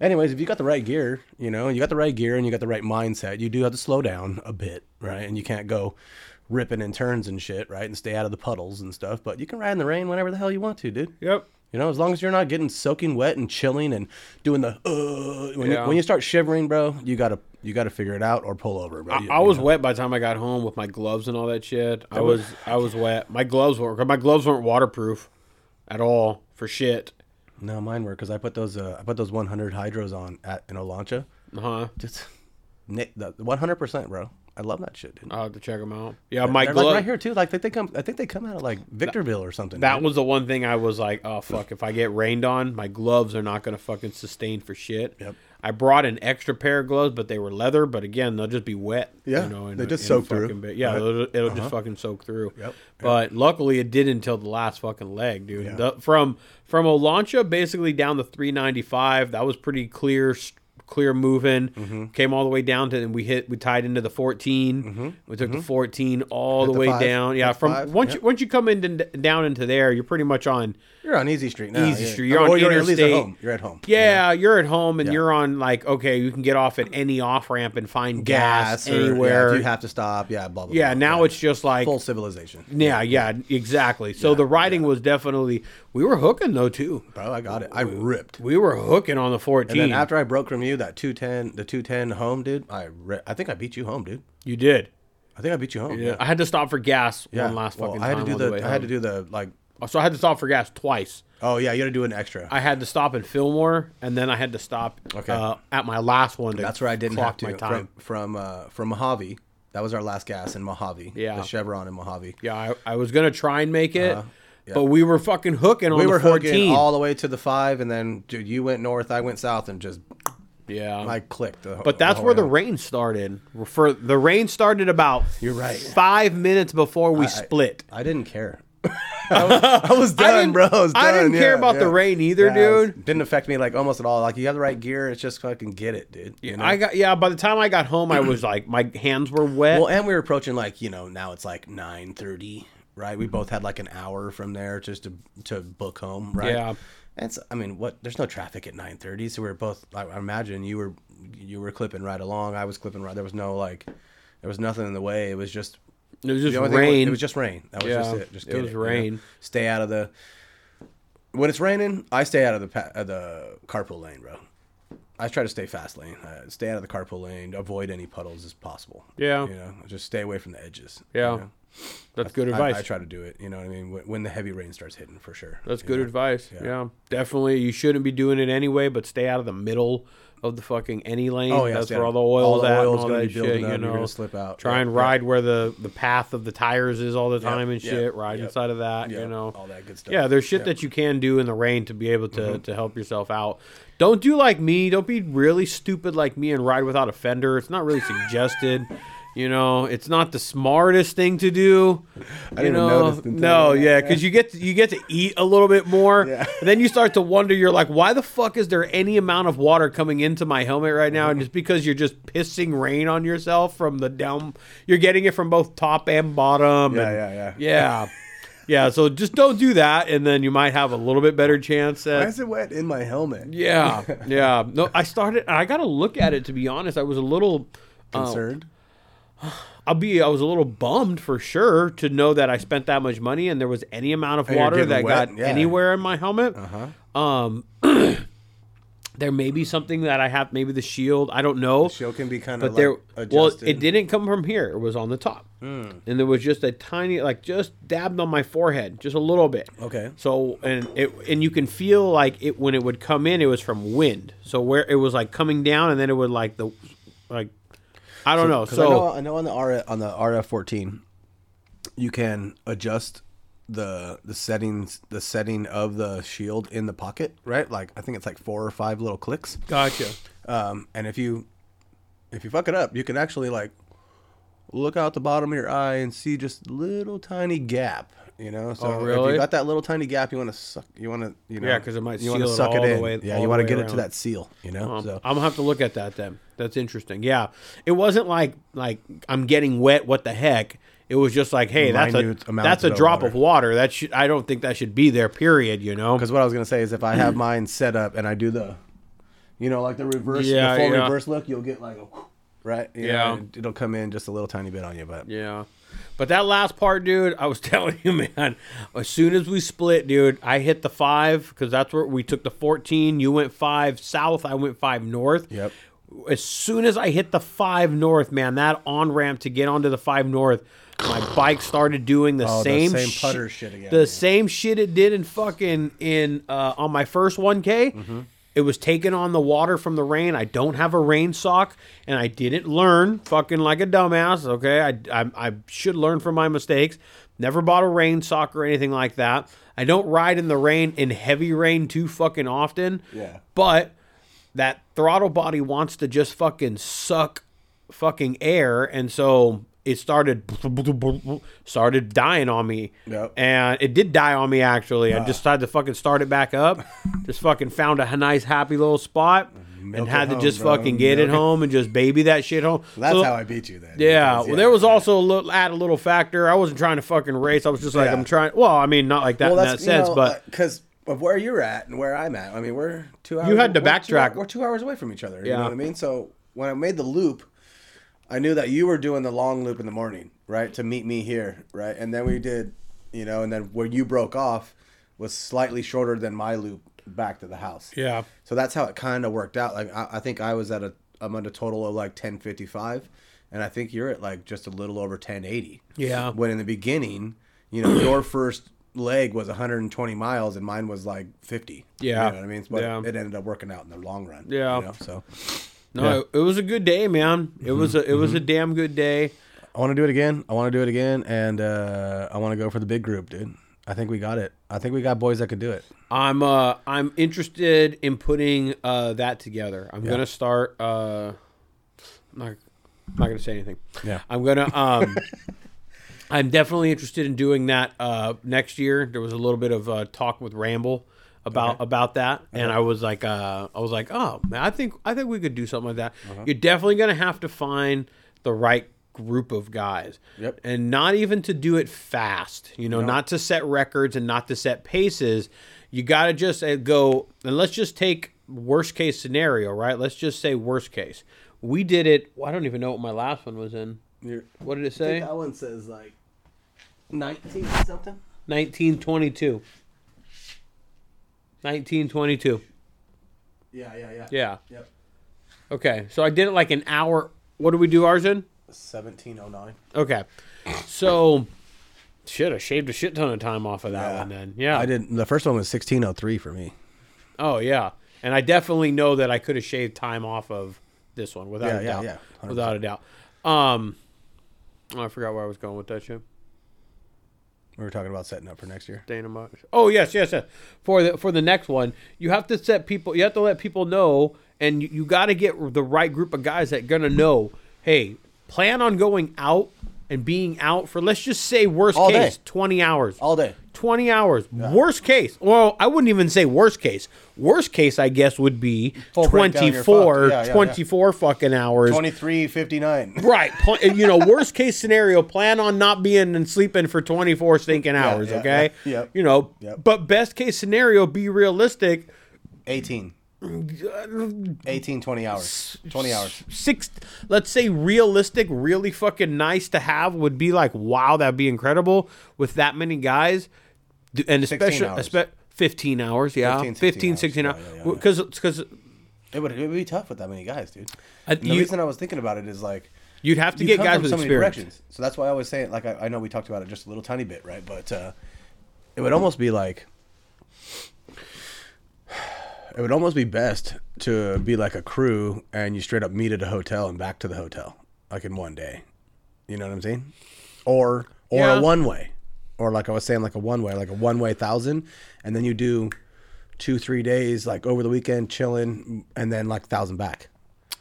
[SPEAKER 3] anyways if you got the right gear you know you got the right gear and you got the right mindset you do have to slow down a bit right and you can't go ripping in turns and shit right and stay out of the puddles and stuff but you can ride in the rain whenever the hell you want to dude
[SPEAKER 1] Yep.
[SPEAKER 3] you know, as long as you're not getting soaking wet and chilling and doing the uh, when,
[SPEAKER 1] Yeah.
[SPEAKER 3] you, when you start shivering, bro, you gotta you gotta figure it out or pull over, bro.
[SPEAKER 1] I,
[SPEAKER 3] You-
[SPEAKER 1] I
[SPEAKER 3] you
[SPEAKER 1] was
[SPEAKER 3] know.
[SPEAKER 1] wet by the time I got home with my gloves and all that shit. I was I was wet. My gloves weren't my gloves weren't waterproof at all for shit.
[SPEAKER 3] no mine were because I put those uh, I put those 100 hydros on at in Olancha.
[SPEAKER 1] Huh?
[SPEAKER 3] Just Nick, the 100 percent, bro. I love that shit, dude.
[SPEAKER 1] I'll have to check them out. Yeah, my
[SPEAKER 3] They're
[SPEAKER 1] glove.
[SPEAKER 3] like right here too. Like they, they come, I think they come out of like Victorville or something.
[SPEAKER 1] That
[SPEAKER 3] dude.
[SPEAKER 1] was the one thing I was like, oh fuck, if I get rained on, my gloves are not gonna fucking sustain for shit.
[SPEAKER 3] Yep.
[SPEAKER 1] I brought an extra pair of gloves, but they were leather. But again, they'll just be wet.
[SPEAKER 3] Yeah,
[SPEAKER 1] in
[SPEAKER 3] they
[SPEAKER 1] a-
[SPEAKER 3] just
[SPEAKER 1] in a
[SPEAKER 3] soak through,
[SPEAKER 1] fucking bit. Yeah,
[SPEAKER 3] right? Uh-huh.
[SPEAKER 1] it'll, it'll just fucking soak through.
[SPEAKER 3] Yep.
[SPEAKER 1] But luckily, it did until the last fucking leg, dude. The- from from Olancha basically down the 395, that was pretty clear, s- clear moving.
[SPEAKER 3] Mm-hmm.
[SPEAKER 1] Came all the way down to, and we hit. We tied into the 14.
[SPEAKER 3] Mm-hmm.
[SPEAKER 1] We took the 14 all the,
[SPEAKER 3] the
[SPEAKER 1] way
[SPEAKER 3] five.
[SPEAKER 1] down. Yeah,
[SPEAKER 3] Hit
[SPEAKER 1] from
[SPEAKER 3] five.
[SPEAKER 1] once you once you come in and down into there, you're pretty much on.
[SPEAKER 3] You're on Easy Street now.
[SPEAKER 1] Easy
[SPEAKER 3] yeah.
[SPEAKER 1] Street. You're on
[SPEAKER 3] or you're at least at
[SPEAKER 1] interstate.
[SPEAKER 3] home. You're at home.
[SPEAKER 1] Yeah, you're at home and you're on like okay, you can get off at any off ramp and find gas,
[SPEAKER 3] or- yeah, if
[SPEAKER 1] anywhere. Yeah,
[SPEAKER 3] you have to stop. Yeah, blah blah. blah,
[SPEAKER 1] now
[SPEAKER 3] blah.
[SPEAKER 1] it's just like
[SPEAKER 3] full civilization.
[SPEAKER 1] yeah, yeah, exactly. So the riding was definitely we were hooking though too.
[SPEAKER 3] Bro, I got it. I ripped.
[SPEAKER 1] We were hooking on the 14.
[SPEAKER 3] And then after I broke from you, that two ten, the two ten home, dude. I ri- I think I beat you home, dude.
[SPEAKER 1] you did.
[SPEAKER 3] I think I beat you home.
[SPEAKER 1] I had to stop for gas
[SPEAKER 3] Yeah.
[SPEAKER 1] one last
[SPEAKER 3] Well,
[SPEAKER 1] fucking
[SPEAKER 3] I had
[SPEAKER 1] time.
[SPEAKER 3] to do
[SPEAKER 1] on the,
[SPEAKER 3] the.
[SPEAKER 1] way
[SPEAKER 3] I had to
[SPEAKER 1] home.
[SPEAKER 3] do the like.
[SPEAKER 1] So I had to stop for gas twice.
[SPEAKER 3] Oh yeah, you had to do an extra.
[SPEAKER 1] I had to stop in Fillmore, and then I had to stop
[SPEAKER 3] Okay.
[SPEAKER 1] uh, at my last one. To
[SPEAKER 3] That's where I didn't have
[SPEAKER 1] clock
[SPEAKER 3] to
[SPEAKER 1] my time.
[SPEAKER 3] from from uh, from Mojave. That was our last gas in Mojave.
[SPEAKER 1] Yeah.
[SPEAKER 3] the Chevron in Mojave.
[SPEAKER 1] yeah, I, I was gonna try and make it,
[SPEAKER 3] Uh-huh. yeah.
[SPEAKER 1] but we were fucking hooking on
[SPEAKER 3] We were
[SPEAKER 1] the 14.
[SPEAKER 3] hooking all the way to the five, and then dude, you went north, I went south, and just
[SPEAKER 1] yeah,
[SPEAKER 3] I clicked. The,
[SPEAKER 1] But that's where the rain started. For the rain started about you're
[SPEAKER 3] right.
[SPEAKER 1] five minins before we split.
[SPEAKER 3] I didn't care. I was done,
[SPEAKER 1] didn't-
[SPEAKER 3] bro. I, was
[SPEAKER 1] I didn't
[SPEAKER 3] done,
[SPEAKER 1] care
[SPEAKER 3] yeah,
[SPEAKER 1] about the
[SPEAKER 3] yeah.
[SPEAKER 1] rain either,
[SPEAKER 3] Yeah, it was-
[SPEAKER 1] dude.
[SPEAKER 3] didn't affect me like almost at all. Like you have the right gear, it's just fucking get it, dude. You know?
[SPEAKER 1] I got yeah. By the time I got home, I was like my hands were wet.
[SPEAKER 3] Well, and we were approaching like you know now it's like nine thirty, right? We both had like an hour from there just to to book home, right?
[SPEAKER 1] Yeah.
[SPEAKER 3] And It's I mean what there's no traffic at nine thirty, so we were both. I, I imagine you were you were clipping right along. I was clipping right. There was no like there was nothing in the way. It was just
[SPEAKER 1] it was just
[SPEAKER 3] the only thing was-
[SPEAKER 1] rain.
[SPEAKER 3] it was just rain. That was
[SPEAKER 1] Yeah,
[SPEAKER 3] just it. Just
[SPEAKER 1] it
[SPEAKER 3] get
[SPEAKER 1] was
[SPEAKER 3] you know?
[SPEAKER 1] rain.
[SPEAKER 3] Stay out of the. When it's raining, I stay out of the pa- uh, the carpool lane, bro. I try to stay fast lane. Uh, stay out of the carpool lane. Avoid any puddles as possible.
[SPEAKER 1] Yeah.
[SPEAKER 3] You know, just stay away from the edges.
[SPEAKER 1] yeah,
[SPEAKER 3] you know?
[SPEAKER 1] that's good
[SPEAKER 3] I,
[SPEAKER 1] advice.
[SPEAKER 3] I try to do it. You know what I mean? When, when the heavy rain starts hitting, for sure.
[SPEAKER 1] that's
[SPEAKER 3] You
[SPEAKER 1] good
[SPEAKER 3] know?
[SPEAKER 1] advice. Yeah. definitely. You shouldn't be doing it anyway, but stay out of the middle of the fucking any lane.
[SPEAKER 3] Oh, yeah,
[SPEAKER 1] that's
[SPEAKER 3] stay
[SPEAKER 1] where
[SPEAKER 3] out
[SPEAKER 1] all the oil's
[SPEAKER 3] of- all the
[SPEAKER 1] at. and
[SPEAKER 3] oil's
[SPEAKER 1] all
[SPEAKER 3] gonna
[SPEAKER 1] that
[SPEAKER 3] be building
[SPEAKER 1] shit.
[SPEAKER 3] up,
[SPEAKER 1] You
[SPEAKER 3] you're
[SPEAKER 1] know,
[SPEAKER 3] gonna slip out.
[SPEAKER 1] Try
[SPEAKER 3] Yeah,
[SPEAKER 1] and
[SPEAKER 3] yeah.
[SPEAKER 1] ride where the the path of the tires is all the time and
[SPEAKER 3] yeah,
[SPEAKER 1] shit. Ride
[SPEAKER 3] yeah.
[SPEAKER 1] inside of that.
[SPEAKER 3] Yeah,
[SPEAKER 1] You know,
[SPEAKER 3] all that good stuff. Mm-hmm.
[SPEAKER 1] Yeah, there's shit that you can do in the rain to be able to to help yourself out. Don't do like me. Don't be really stupid like me and ride without a fender. It's not really suggested. You know, it's not the smartest thing to do. I
[SPEAKER 3] didn't notice until
[SPEAKER 1] no,
[SPEAKER 3] you-
[SPEAKER 1] yeah, because you get to, you get to eat a little bit more, and then you start to wonder. You're like, why the fuck is there any amount of water coming into my helmet right now? And it's because you're just pissing rain on yourself from the down. You're getting it from both top and bottom.
[SPEAKER 3] Yeah,
[SPEAKER 1] and-
[SPEAKER 3] yeah, yeah.
[SPEAKER 1] yeah. Yeah, so just don't do that, and then you might have a little bit better chance
[SPEAKER 3] Why
[SPEAKER 1] at.
[SPEAKER 3] is it wet in my helmet?
[SPEAKER 1] Yeah, yeah. No, I started. I got to look at it to be honest. I was a little. uh,
[SPEAKER 3] Concerned.
[SPEAKER 1] I'll be. I was a little bummed for sure to know that I spent that much money and there was any amount of
[SPEAKER 3] Oh, you're
[SPEAKER 1] water
[SPEAKER 3] getting
[SPEAKER 1] that
[SPEAKER 3] wet,
[SPEAKER 1] got
[SPEAKER 3] yeah.
[SPEAKER 1] anywhere in my helmet. Uh-huh. Um, there may be something that I have. Maybe the shield. I don't know.
[SPEAKER 3] Show can be kind
[SPEAKER 1] But
[SPEAKER 3] of like
[SPEAKER 1] there,
[SPEAKER 3] adjusted. Hmm.
[SPEAKER 1] well, it didn't come from here. It was on the top, and there was just a tiny, like, just dabbed on my forehead, just a little bit.
[SPEAKER 3] Okay.
[SPEAKER 1] So, and it, and you can feel like it when it would come in, it was from wind. So where it was like coming down, and then it would like the, like, I don't know.
[SPEAKER 3] 'Cause
[SPEAKER 1] So
[SPEAKER 3] I know, I know on the R on the RF fourteen, you can adjust the the settings the setting of the shield in the pocket, right? Like I think it's like four or five little clicks.
[SPEAKER 1] gotcha.
[SPEAKER 3] Um, and if you if you fuck it up, you can actually like look out the bottom of your eye and see just little tiny gap. You know, so if
[SPEAKER 1] Oh, really?
[SPEAKER 3] you got that little tiny gap, you want to suck. You want to, you know,
[SPEAKER 1] Yeah, 'cause it might
[SPEAKER 3] you wanna
[SPEAKER 1] seal it
[SPEAKER 3] suck
[SPEAKER 1] all the
[SPEAKER 3] in.
[SPEAKER 1] way-
[SPEAKER 3] yeah,
[SPEAKER 1] all
[SPEAKER 3] you
[SPEAKER 1] the
[SPEAKER 3] want to
[SPEAKER 1] way
[SPEAKER 3] get it
[SPEAKER 1] around.
[SPEAKER 3] to that seal. You know,
[SPEAKER 1] Um,
[SPEAKER 3] so
[SPEAKER 1] I'm gonna have to look at that then. That's interesting. Yeah, it wasn't like like I'm getting wet. What the heck? It was just like, hey, that's a
[SPEAKER 3] Minute amounts
[SPEAKER 1] that's a
[SPEAKER 3] of
[SPEAKER 1] drop
[SPEAKER 3] water.
[SPEAKER 1] of water. That should I don't think that should be there. Period. You know.
[SPEAKER 3] Because what I was gonna say is if I have mine set up and I do the, you know, like the reverse,
[SPEAKER 1] Yeah,
[SPEAKER 3] the full
[SPEAKER 1] yeah.
[SPEAKER 3] reverse look, you'll get like a, right? You know,
[SPEAKER 1] Yeah.
[SPEAKER 3] and it'll come in just a little tiny bit on you, but
[SPEAKER 1] Yeah. But that last part, dude, I was telling you, man, as soon as we split, dude, I hit the five because that's where we took the 14. You went five south, I went five north.
[SPEAKER 3] Yep.
[SPEAKER 1] As soon as I hit the five north, man, that on ramp to get onto the five north, my bike started doing the
[SPEAKER 3] Oh, the
[SPEAKER 1] same
[SPEAKER 3] same
[SPEAKER 1] shi-
[SPEAKER 3] putter shit again,
[SPEAKER 1] The
[SPEAKER 3] yeah.
[SPEAKER 1] same shit it did in fucking in uh, on my first 1K.
[SPEAKER 3] Mm-hmm.
[SPEAKER 1] It was taking on the water from the rain. I don't have a rain sock, and I didn't learn fucking like a dumbass. Okay, I, I I should learn from my mistakes. Never bought a rain sock or anything like that. I don't ride in the rain in heavy rain too fucking often.
[SPEAKER 3] Yeah.
[SPEAKER 1] but that throttle body wants to just fucking suck fucking air and so it started started dying on me
[SPEAKER 3] Yep. Ah.
[SPEAKER 1] and it did die on me actually i just tried to fucking start it back up just fucking found a nice happy little spot and had
[SPEAKER 3] it
[SPEAKER 1] to
[SPEAKER 3] home,
[SPEAKER 1] just
[SPEAKER 3] bro.
[SPEAKER 1] fucking get it
[SPEAKER 3] Milk it.
[SPEAKER 1] home and just baby that shit home.
[SPEAKER 3] That's
[SPEAKER 1] So-
[SPEAKER 3] how I beat you then.
[SPEAKER 1] Yeah,
[SPEAKER 3] Because,
[SPEAKER 1] well, there was also a little, add a little factor. I wasn't trying to fucking race. I was just like,
[SPEAKER 3] Yeah.
[SPEAKER 1] I'm trying. Well, I mean, not like that in that sense, but
[SPEAKER 3] because uh, of where you're at and where I'm at. I mean, we're two hours.
[SPEAKER 1] had to
[SPEAKER 3] we're two-
[SPEAKER 1] backtrack.
[SPEAKER 3] we're two hours away from each other. You
[SPEAKER 1] Yeah.
[SPEAKER 3] know what I mean? So when I made the loop, I knew that you were doing the long loop in the morning, right, to meet me here, right, and then we did, you know, and then where you broke off was slightly shorter than my loop back to the house.
[SPEAKER 1] yeah,
[SPEAKER 3] So that's how it kind of worked out. Like I, I think I was at a I'm at a total of like 1055, and I think you're at like just a little over 1080.
[SPEAKER 1] Yeah.
[SPEAKER 3] When in the beginning, you know, your first leg was 120 miles and mine was like 50.
[SPEAKER 1] Yeah.
[SPEAKER 3] You know what I mean? But
[SPEAKER 1] Yeah.
[SPEAKER 3] it ended up working out in the long run.
[SPEAKER 1] Yeah.
[SPEAKER 3] You know? So
[SPEAKER 1] no, it, it was a good day, man. It was a it was
[SPEAKER 3] Mm-hmm.
[SPEAKER 1] a damn good day.
[SPEAKER 3] I want to do it again. I want to do it again, and uh, I want to go for the big group, dude. I think we got it. I think we got boys that could do it.
[SPEAKER 1] I'm uh I'm interested in putting uh that together. I'm gonna start uh I'm not, I'm not gonna say anything.
[SPEAKER 3] Yeah.
[SPEAKER 1] I'm gonna um I'm definitely interested in doing that uh next year. There was a little bit of uh talk with Ramble about about that and I was like uh I was like, "Oh, man, I think I think we could do something like that." You're definitely going to have to find the right group of guys.
[SPEAKER 3] Yep.
[SPEAKER 1] And not even to do it fast, you know, not to set records and not to set paces. You got to just uh, go and let's just take worst case scenario, right? Let's just say worst case. We did it, well, I don't even know what my last one was in. What did it say?
[SPEAKER 3] one says like 19 something.
[SPEAKER 1] 1922. 1922.
[SPEAKER 3] Yeah, yeah, yeah.
[SPEAKER 1] Yeah.
[SPEAKER 3] Yep.
[SPEAKER 1] Okay. So I did it like an hour. What do we do ours in?
[SPEAKER 3] 1709.
[SPEAKER 1] Okay. So shit, I shaved a shit ton of time off of that
[SPEAKER 3] Yeah.
[SPEAKER 1] one then. Yeah.
[SPEAKER 3] I did the first one was 1603 for me.
[SPEAKER 1] Oh yeah. And I definitely know that I could have shaved time off of this one without
[SPEAKER 3] Yeah,
[SPEAKER 1] a
[SPEAKER 3] yeah,
[SPEAKER 1] doubt.
[SPEAKER 3] yeah. 100%.
[SPEAKER 1] Without a doubt. Um oh, I forgot where I was going with that shit.
[SPEAKER 3] We were talking about setting up for next year.
[SPEAKER 1] Dana Mo- Oh yes, yes, yes. For the for the next one, you have to set people. You have to let people know, and you, you got to get the right group of guys that gonna know. Hey, plan on going out and being out for let's just say worst
[SPEAKER 3] All
[SPEAKER 1] case
[SPEAKER 3] day.
[SPEAKER 1] twenty hours.
[SPEAKER 3] All day.
[SPEAKER 1] 20 hours. Worst case. Well, I wouldn't even say worst case. Worst case, I guess, would be
[SPEAKER 3] Full breakdown, you're
[SPEAKER 1] 24,
[SPEAKER 3] fucked. Yeah, yeah, yeah.
[SPEAKER 1] 24 fucking hours.
[SPEAKER 3] 2359.
[SPEAKER 1] Right. Pl- you know, worst case scenario, plan on not being and sleeping for 24 stinking hours,
[SPEAKER 3] yeah,
[SPEAKER 1] okay?
[SPEAKER 3] yeah, yep.
[SPEAKER 1] You know,
[SPEAKER 3] Yep.
[SPEAKER 1] but best case scenario, be realistic.
[SPEAKER 3] 18. 18, 20 hours. 20 hours.
[SPEAKER 1] Six, let's say realistic, really fucking nice to have would be like, wow, that'd be incredible with that many guys. D- And
[SPEAKER 3] 16
[SPEAKER 1] especially,
[SPEAKER 3] hours.
[SPEAKER 1] espe- 15 hours, yeah. 15,
[SPEAKER 3] 15,
[SPEAKER 1] 16,
[SPEAKER 3] 16
[SPEAKER 1] hours.
[SPEAKER 3] hours. Yeah, yeah, yeah, yeah.
[SPEAKER 1] Because, because,
[SPEAKER 3] It would, it would be tough with that many guys, dude.
[SPEAKER 1] I-
[SPEAKER 3] And the
[SPEAKER 1] you-
[SPEAKER 3] reason I was thinking about it is like,
[SPEAKER 1] You'd have to
[SPEAKER 3] you
[SPEAKER 1] get
[SPEAKER 3] come
[SPEAKER 1] guys
[SPEAKER 3] from
[SPEAKER 1] with
[SPEAKER 3] so many
[SPEAKER 1] experience.
[SPEAKER 3] directions. So that's why I always say it. Like, I, I know we talked about it just a little tiny bit, right? But uh, it would almost be like, it would almost be best to be like a crew and you straight up meet at a hotel and back to the hotel, like in one day. You know what I'm saying? Or or
[SPEAKER 1] Yeah.
[SPEAKER 3] a one way, or like I was saying, like a one way, like a one way thousand, and then you do two three days like over the weekend chilling, and then like thousand back.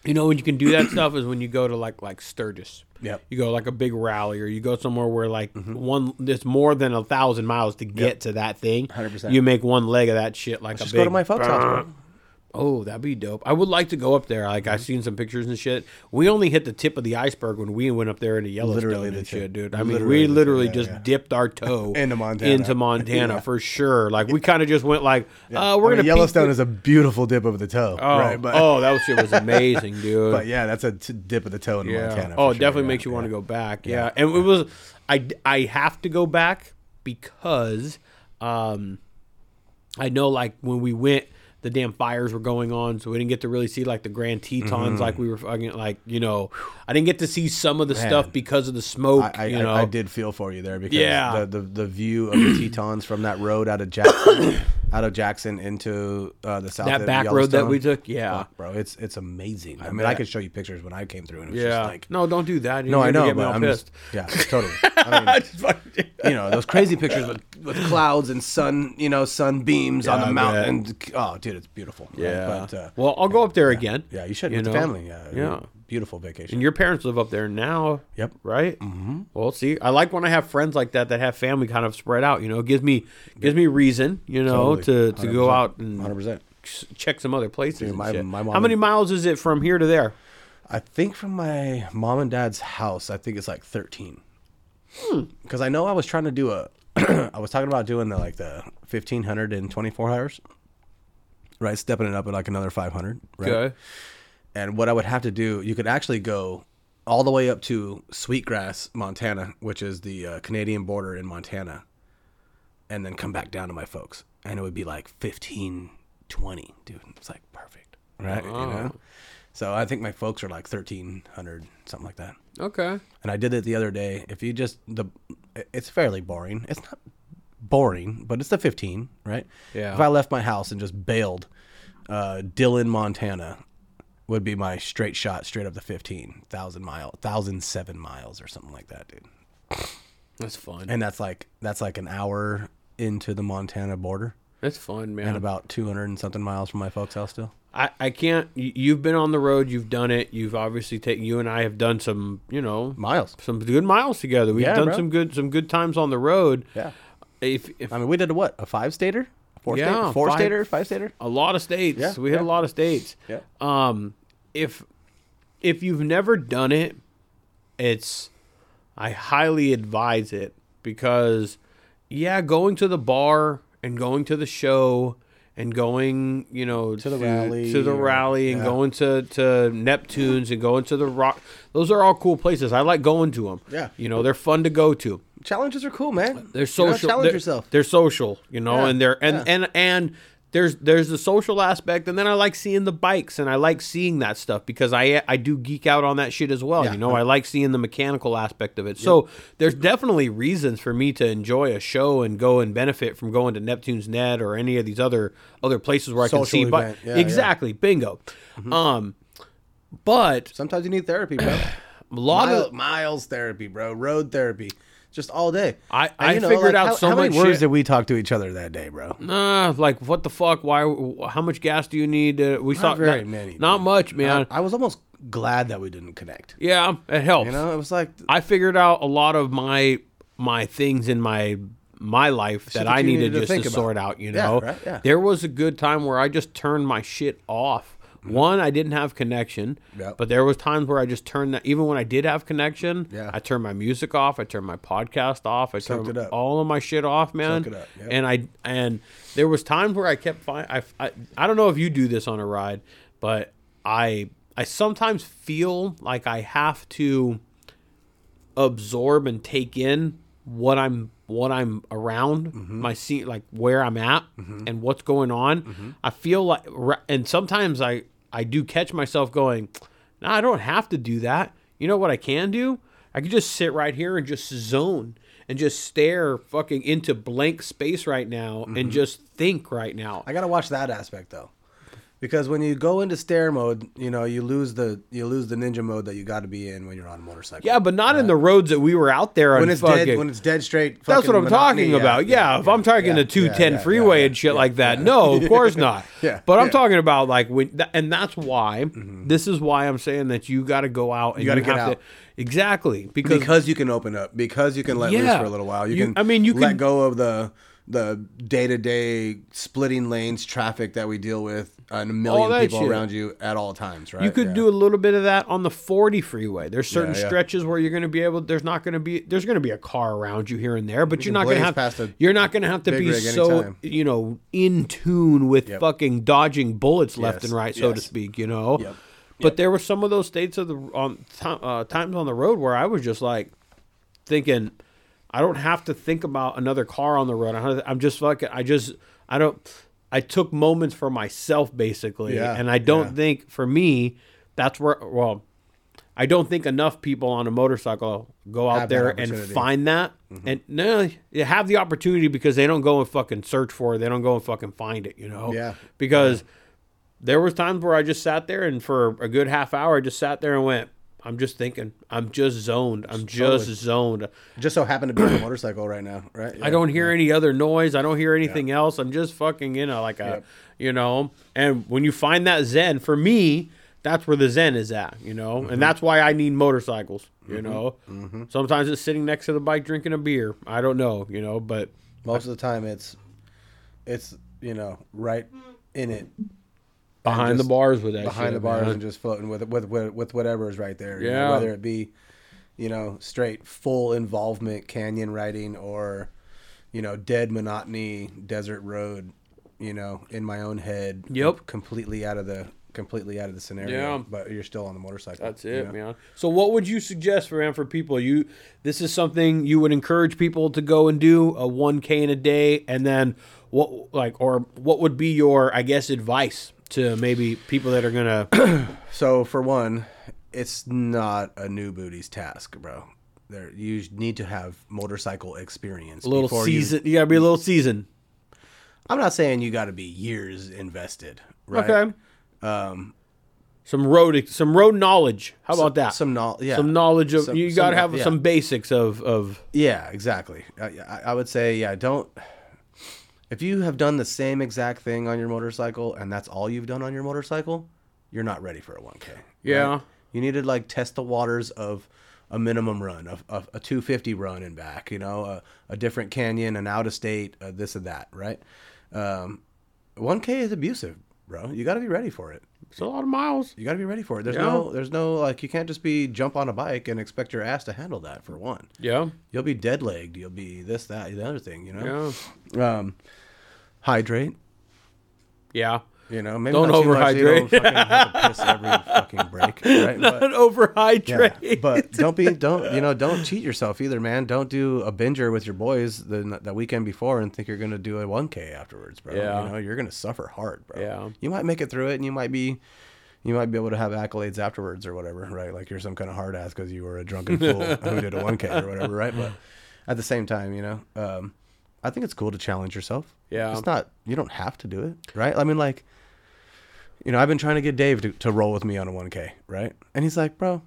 [SPEAKER 1] You know when you can do that stuff is when you go to like like Sturgis.
[SPEAKER 3] Yep. Mm-hmm.
[SPEAKER 1] You go like a big rally or you go somewhere where like one it's more than a thousand miles to get to that thing.
[SPEAKER 3] 100%.
[SPEAKER 1] You make one leg of that shit like a
[SPEAKER 3] Just
[SPEAKER 1] big.
[SPEAKER 3] go to my folks' house. Bro.
[SPEAKER 1] Oh, that'd be dope. I would like to go up there. Like
[SPEAKER 3] Mm-hmm.
[SPEAKER 1] I've seen some pictures and shit. We only hit the tip of the iceberg when we went up there into Yellowstone
[SPEAKER 3] Literally the
[SPEAKER 1] and
[SPEAKER 3] tip.
[SPEAKER 1] shit, dude. I mean,
[SPEAKER 3] Literally
[SPEAKER 1] we
[SPEAKER 3] the tip,
[SPEAKER 1] literally
[SPEAKER 3] yeah,
[SPEAKER 1] just
[SPEAKER 3] yeah.
[SPEAKER 1] dipped our toe
[SPEAKER 3] Into Montana.
[SPEAKER 1] into Montana for sure. Like we kind of just went like, uh, we're
[SPEAKER 3] I mean,
[SPEAKER 1] gonna peek
[SPEAKER 3] Yellowstone
[SPEAKER 1] through-
[SPEAKER 3] is a beautiful dip of the toe,
[SPEAKER 1] Oh,
[SPEAKER 3] right? But
[SPEAKER 1] oh, that shit was amazing, dude.
[SPEAKER 3] but yeah, that's a t- dip of the toe in
[SPEAKER 1] Yeah.
[SPEAKER 3] Montana.
[SPEAKER 1] Oh,
[SPEAKER 3] for
[SPEAKER 1] it
[SPEAKER 3] sure,
[SPEAKER 1] definitely
[SPEAKER 3] yeah,
[SPEAKER 1] makes you want to
[SPEAKER 3] yeah.
[SPEAKER 1] go back. Yeah. And it was I I have to go back because um I know like when we went the damn fires were going on, so we didn't get to really see like the Grand Tetons,
[SPEAKER 3] Mm-hmm.
[SPEAKER 1] like we were fucking like you know. I didn't get to see some of the stuff because of the smoke.
[SPEAKER 3] I, I,
[SPEAKER 1] you
[SPEAKER 3] I-
[SPEAKER 1] know,
[SPEAKER 3] I did feel for you there because
[SPEAKER 1] Yeah.
[SPEAKER 3] the, the, the view of the Tetons from that road out of Jackson, out of Jackson into uh, the south.
[SPEAKER 1] that
[SPEAKER 3] of
[SPEAKER 1] back road that
[SPEAKER 3] Yellowstone.
[SPEAKER 1] we took. Yeah,
[SPEAKER 3] Fuck, bro, it's it's amazing. I, mean, I
[SPEAKER 1] bet.
[SPEAKER 3] could show you pictures when I came through, and it was
[SPEAKER 1] yeah.
[SPEAKER 3] just like,
[SPEAKER 1] no, don't do that. You're
[SPEAKER 3] no, I
[SPEAKER 1] gonna
[SPEAKER 3] know,
[SPEAKER 1] Get me
[SPEAKER 3] but
[SPEAKER 1] all
[SPEAKER 3] I'm
[SPEAKER 1] pissed.
[SPEAKER 3] just, yeah, totally. I mean, you know those crazy pictures with, with clouds and sun, you know, sunbeams on the
[SPEAKER 1] I
[SPEAKER 3] mountain. Oh, dude, it's beautiful. right?
[SPEAKER 1] yeah.
[SPEAKER 3] but, uh,
[SPEAKER 1] well, I'll go up there again.
[SPEAKER 3] Yeah, you should
[SPEAKER 1] You
[SPEAKER 3] with the
[SPEAKER 1] know?
[SPEAKER 3] family. Yeah,
[SPEAKER 1] Yeah.
[SPEAKER 3] beautiful vacation.
[SPEAKER 1] And your parents live up there now.
[SPEAKER 3] Yep.
[SPEAKER 1] Right. Mm-hmm. Well, see, I like when I have friends like that that have family kind of spread out. You know, it gives me gives me reason. You know,
[SPEAKER 3] Totally.
[SPEAKER 1] to to go
[SPEAKER 3] 100%.
[SPEAKER 1] out and
[SPEAKER 3] 100%.
[SPEAKER 1] ch- check some other places. and
[SPEAKER 3] my-
[SPEAKER 1] shit.
[SPEAKER 3] my
[SPEAKER 1] How
[SPEAKER 3] mom-
[SPEAKER 1] many miles is it from here to there?
[SPEAKER 3] I think from my mom and dad's house, I think it's like 13.
[SPEAKER 1] Hmm.
[SPEAKER 3] Because I know I was trying to do a, I was talking about doing the like the 1500 in 24 hours, right? Stepping it up at like another 500, right?
[SPEAKER 1] Okay.
[SPEAKER 3] And what I would have to do, you could actually go all the way up to Sweetgrass, Montana, which is the uh, Canadian border in Montana, and then come back down to my folks. And it would be like 15, 20, dude. It's like perfect, right? You know? So I think my folks are like 1,300, something like that.
[SPEAKER 1] Okay.
[SPEAKER 3] And I did it the other day. If you just, the, it's fairly boring. It's not boring, but it's the 15, right?
[SPEAKER 1] Yeah.
[SPEAKER 3] If I left my house and just bailed, uh, Dillon, Montana would be my straight shot straight up the 15,000 mile, 1,007 miles or something like that, dude.
[SPEAKER 1] That's fun.
[SPEAKER 3] And that's like, that's like an hour into the Montana border
[SPEAKER 1] That's fun, man.
[SPEAKER 3] and about 200 and something miles from my folks' house still.
[SPEAKER 1] I, I can't. y- You've been on the road. You've done it. You've obviously taken. You and I have done some. You know,
[SPEAKER 3] Miles.
[SPEAKER 1] some good miles together. We've
[SPEAKER 3] Yeah,
[SPEAKER 1] done
[SPEAKER 3] bro.
[SPEAKER 1] some good some good times on the road.
[SPEAKER 3] Yeah.
[SPEAKER 1] If, if
[SPEAKER 3] I mean, we did a what? A five stater? Four
[SPEAKER 1] Yeah,
[SPEAKER 3] stater? Four
[SPEAKER 1] five-
[SPEAKER 3] stater? Five stater?
[SPEAKER 1] a lot of states,
[SPEAKER 3] Yeah,
[SPEAKER 1] we hit a
[SPEAKER 3] yeah.
[SPEAKER 1] lot of states.
[SPEAKER 3] Yeah.
[SPEAKER 1] Um, if if you've never done it, it's I highly advise it because yeah, going to the bar and going to the show and going, you know, to
[SPEAKER 3] the rally
[SPEAKER 1] to the
[SPEAKER 3] or-
[SPEAKER 1] rally and
[SPEAKER 3] yeah.
[SPEAKER 1] going to to Neptune's and going to the rock. Those are all cool places. I like going to them.
[SPEAKER 3] Yeah.
[SPEAKER 1] You know, they're fun to go to
[SPEAKER 3] Challenges are cool, man.
[SPEAKER 1] they're
[SPEAKER 3] You gotta
[SPEAKER 1] social.
[SPEAKER 3] challenge
[SPEAKER 1] they're,
[SPEAKER 3] yourself.
[SPEAKER 1] They're social, you know,
[SPEAKER 3] Yeah,
[SPEAKER 1] and they're and, and and there's there's the social aspect, and then I like seeing the bikes, and I like seeing that stuff because I I do geek out on that shit as well. You know, I like seeing the mechanical aspect of it. So there's definitely reasons for me to enjoy a show and go and benefit from going to Neptune's Net or any of these other other places where I can
[SPEAKER 3] Social
[SPEAKER 1] see
[SPEAKER 3] event. Yeah, Mm-hmm. yeah.
[SPEAKER 1] exactly bingo. Um, but
[SPEAKER 3] Sometimes you need therapy, bro.
[SPEAKER 1] a lot
[SPEAKER 3] Mile-
[SPEAKER 1] of
[SPEAKER 3] miles therapy, bro. Road therapy. Just all day.
[SPEAKER 1] I-
[SPEAKER 3] And,
[SPEAKER 1] I
[SPEAKER 3] you know,
[SPEAKER 1] figured
[SPEAKER 3] like,
[SPEAKER 1] out
[SPEAKER 3] how,
[SPEAKER 1] so
[SPEAKER 3] how many
[SPEAKER 1] much
[SPEAKER 3] words
[SPEAKER 1] shit.
[SPEAKER 3] did we talk to each other that day, bro?
[SPEAKER 1] Nah, Uh, like what the fuck? Why? How much gas do you need? Uh, we saw
[SPEAKER 3] very
[SPEAKER 1] not,
[SPEAKER 3] many,
[SPEAKER 1] Not
[SPEAKER 3] dude.
[SPEAKER 1] much, man.
[SPEAKER 3] I was almost glad that we didn't connect.
[SPEAKER 1] yeah, it helps.
[SPEAKER 3] You know, it was like
[SPEAKER 1] I figured out a lot of my my things in my my life that,
[SPEAKER 3] that
[SPEAKER 1] I
[SPEAKER 3] you
[SPEAKER 1] needed,
[SPEAKER 3] needed to
[SPEAKER 1] just
[SPEAKER 3] think
[SPEAKER 1] to
[SPEAKER 3] about.
[SPEAKER 1] sort out. You
[SPEAKER 3] Yeah,
[SPEAKER 1] know,
[SPEAKER 3] right, yeah.
[SPEAKER 1] there was a good time where I just turned my shit off. One, I didn't have connection,
[SPEAKER 3] Mm-hmm. Yep.
[SPEAKER 1] but there was times where I just turned that. Even when I did have connection,
[SPEAKER 3] Yeah.
[SPEAKER 1] I turned my music off. I turned my podcast off. I turned
[SPEAKER 3] it up.
[SPEAKER 1] all of my shit off, man.
[SPEAKER 3] it up, yep.
[SPEAKER 1] And I and there was times where I kept find I, I I don't know if you do this on a ride, but I I sometimes feel like I have to absorb and take in what I'm what I'm around,
[SPEAKER 3] Mm-hmm.
[SPEAKER 1] my scene, like where I'm at, and what's going on.
[SPEAKER 3] Mm-hmm.
[SPEAKER 1] I feel like, ra- and sometimes I I do catch myself going, "No, I don't have to do that." You know what I can do? I could just sit right here and just zone and just stare fucking into blank space right now and just think right now.
[SPEAKER 3] Mm-hmm. I gotta watch that aspect though, because when you go into stare mode, you know you lose the you lose the ninja mode that you got to be in when you're on a motorcycle.
[SPEAKER 1] yeah, but not in the roads that we were out there.
[SPEAKER 3] when
[SPEAKER 1] on
[SPEAKER 3] it's
[SPEAKER 1] fucking,
[SPEAKER 3] dead, when it's dead straight.
[SPEAKER 1] That's
[SPEAKER 3] fucking
[SPEAKER 1] what I'm
[SPEAKER 3] monotony,
[SPEAKER 1] talking about. Yeah, if I'm talking
[SPEAKER 3] yeah,
[SPEAKER 1] a 210
[SPEAKER 3] yeah, yeah,
[SPEAKER 1] freeway
[SPEAKER 3] yeah,
[SPEAKER 1] and shit
[SPEAKER 3] yeah,
[SPEAKER 1] like that, no, of course not.
[SPEAKER 3] Yeah,
[SPEAKER 1] but I'm
[SPEAKER 3] yeah. Mm-hmm.
[SPEAKER 1] talking about like when, tha- and that's why this is why I'm saying that you got to go out and you got
[SPEAKER 3] gotta
[SPEAKER 1] to
[SPEAKER 3] get
[SPEAKER 1] have
[SPEAKER 3] out.
[SPEAKER 1] to exactly because,
[SPEAKER 3] because you can open up because you can let loose
[SPEAKER 1] Yeah.
[SPEAKER 3] for a little while you,
[SPEAKER 1] You-
[SPEAKER 3] can
[SPEAKER 1] I mean, you
[SPEAKER 3] let
[SPEAKER 1] can-
[SPEAKER 3] go of the the day-to-day splitting lanes traffic that we deal with uh, and a million
[SPEAKER 1] that
[SPEAKER 3] people
[SPEAKER 1] shit.
[SPEAKER 3] around you at all times right
[SPEAKER 1] you could
[SPEAKER 3] Yeah.
[SPEAKER 1] do a little bit of that on the 40 freeway. There's certain
[SPEAKER 3] Yeah, yeah.
[SPEAKER 1] stretches where you're going to be able. There's not going to be. There's going to be a car around you here and there, but you are not going
[SPEAKER 3] blaze
[SPEAKER 1] to
[SPEAKER 3] past a
[SPEAKER 1] have. You're not going to have to
[SPEAKER 3] big
[SPEAKER 1] be
[SPEAKER 3] rig
[SPEAKER 1] so
[SPEAKER 3] anytime.
[SPEAKER 1] you know in tune with fucking dodging bullets left
[SPEAKER 3] Yes,
[SPEAKER 1] and right, so to
[SPEAKER 3] yes.
[SPEAKER 1] speak. You know.
[SPEAKER 3] Yep.
[SPEAKER 1] But there were some of those states of the on ti- uh, times on the road where I was just like thinking, I don't have to think about another car on the road. I don't- I'm just fucking. I just. I don't. I took moments for myself basically,
[SPEAKER 3] Yeah,
[SPEAKER 1] and I don't
[SPEAKER 3] yeah.
[SPEAKER 1] think for me that's where. Well, I don't think enough people on a motorcycle go out
[SPEAKER 3] Have that
[SPEAKER 1] there and
[SPEAKER 3] opportunity. Mm-hmm.
[SPEAKER 1] find that. And no, you have the opportunity because they don't go and fucking search for it. They don't go and fucking find it, you know?
[SPEAKER 3] Yeah.
[SPEAKER 1] Because there was times where I just sat there and for a good half hour I just sat there and went, I'm just thinking. I'm just zoned. I'm just zoned.
[SPEAKER 3] just so happen to be on a motorcycle right now right
[SPEAKER 1] I don't hear any other noise. I don't hear anything else. I'm just fucking in a like a, you know. And when you find that zen, for me, that's where the zen is at, you know.
[SPEAKER 3] Mm-hmm.
[SPEAKER 1] And that's why I need motorcycles, you know. Sometimes it's sitting next to the bike drinking a beer. I don't know, you know, but
[SPEAKER 3] most of the time it's it's you know right in it
[SPEAKER 1] behind the
[SPEAKER 3] just
[SPEAKER 1] bars with that.
[SPEAKER 3] behind
[SPEAKER 1] shit,
[SPEAKER 3] the bars
[SPEAKER 1] man.
[SPEAKER 3] and just floating with with with, with whatever is right there. you know,
[SPEAKER 1] Yeah.
[SPEAKER 3] whether it be, you know, straight full involvement canyon riding or, you know, dead monotony desert road. You know, in my own head.
[SPEAKER 1] Yep.
[SPEAKER 3] Completely out of the completely out of the scenario.
[SPEAKER 1] Yeah.
[SPEAKER 3] But you're still on the motorcycle.
[SPEAKER 1] That's
[SPEAKER 3] you
[SPEAKER 1] it,
[SPEAKER 3] know?
[SPEAKER 1] man. So, what would you suggest, man, for people? You, this is something you would encourage people to go and do a one k in a day, and then what, like, or what would be your, I guess, advice to maybe people that are gonna?
[SPEAKER 3] So for one, it's not a new booty's task, bro. There, you need to have motorcycle experience.
[SPEAKER 1] A little
[SPEAKER 3] before you-
[SPEAKER 1] season. You, gotta be a little seasoned.
[SPEAKER 3] I'm not saying you got to be years invested, right?
[SPEAKER 1] Okay. Um, some road, some road knowledge. How about that?
[SPEAKER 3] Some knowledge. Yeah.
[SPEAKER 1] Some knowledge of
[SPEAKER 3] Some-
[SPEAKER 1] you
[SPEAKER 3] some
[SPEAKER 1] got to
[SPEAKER 3] kno-
[SPEAKER 1] have
[SPEAKER 3] yeah.
[SPEAKER 1] some basics of of
[SPEAKER 3] Yeah, exactly. I, I, I would say, yeah, don't. If you have done the same exact thing on your motorcycle and that's all you've done on your motorcycle, you're not ready for a 1K. right?
[SPEAKER 1] Yeah.
[SPEAKER 3] You need to like test the waters of a minimum run, of, of a 250 run and back, you know, a, a different canyon, an out of state, uh, this and that, right? Um, 1K is abusive, bro. You got to be ready for it.
[SPEAKER 1] it's a lot of miles.
[SPEAKER 3] You got to be ready for it. There's no, there's no like, you can't just be jump on a bike and expect your ass to handle that for one
[SPEAKER 1] Yeah.
[SPEAKER 3] you'll be dead legged. You'll be this, that, the other thing. You know,
[SPEAKER 1] Yeah.
[SPEAKER 3] um, hydrate.
[SPEAKER 1] Yeah.
[SPEAKER 3] You know, maybe
[SPEAKER 1] Don't
[SPEAKER 3] not too much, so you
[SPEAKER 1] overhydrate.
[SPEAKER 3] don't fucking have to piss every fucking break, right?
[SPEAKER 1] Not
[SPEAKER 3] But,
[SPEAKER 1] overhydrate.
[SPEAKER 3] yeah, but don't be don't you know don't cheat yourself either, man. Don't do a binger with your boys the n- the weekend before and think you're gonna do a 1K afterwards, bro.
[SPEAKER 1] Yeah.
[SPEAKER 3] you know you're gonna suffer hard, bro.
[SPEAKER 1] Yeah.
[SPEAKER 3] you might make it through it, and you might be. You might be able to have accolades afterwards or whatever, right? Like you're some kind of hard ass because you were a drunken fool who did a 1K or whatever, right? But at the same time, you know, um, I think it's cool to challenge yourself.
[SPEAKER 1] Yeah.
[SPEAKER 3] It's not, you don't have to do it, right? I mean, like, you know, I've been trying to get Dave to, to roll with me on a 1K, right? And he's like, bro,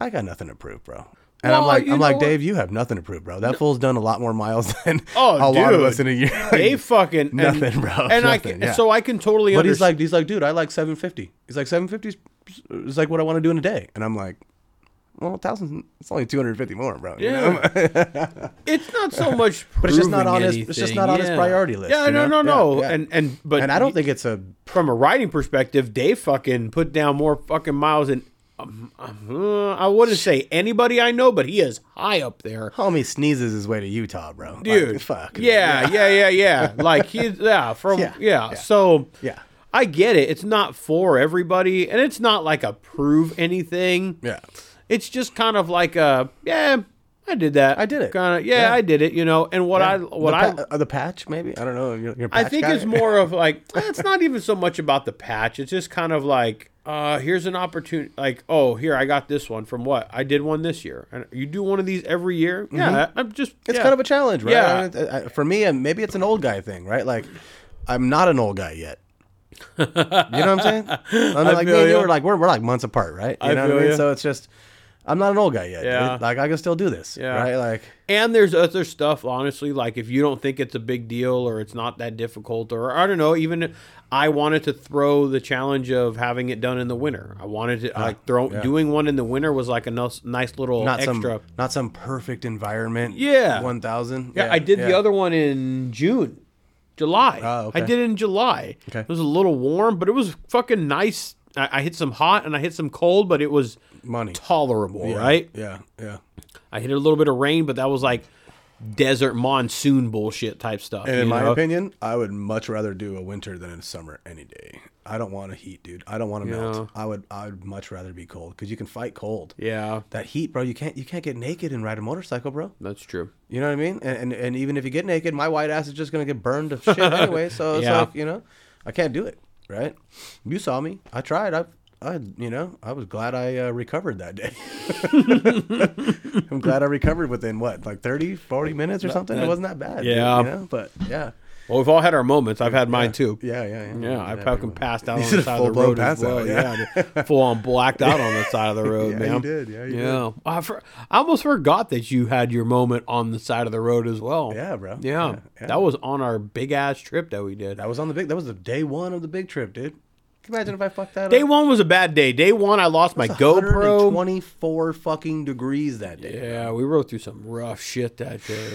[SPEAKER 3] I got nothing to prove, bro. And I'm
[SPEAKER 1] Well,
[SPEAKER 3] like,
[SPEAKER 1] you
[SPEAKER 3] I'm
[SPEAKER 1] know
[SPEAKER 3] like,
[SPEAKER 1] what?
[SPEAKER 3] Dave, you have nothing to prove, bro. That fool's done a lot more miles than
[SPEAKER 1] Oh,
[SPEAKER 3] a lot of
[SPEAKER 1] dude.
[SPEAKER 3] us in a year.
[SPEAKER 1] they fucking and-
[SPEAKER 3] Nothing, bro.
[SPEAKER 1] And I
[SPEAKER 3] Nothing,
[SPEAKER 1] can,
[SPEAKER 3] yeah.
[SPEAKER 1] so I can totally.
[SPEAKER 3] but he's
[SPEAKER 1] understand.
[SPEAKER 3] like, he's like, dude, I like 750. He's like, 750 is- is like what I want to do in a day. And I'm like, well, thousand, it's only 250 more, bro. you know?
[SPEAKER 1] Yeah. it's not so much,
[SPEAKER 3] But it's just not on his-
[SPEAKER 1] anything.
[SPEAKER 3] it's just not on his priority list,
[SPEAKER 1] Yeah,
[SPEAKER 3] you
[SPEAKER 1] no, no,
[SPEAKER 3] know?
[SPEAKER 1] no.
[SPEAKER 3] Yeah, yeah.
[SPEAKER 1] And and but
[SPEAKER 3] And I don't think it's a
[SPEAKER 1] from a writing perspective, Dave fucking put down more fucking miles than um, uh, I wouldn't say anybody I know, but he is high up there.
[SPEAKER 3] homie sneezes his way to Utah, bro. Like,
[SPEAKER 1] Dude,
[SPEAKER 3] fuck.
[SPEAKER 1] Yeah, yeah, yeah, yeah. like he's yeah from
[SPEAKER 3] Yeah,
[SPEAKER 1] yeah,
[SPEAKER 3] yeah.
[SPEAKER 1] So
[SPEAKER 3] Yeah.
[SPEAKER 1] I get it. It's not for everybody, and it's not like a prove anything.
[SPEAKER 3] Yeah.
[SPEAKER 1] it's just kind of like a yeah i did that
[SPEAKER 3] I did it.
[SPEAKER 1] kind of yeah,
[SPEAKER 3] Yeah.
[SPEAKER 1] i did it you know and what i what
[SPEAKER 3] the
[SPEAKER 1] i
[SPEAKER 3] pa- uh, the patch maybe I don't know. You're, you're a
[SPEAKER 1] i
[SPEAKER 3] patch
[SPEAKER 1] think
[SPEAKER 3] guy?
[SPEAKER 1] it's more of like eh, it's not even so much about the patch it's just kind of like uh here's an opportunity like oh here i got this one from what i did one this year and you do one of these every year yeah I- i'm just
[SPEAKER 3] Mm-hmm. it's
[SPEAKER 1] yeah.
[SPEAKER 3] kind of a challenge, right?
[SPEAKER 1] Yeah.
[SPEAKER 3] I- I- I- for me, and maybe it's an old guy thing, right? Like, I'm not an old guy yet. you know what I'm saying? I mean, like me
[SPEAKER 1] feel
[SPEAKER 3] and you
[SPEAKER 1] ya.
[SPEAKER 3] are like we're, we're like months apart, right? You know what I
[SPEAKER 1] feel
[SPEAKER 3] mean?
[SPEAKER 1] ya.
[SPEAKER 3] So it's just I'm not an old guy yet.
[SPEAKER 1] Yeah.
[SPEAKER 3] dude. Like I can still do this,
[SPEAKER 1] Yeah.
[SPEAKER 3] right? Like
[SPEAKER 1] And there's other stuff, honestly, like if you don't think it's a big deal or it's not that difficult, or I don't know, even if I wanted to throw the challenge of having it done in the winter. I wanted to, like, throw, doing one in the winter was like a nice, nice little
[SPEAKER 3] Ah, not
[SPEAKER 1] extra.
[SPEAKER 3] some not some perfect environment.
[SPEAKER 1] Yeah.
[SPEAKER 3] one thousand.
[SPEAKER 1] yeah, I did the other one in June, July.
[SPEAKER 3] Oh, okay.
[SPEAKER 1] I did it in July.
[SPEAKER 3] Okay.
[SPEAKER 1] It was a little warm, but it was fucking nice. I, I hit some hot and I hit some cold, but it was
[SPEAKER 3] money.
[SPEAKER 1] tolerable, right?
[SPEAKER 3] Yeah, yeah.
[SPEAKER 1] I hit a little bit of rain, but that was like desert monsoon bullshit type stuff.
[SPEAKER 3] And in
[SPEAKER 1] you
[SPEAKER 3] my
[SPEAKER 1] know?
[SPEAKER 3] opinion, I would much rather do a winter than a summer any day. I don't want to heat, dude. I don't want to melt. I would I would much rather be cold because you can fight cold.
[SPEAKER 1] Yeah,
[SPEAKER 3] That heat, bro, you can't you can't get naked and ride a motorcycle, bro.
[SPEAKER 1] that's true.
[SPEAKER 3] You know what I mean? And and, and even if you get naked, my white ass is just gonna get burned to shit anyway. So it's
[SPEAKER 1] Yeah.
[SPEAKER 3] like, you know, I can't do it, right? You saw me. I tried. I I you know, I was glad I uh, recovered that day. I'm glad I recovered within what, like 30, 40 minutes or something. It wasn't that bad. dude,
[SPEAKER 1] Yeah.
[SPEAKER 3] you know? But yeah.
[SPEAKER 1] Well, we've all had our moments. I've had mine too.
[SPEAKER 3] Yeah, yeah, yeah.
[SPEAKER 1] Yeah, I fucking passed out on
[SPEAKER 3] did
[SPEAKER 1] the
[SPEAKER 3] a
[SPEAKER 1] side of the
[SPEAKER 3] full-blown
[SPEAKER 1] road as
[SPEAKER 3] pass out,
[SPEAKER 1] well.
[SPEAKER 3] yeah.
[SPEAKER 1] Yeah, full on blacked out on the side of the road,
[SPEAKER 3] Yeah,
[SPEAKER 1] man.
[SPEAKER 3] you did. Yeah, you
[SPEAKER 1] yeah. I, for, I almost forgot that you had your moment on the side of the road as well.
[SPEAKER 3] Yeah, bro.
[SPEAKER 1] Yeah,
[SPEAKER 3] Yeah, yeah.
[SPEAKER 1] that was on our big ass trip that we did.
[SPEAKER 3] That was on the big. That was the day one of the big trip, dude. Can you imagine if I fucked that
[SPEAKER 1] Day
[SPEAKER 3] up?
[SPEAKER 1] one was a bad day. Day one, I lost my GoPro.
[SPEAKER 3] Twenty four fucking degrees that day.
[SPEAKER 1] Yeah, we rode through some rough shit that day.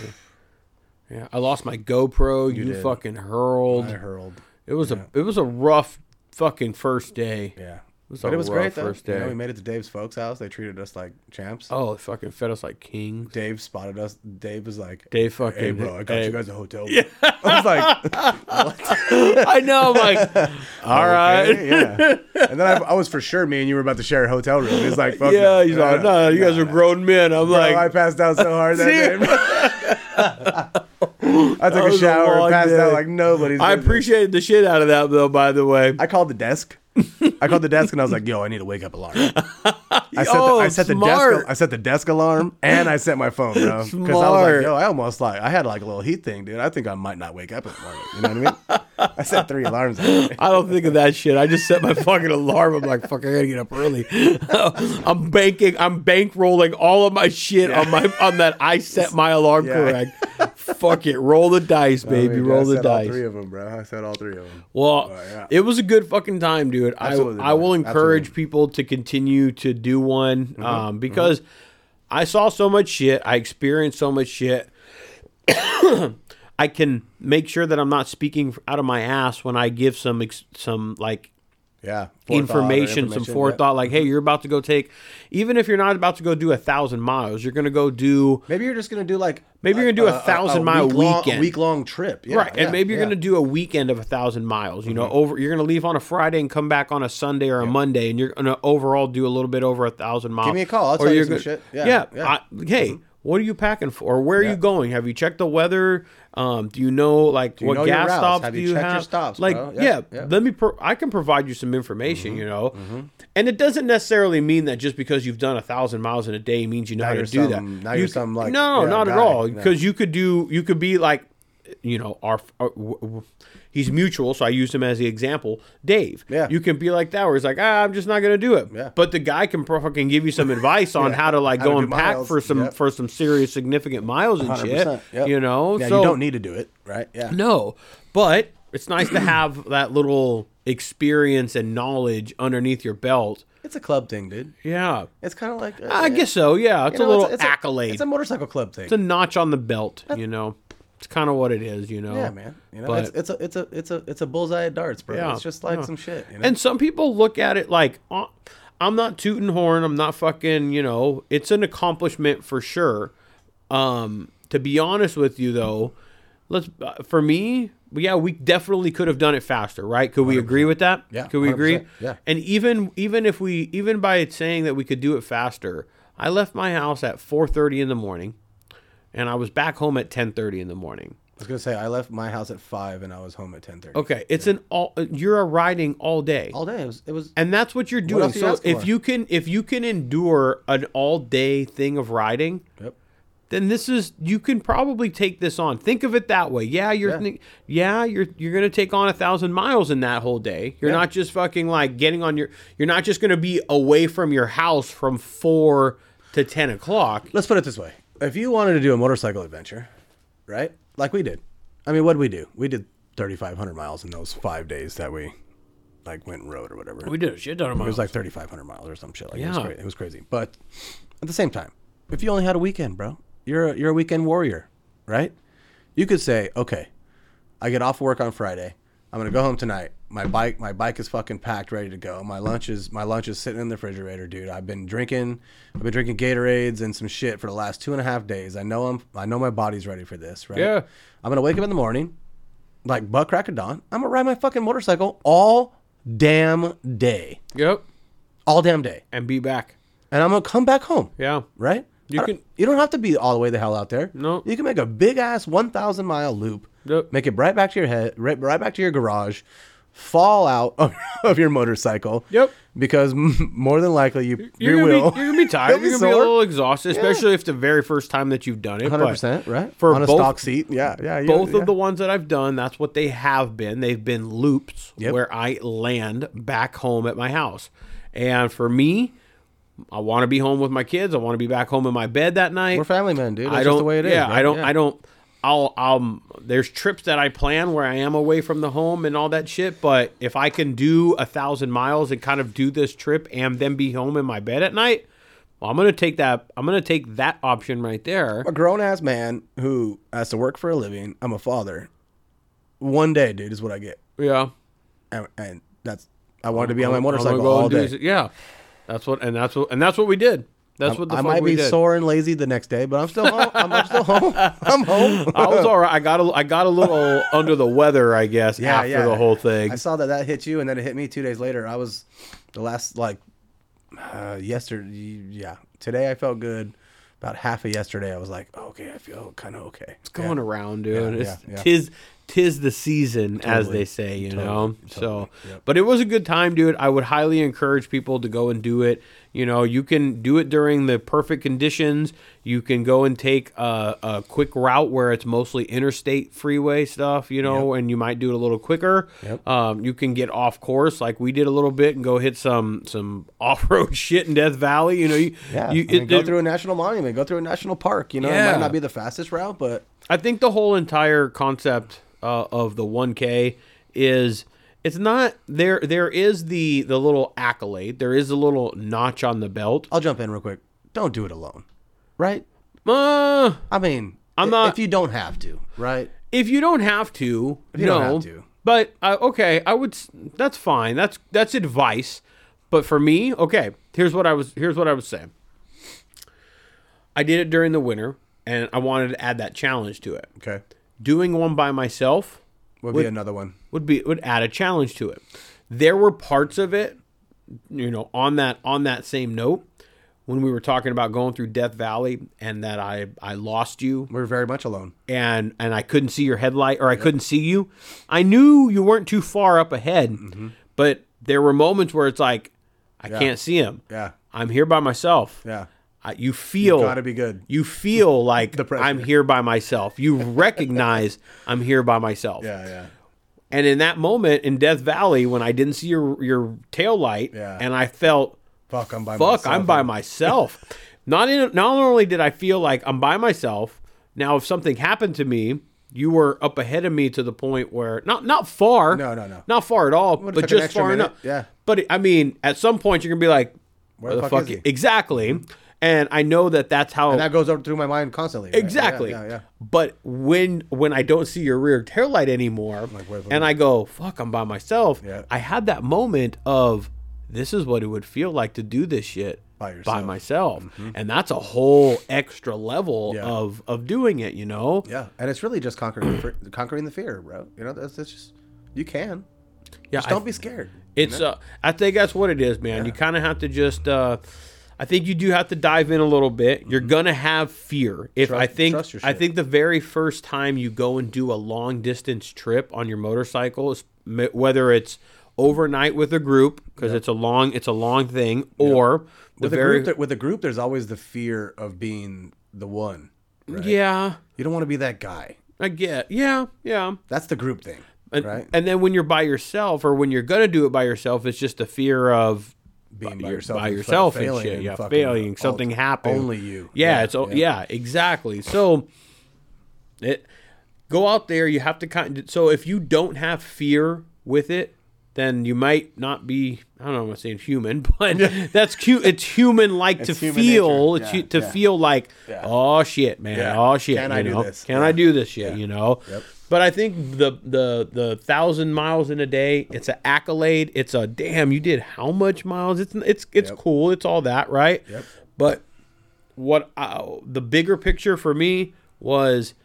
[SPEAKER 1] Yeah, I lost my GoPro. You,
[SPEAKER 3] did.
[SPEAKER 1] fucking hurled.
[SPEAKER 3] I hurled.
[SPEAKER 1] It was a it was a rough fucking first day.
[SPEAKER 3] Yeah.
[SPEAKER 1] was
[SPEAKER 3] but
[SPEAKER 1] a
[SPEAKER 3] it was
[SPEAKER 1] rough
[SPEAKER 3] great though.
[SPEAKER 1] first
[SPEAKER 3] You know,
[SPEAKER 1] day.
[SPEAKER 3] we made it to Dave's folks' house. They treated us like champs.
[SPEAKER 1] Oh, they fucking fed us like kings.
[SPEAKER 3] Dave spotted us. Dave was like,
[SPEAKER 1] Dave fucking.
[SPEAKER 3] "Hey, bro, I got
[SPEAKER 1] hey.
[SPEAKER 3] you guys a hotel." room." I was like,
[SPEAKER 1] I know. I'm like, all right.
[SPEAKER 3] "Okay, yeah." And then I, I was for sure me and you were about to share a hotel room. He's like, Fuck Uh,
[SPEAKER 1] Yeah, he's like, no, you guys are grown men. I'm
[SPEAKER 3] Bro,
[SPEAKER 1] like,
[SPEAKER 3] I passed out so hard that day. I
[SPEAKER 1] was
[SPEAKER 3] took a
[SPEAKER 1] a
[SPEAKER 3] shower,
[SPEAKER 1] long
[SPEAKER 3] passed out
[SPEAKER 1] day.
[SPEAKER 3] like nobody's.
[SPEAKER 1] I
[SPEAKER 3] business.
[SPEAKER 1] appreciated the shit out of that though. By the way,
[SPEAKER 3] I called the desk. I called the desk and I was like, "Yo, I need a wake up alarm." I set,
[SPEAKER 1] Oh,
[SPEAKER 3] the, I set the
[SPEAKER 1] smart.
[SPEAKER 3] desk. I set the desk alarm and I set my phone, bro. Because I was
[SPEAKER 1] Smart.
[SPEAKER 3] like, "Yo, I almost like I had like a little heat thing, dude. I think I might not wake up in the morning." You know what I mean? I set three alarms. that day.
[SPEAKER 1] I don't think of that shit. I just set my fucking alarm. I'm like, fuck, I gotta get up early. I'm banking. I'm bankrolling all of my shit on my on that. I set my alarm
[SPEAKER 3] Yeah.
[SPEAKER 1] correct. fuck it. Roll the dice, baby.
[SPEAKER 3] I mean, dude,
[SPEAKER 1] Roll
[SPEAKER 3] I
[SPEAKER 1] the
[SPEAKER 3] set all
[SPEAKER 1] dice.
[SPEAKER 3] three of them, bro. I set all three of them.
[SPEAKER 1] Well,
[SPEAKER 3] yeah.
[SPEAKER 1] it was a good fucking time, dude. I,
[SPEAKER 3] Absolutely, Mm-hmm.
[SPEAKER 1] I will
[SPEAKER 3] bro.
[SPEAKER 1] encourage
[SPEAKER 3] Absolutely.
[SPEAKER 1] people to continue to do one um, because I saw so much shit. I experienced so much shit. I can make sure that I'm not speaking out of my ass when I give some ex- some like
[SPEAKER 3] Yeah. Forethought or
[SPEAKER 1] information, some
[SPEAKER 3] yeah. Mm-hmm.
[SPEAKER 1] forethought. Like, hey, you're about to go take, even if you're not about to go do a thousand miles, you're gonna go do
[SPEAKER 3] Maybe you're just gonna do like
[SPEAKER 1] Maybe you're gonna do a 1,000 mile
[SPEAKER 3] week-long-
[SPEAKER 1] weekend.
[SPEAKER 3] a week long trip, yeah,
[SPEAKER 1] right,
[SPEAKER 3] yeah,
[SPEAKER 1] and maybe you're
[SPEAKER 3] yeah. Mm-hmm.
[SPEAKER 1] gonna do a weekend of a thousand miles. You know, over you're gonna leave on a Friday and come back on a Sunday or a Monday, and you're gonna overall do a little bit over a thousand miles.
[SPEAKER 3] me a call. I'll
[SPEAKER 1] Or
[SPEAKER 3] tell you
[SPEAKER 1] you're
[SPEAKER 3] some shit.
[SPEAKER 1] Yeah,
[SPEAKER 3] Yeah, yeah. Mm-hmm.
[SPEAKER 1] I- hey. What are you packing for? Or where are you going? Have you checked the weather? Um, do you know like
[SPEAKER 3] you
[SPEAKER 1] what
[SPEAKER 3] know your
[SPEAKER 1] gas
[SPEAKER 3] routes?
[SPEAKER 1] stops
[SPEAKER 3] Have
[SPEAKER 1] do
[SPEAKER 3] you
[SPEAKER 1] you
[SPEAKER 3] checked your
[SPEAKER 1] have?
[SPEAKER 3] stops,
[SPEAKER 1] like,
[SPEAKER 3] bro?
[SPEAKER 1] yeah,
[SPEAKER 3] Yeah, yeah. Mm-hmm.
[SPEAKER 1] let me. Pro- I can provide you some information. You know, and it doesn't necessarily mean that just because you've done a thousand miles in a day means you know how to
[SPEAKER 3] you're
[SPEAKER 1] do that.
[SPEAKER 3] some- now
[SPEAKER 1] You
[SPEAKER 3] you're
[SPEAKER 1] c-
[SPEAKER 3] some, like,
[SPEAKER 1] no,
[SPEAKER 3] yeah,
[SPEAKER 1] not at
[SPEAKER 3] guy.
[SPEAKER 1] all.
[SPEAKER 3] No.
[SPEAKER 1] Because because you could do you could be like you know our, our w- w- he's mutual so i used him as the example dave
[SPEAKER 3] Yeah.
[SPEAKER 1] you can be like that where he's like ah, i'm just not gonna do it
[SPEAKER 3] Yeah.
[SPEAKER 1] but the guy can pro- fucking give you some advice on how to like
[SPEAKER 3] How to
[SPEAKER 1] go
[SPEAKER 3] do
[SPEAKER 1] and pack
[SPEAKER 3] miles.
[SPEAKER 1] for some
[SPEAKER 3] Yep.
[SPEAKER 1] for some serious significant miles and shit
[SPEAKER 3] 100%, yep.
[SPEAKER 1] you know
[SPEAKER 3] Yeah,
[SPEAKER 1] so
[SPEAKER 3] you don't need to do it, right? Yeah.
[SPEAKER 1] no but it's nice to have that little experience and knowledge underneath your belt
[SPEAKER 3] It's a club thing, dude.
[SPEAKER 1] yeah
[SPEAKER 3] It's kind of like uh,
[SPEAKER 1] i guess so yeah it's
[SPEAKER 3] you
[SPEAKER 1] a
[SPEAKER 3] know,
[SPEAKER 1] little
[SPEAKER 3] it's
[SPEAKER 1] accolade
[SPEAKER 3] it's a motorcycle club thing.
[SPEAKER 1] it's a notch on the belt, you know. It's kind of what it is, you know.
[SPEAKER 3] yeah, man. You know,
[SPEAKER 1] but-
[SPEAKER 3] it's, it's a it's a it's a it's a bullseye at darts, bro.
[SPEAKER 1] Yeah,
[SPEAKER 3] it's just like
[SPEAKER 1] yeah.
[SPEAKER 3] some shit. You know?
[SPEAKER 1] And some people look at it like, uh, I'm not tooting horn. I'm not fucking, you know, it's an accomplishment for sure. Um, to be honest with you, though, let's, uh, for me, yeah, we definitely could have done it faster, right? Could we agree with that?
[SPEAKER 3] Yeah,
[SPEAKER 1] Could we agree?
[SPEAKER 3] 100%, yeah.
[SPEAKER 1] And even, even if we, even by it saying that we could do it faster, I left my house at 4.30 in the morning and I was back home at 10.30 in the morning.
[SPEAKER 3] I was gonna say I left my house at five and I was home at ten thirty.
[SPEAKER 1] Okay. It's an all, you're a riding all day.
[SPEAKER 3] All day. It was. It was
[SPEAKER 1] and that's what you're doing.
[SPEAKER 3] else are you
[SPEAKER 1] so
[SPEAKER 3] asking
[SPEAKER 1] if
[SPEAKER 3] for?
[SPEAKER 1] you can if you can endure an all day thing of riding,
[SPEAKER 3] yep.
[SPEAKER 1] then this is you can probably take this on. Think of it that way. Yeah, you're yeah,
[SPEAKER 3] Yeah.
[SPEAKER 1] yeah you're you're gonna take on a thousand miles in that whole day. You're
[SPEAKER 3] Yeah.
[SPEAKER 1] not just fucking like getting on your. You're not just gonna be away from your house from four to ten o'clock.
[SPEAKER 3] Let's put it this way: if you wanted to do a motorcycle adventure, right, like we did, I mean, what did we do? We did thirty five hundred miles in those five days that we like went and rode or whatever.
[SPEAKER 1] did a shit ton of
[SPEAKER 3] It was like 3,500 miles or some shit. Like, it, was
[SPEAKER 1] Yeah.
[SPEAKER 3] cra- it was crazy. But at the same time, if you only had a weekend, bro, you're a, you're a weekend warrior, right? You could say, okay, I get off work on Friday. I'm gonna go home tonight. My bike, my bike is fucking packed, ready to go. My lunch is my lunch is sitting in the refrigerator, dude. I've been drinking, I've been drinking Gatorades and some shit for the last two and a half days. I know I'm, I know my body's ready for this, right?
[SPEAKER 1] Yeah.
[SPEAKER 3] I'm gonna wake up in the morning, like butt crack of dawn. I'm gonna ride my fucking motorcycle all damn day
[SPEAKER 1] yep,
[SPEAKER 3] all damn day,
[SPEAKER 1] and be back.
[SPEAKER 3] and I'm gonna come back home.
[SPEAKER 1] Yeah,
[SPEAKER 3] Right?
[SPEAKER 1] You
[SPEAKER 3] I don't-
[SPEAKER 1] can-
[SPEAKER 3] You don't have to be all the way the hell out there.
[SPEAKER 1] No.
[SPEAKER 3] You can make a big ass 1,000 mile loop.
[SPEAKER 1] Yep.
[SPEAKER 3] Make it right back to your head, right, right back to your garage. Fall out of, of your motorcycle.
[SPEAKER 1] Yep.
[SPEAKER 3] Because m- more than likely you,
[SPEAKER 1] you're
[SPEAKER 3] you
[SPEAKER 1] gonna
[SPEAKER 3] will.
[SPEAKER 1] be you're gonna be tired.
[SPEAKER 3] You'll
[SPEAKER 1] you're gonna be a
[SPEAKER 3] sore.
[SPEAKER 1] little exhausted, especially if the very first time that you've done it. but
[SPEAKER 3] 100%, right?
[SPEAKER 1] For
[SPEAKER 3] On a
[SPEAKER 1] both-
[SPEAKER 3] stock seat. Yeah, yeah. you-
[SPEAKER 1] both
[SPEAKER 3] yeah.
[SPEAKER 1] of the ones that I've done, that's what they have been. They've been loops
[SPEAKER 3] Yep.
[SPEAKER 1] where I land back home at my house. And for me, I want to be home with my kids. I want to be back home in my bed that night.
[SPEAKER 3] We're family men, dude. That's
[SPEAKER 1] I
[SPEAKER 3] just
[SPEAKER 1] don't.
[SPEAKER 3] the way it is.
[SPEAKER 1] yeah,
[SPEAKER 3] right?
[SPEAKER 1] I don't. I don't. I'll. I'll. There's trips that I plan where I am away from the home and all that shit. But if I can do a thousand miles and kind of do this trip and then be home in my bed at night, well, I'm gonna take that. I'm gonna take that option right there.
[SPEAKER 3] a grown ass man who has to work for a living. I'm a father. One day, dude, is what I get.
[SPEAKER 1] Yeah.
[SPEAKER 3] and, and that's I wanted to be on my
[SPEAKER 1] I'm gonna
[SPEAKER 3] motorcycle
[SPEAKER 1] go
[SPEAKER 3] all
[SPEAKER 1] and do
[SPEAKER 3] day.
[SPEAKER 1] this- Yeah, that's what, and that's what, and that's what we did. That's what the
[SPEAKER 3] I
[SPEAKER 1] fuck
[SPEAKER 3] might
[SPEAKER 1] we
[SPEAKER 3] be
[SPEAKER 1] did.
[SPEAKER 3] sore and lazy the next day, but I'm still home. I'm, I'm still home. I'm home.
[SPEAKER 1] I was all right. I got a, I got a little under the weather, I guess,
[SPEAKER 3] Yeah,
[SPEAKER 1] after
[SPEAKER 3] yeah.
[SPEAKER 1] the whole thing.
[SPEAKER 3] I saw that that hit you, and then it hit me two days later. I was the last like uh, yesterday. Yeah, today I felt good. About half of yesterday, I was like, okay, I feel kind of okay. It's
[SPEAKER 1] going around, dude.
[SPEAKER 3] Yeah,
[SPEAKER 1] it's,
[SPEAKER 3] yeah, yeah.
[SPEAKER 1] Tis tis the season, as they say, you know. So, but it was a good time, dude. I would highly encourage people to go and do it. You know, you can do it during the perfect conditions. You can go and take a, a quick route where it's mostly interstate freeway stuff, you know, and you might do it a little quicker. Um, you can get off course like we did a little bit and go hit some some off road shit in Death Valley. You know, you,
[SPEAKER 3] Yeah,
[SPEAKER 1] you
[SPEAKER 3] I mean,
[SPEAKER 1] it-
[SPEAKER 3] go
[SPEAKER 1] it-
[SPEAKER 3] through a national monument, go through a national park. You know, it
[SPEAKER 1] Yeah.
[SPEAKER 3] might not be the fastest route, but
[SPEAKER 1] I think the whole entire concept uh, of the 1K is it's not there. There is the the little accolade. There is a little notch on the belt.
[SPEAKER 3] I'll jump in real quick. Don't do it alone, right?
[SPEAKER 1] Uh,
[SPEAKER 3] I mean,
[SPEAKER 1] I'm
[SPEAKER 3] i-
[SPEAKER 1] not-
[SPEAKER 3] If you don't have to, right?
[SPEAKER 1] if you don't have to,
[SPEAKER 3] you
[SPEAKER 1] no.
[SPEAKER 3] don't have to.
[SPEAKER 1] But uh, okay, I would. s- That's fine. That's that's advice. But for me, okay. Here's what I was. Here's what I was saying. I did it during the winter, and I wanted to add that challenge to it.
[SPEAKER 3] Okay,
[SPEAKER 1] Doing one by myself
[SPEAKER 3] would, be another one.
[SPEAKER 1] would be would add a challenge to it. There were parts of it, you know, on that on that same note, when we were talking about going through Death Valley and that I I lost you
[SPEAKER 3] We're very much alone.
[SPEAKER 1] and and I couldn't see your headlight or I couldn't see you. I knew you weren't too far up ahead, but there were moments where it's like I can't see him.
[SPEAKER 3] Yeah.
[SPEAKER 1] I'm here by myself.
[SPEAKER 3] Yeah,
[SPEAKER 1] I, you feel
[SPEAKER 3] gotta be good.
[SPEAKER 1] You feel like
[SPEAKER 3] pressure.
[SPEAKER 1] I'm here by myself. You recognize I'm here by myself.
[SPEAKER 3] yeah, yeah.
[SPEAKER 1] And in that moment in Death Valley, when I didn't see your your tail light,
[SPEAKER 3] Yeah.
[SPEAKER 1] and I felt
[SPEAKER 3] Fuck, I'm by
[SPEAKER 1] fuck,
[SPEAKER 3] myself.
[SPEAKER 1] I'm by myself. not in not only did I feel like I'm by myself. Now, if something happened to me, you were up ahead of me to the point where not not far,
[SPEAKER 3] No, no, no.
[SPEAKER 1] not far at all,
[SPEAKER 3] Would've
[SPEAKER 1] but
[SPEAKER 3] took an
[SPEAKER 1] just
[SPEAKER 3] extra
[SPEAKER 1] far
[SPEAKER 3] minute,
[SPEAKER 1] enough.
[SPEAKER 3] yeah.
[SPEAKER 1] But I mean, at some point, you're gonna be like, "Where, the, fuck?"
[SPEAKER 3] is
[SPEAKER 1] i-
[SPEAKER 3] he? Mm-hmm.
[SPEAKER 1] Exactly. And I know that that's how
[SPEAKER 3] And that goes up through my mind constantly. right?
[SPEAKER 1] Exactly.
[SPEAKER 3] Yeah, yeah. yeah.
[SPEAKER 1] But when when I don't see your rear tail light anymore,
[SPEAKER 3] wait, wait,
[SPEAKER 1] and I go, "Fuck, I'm by myself."
[SPEAKER 3] Yeah.
[SPEAKER 1] I had that moment of, "This is what it would feel like to do this shit
[SPEAKER 3] By yourself. Mm-hmm.
[SPEAKER 1] myself," and that's a whole extra level
[SPEAKER 3] Yeah.
[SPEAKER 1] of of doing it. You know?
[SPEAKER 3] Yeah, and it's really just conquering the fe- conquering the fear, bro. You know, that's, that's just you can.
[SPEAKER 1] Yeah,
[SPEAKER 3] Just
[SPEAKER 1] I-
[SPEAKER 3] don't be scared.
[SPEAKER 1] It's uh, I think that's what it is, man. You kind of have to just. Uh, I think you do have to dive in a little bit. You're gonna have fear. If I
[SPEAKER 3] Mm-hmm. Trust-
[SPEAKER 1] think
[SPEAKER 3] trust your
[SPEAKER 1] I
[SPEAKER 3] shit.
[SPEAKER 1] think the very first time you go and do a long distance trip on your motorcycle, is- m- whether it's overnight with a group because it's a long it's a long thing, or the
[SPEAKER 3] With a
[SPEAKER 1] very
[SPEAKER 3] group, there- with a group, there's always the fear of being the one. Right?
[SPEAKER 1] yeah,
[SPEAKER 3] you don't want to be that guy.
[SPEAKER 1] I get yeah yeah.
[SPEAKER 3] That's the group thing,
[SPEAKER 1] And,
[SPEAKER 3] right?
[SPEAKER 1] and then when you're by yourself, or when you're gonna do it by yourself, it's just the fear of you're
[SPEAKER 3] Being
[SPEAKER 1] by
[SPEAKER 3] and fucking
[SPEAKER 1] yourself and
[SPEAKER 3] failing
[SPEAKER 1] shit. yeah,
[SPEAKER 3] fucking
[SPEAKER 1] failing.
[SPEAKER 3] all-
[SPEAKER 1] Something happened.
[SPEAKER 3] Only you.
[SPEAKER 1] Yeah, it's o- yeah. exactly. So it go out there. You have to kind. so if you don't have fear with it, then you might not be. I don't know. I'm not saying human, but that's cute. It's human like to
[SPEAKER 3] human
[SPEAKER 1] feel.
[SPEAKER 3] nature.
[SPEAKER 1] It's
[SPEAKER 3] Yeah,
[SPEAKER 1] hu- to
[SPEAKER 3] yeah.
[SPEAKER 1] feel like
[SPEAKER 3] Yeah.
[SPEAKER 1] oh shit, man.
[SPEAKER 3] Yeah.
[SPEAKER 1] Oh shit.
[SPEAKER 3] Can
[SPEAKER 1] you
[SPEAKER 3] I do
[SPEAKER 1] know?
[SPEAKER 3] this?
[SPEAKER 1] Can
[SPEAKER 3] Yeah.
[SPEAKER 1] I do this shit? You know. But I think the the the thousand miles in a day, it's an accolade. It's a damn. You did how much miles? It's it's it's
[SPEAKER 3] Yep.
[SPEAKER 1] cool. It's all that, right?
[SPEAKER 3] Yep.
[SPEAKER 1] But what I, the bigger picture for me was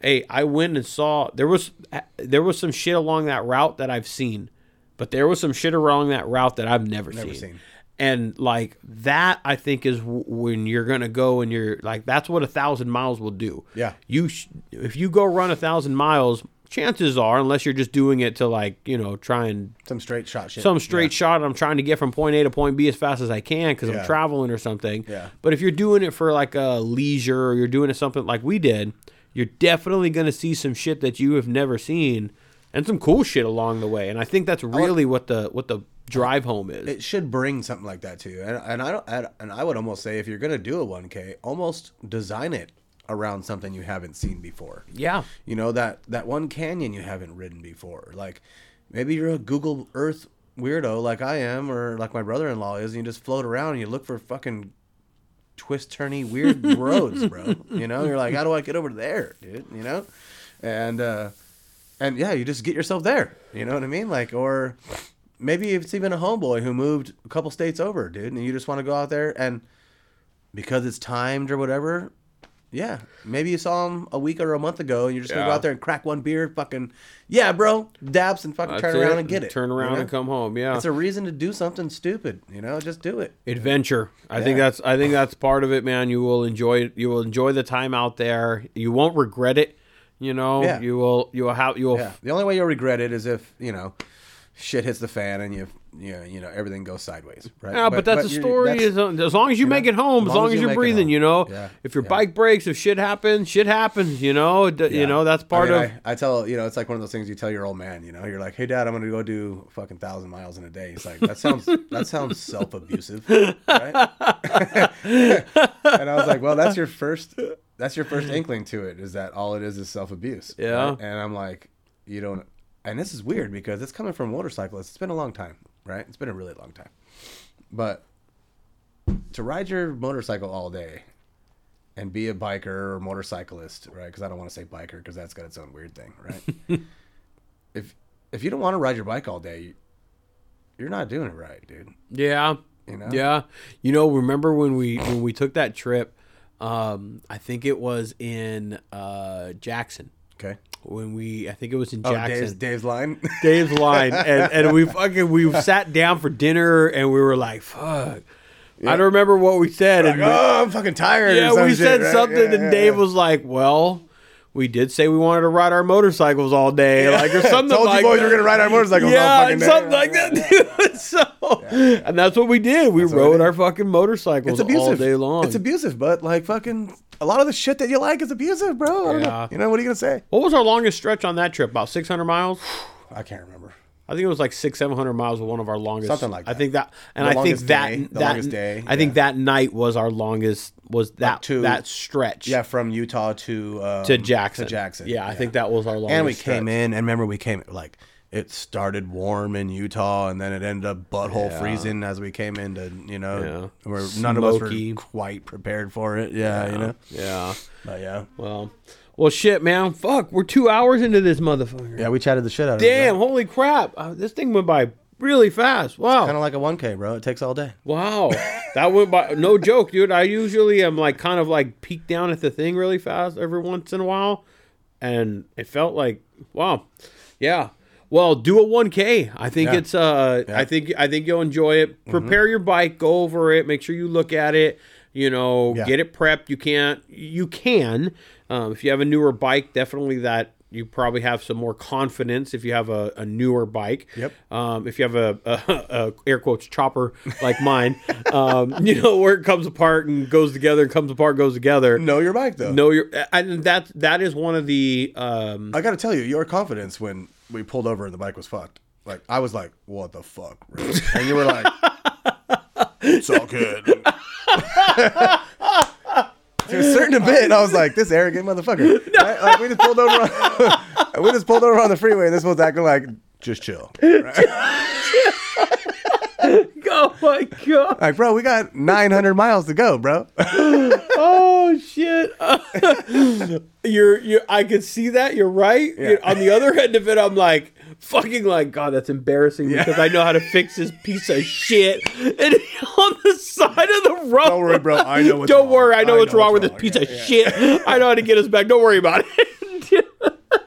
[SPEAKER 1] hey i went and saw there was there was some shit along that route that i've seen but there was some shit along that route that i've never, seen.
[SPEAKER 3] seen.
[SPEAKER 1] and like that i think is w- when you're gonna go and you're like that's what a thousand miles will do
[SPEAKER 3] Yeah.
[SPEAKER 1] you sh- if you go run a thousand miles chances are unless you're just doing it to like you know try and
[SPEAKER 3] Some straight shot shit.
[SPEAKER 1] some straight shot I'm trying to get from point A to point B as fast as I can because
[SPEAKER 3] Yeah.
[SPEAKER 1] I'm traveling or something.
[SPEAKER 3] Yeah.
[SPEAKER 1] But if you're doing it for like a leisure or you're doing it something like we did, you're definitely going to see some shit that you have never seen and some cool shit along the way. And I think that's really what the what the drive home is.
[SPEAKER 3] it should bring something like that to you. And, and I don't, and- and I would almost say if you're gonna do a 1K, almost design it around something you haven't seen before.
[SPEAKER 1] yeah.
[SPEAKER 3] You know that that one canyon you haven't ridden before. Like maybe you're a Google Earth weirdo like I am, or like my brother-in-law is, and you just float around and you look for fucking twist turny weird roads, bro. You know, you're like, how do I get over there, dude? You know, and uh, and yeah, you just get yourself there. You know what I mean? Like, or maybe if it's even a homeboy who moved a couple states over, dude, and you just want to go out there and because it's timed or whatever. Yeah, maybe you saw him a week or a month ago, and you're just gonna go
[SPEAKER 1] Yeah.
[SPEAKER 3] out there and crack one beer, fucking yeah, bro, dabs and fucking turn
[SPEAKER 1] That's
[SPEAKER 3] around and get it.
[SPEAKER 1] Turn
[SPEAKER 3] you
[SPEAKER 1] around
[SPEAKER 3] know?
[SPEAKER 1] and come home. Yeah.
[SPEAKER 3] It's a reason to do something stupid, you know. Just do it.
[SPEAKER 1] adventure. I think that's I think that's part of it, man. You will enjoy you will enjoy the time out there. You won't regret it. You know,
[SPEAKER 3] Yeah.
[SPEAKER 1] you will you will have you will
[SPEAKER 3] Yeah. The only way you'll regret it is if you know shit hits the fan and you you know, you know everything goes sideways, right?
[SPEAKER 1] Yeah, but, that's the
[SPEAKER 3] you-
[SPEAKER 1] story.
[SPEAKER 3] that's-
[SPEAKER 1] is as long as you make it home, as long, as,
[SPEAKER 3] you
[SPEAKER 1] you
[SPEAKER 3] make
[SPEAKER 1] are
[SPEAKER 3] it
[SPEAKER 1] breathing,
[SPEAKER 3] home.
[SPEAKER 1] you know.
[SPEAKER 3] Yeah,
[SPEAKER 1] If your
[SPEAKER 3] yeah.
[SPEAKER 1] bike breaks, if shit happens, shit happens. You know, D-
[SPEAKER 3] yeah.
[SPEAKER 1] you know that's part
[SPEAKER 3] I mean,
[SPEAKER 1] of.
[SPEAKER 3] I, I tell you know it's like one of those things you tell your old man. You know, you're like, hey dad, I'm gonna go do fucking thousand miles in a day. He's like, that sounds that sounds self abusive, right? and I was like, well, that's your first that's your first inkling to it is that all it is is self abuse.
[SPEAKER 1] Yeah.
[SPEAKER 3] And I'm like, you don't. And this is weird because it's coming from a motorcyclist. It's been a long time, right? It's been a really long time, but to ride your motorcycle all day and be a biker or motorcyclist, right? Because I don't want to say biker because that's got its own weird thing, right? if if you don't want to ride your bike all day, you're not doing it right, dude.
[SPEAKER 1] Yeah.
[SPEAKER 3] You know?
[SPEAKER 1] Yeah. You know, remember when we when we took that trip? Um, I think it was in uh, Jackson.
[SPEAKER 3] Okay.
[SPEAKER 1] When we, I think it was in
[SPEAKER 3] Oh,
[SPEAKER 1] Jackson.
[SPEAKER 3] Dave's, Dave's line.
[SPEAKER 1] Dave's line, and, and we fucking we sat down for dinner, and we were like, "Fuck." I don't remember what we said, and
[SPEAKER 3] oh, I'm fucking tired.
[SPEAKER 1] we,
[SPEAKER 3] or
[SPEAKER 1] yeah,
[SPEAKER 3] some
[SPEAKER 1] we
[SPEAKER 3] shit,
[SPEAKER 1] said
[SPEAKER 3] right?
[SPEAKER 1] something,
[SPEAKER 3] Yeah,
[SPEAKER 1] and
[SPEAKER 3] yeah,
[SPEAKER 1] Dave
[SPEAKER 3] yeah.
[SPEAKER 1] was like, "Well, we did say we wanted to ride our motorcycles all day, like or something
[SPEAKER 3] Told
[SPEAKER 1] like
[SPEAKER 3] you boys
[SPEAKER 1] that."
[SPEAKER 3] we're gonna ride our motorcycles all
[SPEAKER 1] yeah,
[SPEAKER 3] fucking
[SPEAKER 1] and
[SPEAKER 3] day.
[SPEAKER 1] something like that, dude. so, and that's what we did. We
[SPEAKER 3] we
[SPEAKER 1] rode
[SPEAKER 3] did.
[SPEAKER 1] our fucking motorcycles
[SPEAKER 3] It's abusive
[SPEAKER 1] all day long.
[SPEAKER 3] It's abusive, but like fucking a lot of the shit that you like is abusive, bro. I don't
[SPEAKER 1] Yeah.
[SPEAKER 3] know. You know what are you gonna say?
[SPEAKER 1] what was our longest stretch on that trip? About six hundred miles.
[SPEAKER 3] I can't remember.
[SPEAKER 1] I think it was like six, seven hundred miles was one of our longest.
[SPEAKER 3] Something like
[SPEAKER 1] I
[SPEAKER 3] that.
[SPEAKER 1] think that, and
[SPEAKER 3] The
[SPEAKER 1] I think
[SPEAKER 3] longest
[SPEAKER 1] that
[SPEAKER 3] day, the
[SPEAKER 1] that
[SPEAKER 3] longest day,
[SPEAKER 1] I think
[SPEAKER 3] yeah.
[SPEAKER 1] that night was our longest. Was that
[SPEAKER 3] two-
[SPEAKER 1] that stretch?
[SPEAKER 3] Yeah, from Utah to um,
[SPEAKER 1] to Jackson.
[SPEAKER 3] To Jackson.
[SPEAKER 1] Yeah, I think that was our longest.
[SPEAKER 3] and we
[SPEAKER 1] stretch.
[SPEAKER 3] came in and remember we came like it started warm in Utah and then it ended up butthole freezing as we came into you know where none of us
[SPEAKER 1] Smoky.
[SPEAKER 3] were quite prepared for it. Yeah, you know.
[SPEAKER 1] Yeah.
[SPEAKER 3] But yeah.
[SPEAKER 1] Well, well, shit, man. Fuck, we're two hours into this motherfucker.
[SPEAKER 3] Yeah, we chatted the shit out of
[SPEAKER 1] Damn! Holy crap! Uh, this thing went by really fast. Wow.
[SPEAKER 3] Kind of like a 1K, bro. It takes all day.
[SPEAKER 1] Wow, that went by no joke, dude. I usually am like kind of like peek down at the thing really fast every once in a while, and it felt like wow, yeah. Well, do a 1K. I think
[SPEAKER 3] Yeah. Mm-hmm.
[SPEAKER 1] it's uh, I think I think you'll enjoy it. Prepare your bike, go over it, make sure you look at it. You know,
[SPEAKER 3] Yeah.
[SPEAKER 1] get it prepped. You can't, you can. Um, if you have a newer bike, definitely that you probably have some more confidence if you have a, a newer bike.
[SPEAKER 3] Yep.
[SPEAKER 1] Um, if you have a, a, a air quotes chopper like mine, um, you know where it comes apart and goes together, comes apart, goes together.
[SPEAKER 3] Know your bike though.
[SPEAKER 1] know your and that that is one of the um,
[SPEAKER 3] I got to tell you, your confidence when we pulled over and the bike was fucked. Like I was like, "What the fuck?" bro?" And you were like, "It's all good." to a certain bit, I was like, "This arrogant motherfucker." Right? Like we just pulled over, on, we just pulled over on the freeway, and this was acting like, "Just chill."
[SPEAKER 1] oh my god
[SPEAKER 3] Like, bro, we got 900 miles to go, bro.
[SPEAKER 1] oh shit you're you I could see that you're right You- on the other end of it I'm like fucking like god that's embarrassing because I know how to fix this piece of shit and on the side of the road
[SPEAKER 3] Don't worry, bro. I know. What's
[SPEAKER 1] Don't
[SPEAKER 3] wrong.
[SPEAKER 1] worry, I know what's wrong with this
[SPEAKER 3] wrong.
[SPEAKER 1] piece
[SPEAKER 3] Yeah,
[SPEAKER 1] of shit. I know how to get us back. Don't worry about it.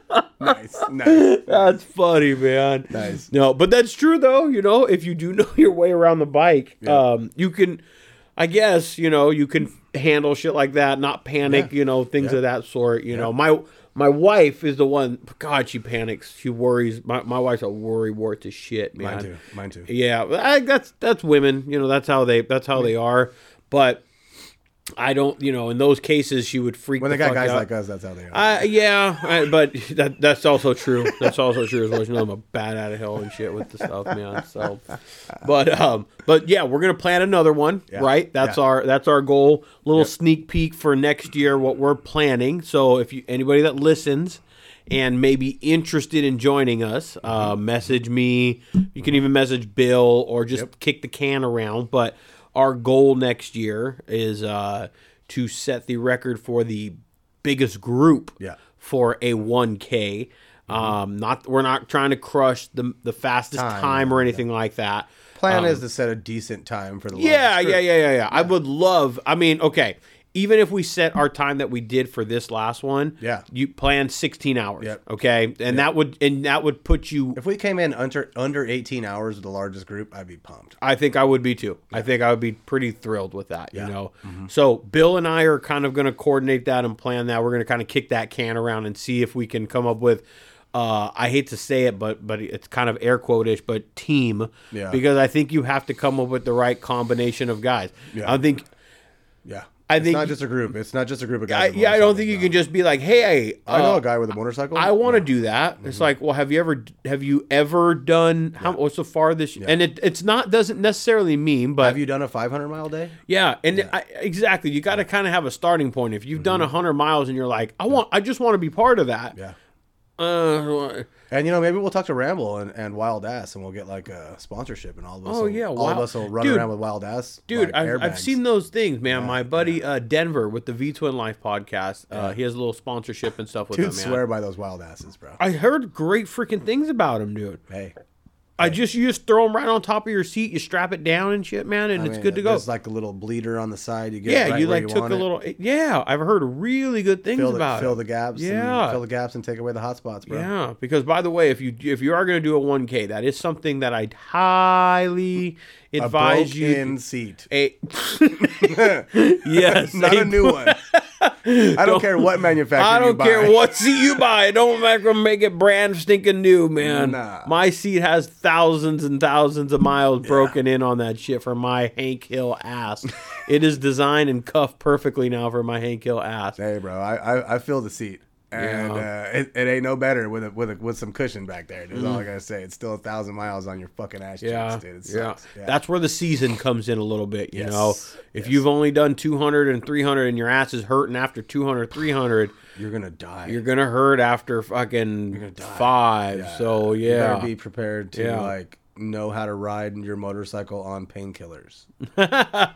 [SPEAKER 3] yeah. Nice, nice.
[SPEAKER 1] that's funny, man.
[SPEAKER 3] Nice.
[SPEAKER 1] No, but that's true though. You know, if you do know your way around the bike, um, you can, I guess, you know, you can handle shit like that, not panic. You know, things of that sort. You know, my my wife is the one. God, she panics. She worries. My my wife's a worry wart to shit, man.
[SPEAKER 3] Mine too. Mine too.
[SPEAKER 1] Yeah, I, that's that's women. You know, that's how they that's how they are. But I don't. You know, in those cases, she would freak.
[SPEAKER 3] When they
[SPEAKER 1] the
[SPEAKER 3] got
[SPEAKER 1] fuck
[SPEAKER 3] guys
[SPEAKER 1] out.
[SPEAKER 3] like us, that's how they are.
[SPEAKER 1] Uh, yeah, I, but that that's also true. That's also true as well. You know, I'm a bat out of hell and shit with the stuff, man. So, but um, but yeah, we're gonna plan another one, right? That's
[SPEAKER 3] yeah.
[SPEAKER 1] our that's our goal. Little sneak peek for next year what we're planning. So if you anybody that listens and may be interested in joining us, uh, message me. You can even message Bill or just kick the can around. But our goal next year is uh, to set the record for the biggest group
[SPEAKER 3] Yeah.
[SPEAKER 1] for a 1K. Um, not we're not trying to crush the the fastest time, or anything like that.
[SPEAKER 3] Plan is to set a decent time for the launch.
[SPEAKER 1] Um, Yeah, yeah, yeah, yeah, yeah. I would love. I mean, okay. Even if we set our time that we did for this last one,
[SPEAKER 3] Yeah.
[SPEAKER 1] you plan sixteen hours,
[SPEAKER 3] Yep.
[SPEAKER 1] okay, and that would and that would put you.
[SPEAKER 3] If we came in under under 18 hours with the largest group, I'd be pumped.
[SPEAKER 1] I think I would be too. I think I would be pretty thrilled with that, you know.
[SPEAKER 3] Mm-hmm.
[SPEAKER 1] So Bill and I are kind of going to coordinate that and plan that. We're going to kind of kick that can around and see if we can come up with. Uh, I hate to say it, but but it's kind of air quotish, but team,
[SPEAKER 3] Yeah.
[SPEAKER 1] because I think you have to come up with the right combination of guys.
[SPEAKER 3] Yeah.
[SPEAKER 1] I think
[SPEAKER 3] Yeah.
[SPEAKER 1] I
[SPEAKER 3] it's
[SPEAKER 1] think-
[SPEAKER 3] not just a group. It's not just a group
[SPEAKER 1] I,
[SPEAKER 3] of guys. with
[SPEAKER 1] yeah, I don't
[SPEAKER 3] motorcycles,
[SPEAKER 1] think you
[SPEAKER 3] no.
[SPEAKER 1] can just be like, "Hey, uh,
[SPEAKER 3] I know a guy Mm-hmm. with a motorcycle.
[SPEAKER 1] I want to do that." It's like, well, have you ever have you ever done how what's the farthest? And it, it's not doesn't necessarily mean, but
[SPEAKER 3] Have you done a 500 mile day?
[SPEAKER 1] yeah, and I, exactly, you got to kind of have a starting point. If you've done a hundred miles and you're like, I want, I just want to be part of that.
[SPEAKER 3] Mm-hmm. Yeah.
[SPEAKER 1] Uh,
[SPEAKER 3] And you know, maybe we'll talk to Ramble and, and Wild Ass, and we'll get like a sponsorship, and all of us.
[SPEAKER 1] Oh,
[SPEAKER 3] will,
[SPEAKER 1] yeah,
[SPEAKER 3] all of
[SPEAKER 1] Wild-
[SPEAKER 3] us will run
[SPEAKER 1] Dude.
[SPEAKER 3] around with Wild Ass.
[SPEAKER 1] dude,
[SPEAKER 3] like
[SPEAKER 1] I've, I've
[SPEAKER 3] airbags.
[SPEAKER 1] seen those things, man. My buddy uh, Denver with the V Twin Life podcast, uh, he has a little sponsorship and stuff with
[SPEAKER 3] Dude,
[SPEAKER 1] them, man.
[SPEAKER 3] swear by those Wild Asses, bro.
[SPEAKER 1] I heard great freaking things about him, dude.
[SPEAKER 3] hey,
[SPEAKER 1] I just you just throw them right on top of your seat, you strap it down and shit, man, and
[SPEAKER 3] I
[SPEAKER 1] it's
[SPEAKER 3] mean,
[SPEAKER 1] good to go.
[SPEAKER 3] There's like a little bleeder on the side. You get
[SPEAKER 1] yeah,
[SPEAKER 3] right
[SPEAKER 1] you
[SPEAKER 3] where
[SPEAKER 1] like took
[SPEAKER 3] want
[SPEAKER 1] a
[SPEAKER 3] it.
[SPEAKER 1] little. Yeah, I've heard really good things
[SPEAKER 3] fill the,
[SPEAKER 1] about
[SPEAKER 3] fill
[SPEAKER 1] it.
[SPEAKER 3] the gaps. Yeah,
[SPEAKER 1] Yeah.
[SPEAKER 3] fill the gaps and take away the hot spots, bro.
[SPEAKER 1] Yeah, because by the way, if you if you are going to do a 1K, that is something that I highly
[SPEAKER 3] A
[SPEAKER 1] advise you.
[SPEAKER 3] broken seat.
[SPEAKER 1] a, yes,
[SPEAKER 3] Not a new one. I don't care what manufacturer.
[SPEAKER 1] I don't
[SPEAKER 3] you
[SPEAKER 1] care
[SPEAKER 3] buy.
[SPEAKER 1] what seat you buy. It Don't make 'em make it brand stinking new, man.
[SPEAKER 3] Nah.
[SPEAKER 1] My seat has thousands and thousands of miles broken in on that shit for my Hank Hill ass. it is designed and cuffed perfectly now for my Hank Hill ass.
[SPEAKER 3] Hey, bro, I I, I feel the seat, and uh, it, it ain't no better with a, with a, with some cushion back there. That's all I gotta say. It's still a thousand miles on your fucking ass
[SPEAKER 1] Mm. Yeah,
[SPEAKER 3] cheeks, dude. It
[SPEAKER 1] yeah.
[SPEAKER 3] sucks. Yeah.
[SPEAKER 1] That's where the season comes in a little bit, you
[SPEAKER 3] Yes,
[SPEAKER 1] know. If you've only done 200 and 300 and your ass is hurting after 200, 300,
[SPEAKER 3] you're gonna die.
[SPEAKER 1] you're going to hurt after fucking
[SPEAKER 3] die.
[SPEAKER 1] 5. So,
[SPEAKER 3] You better
[SPEAKER 1] yeah.
[SPEAKER 3] be prepared to
[SPEAKER 1] Yeah.
[SPEAKER 3] like know how to ride your motorcycle on painkillers.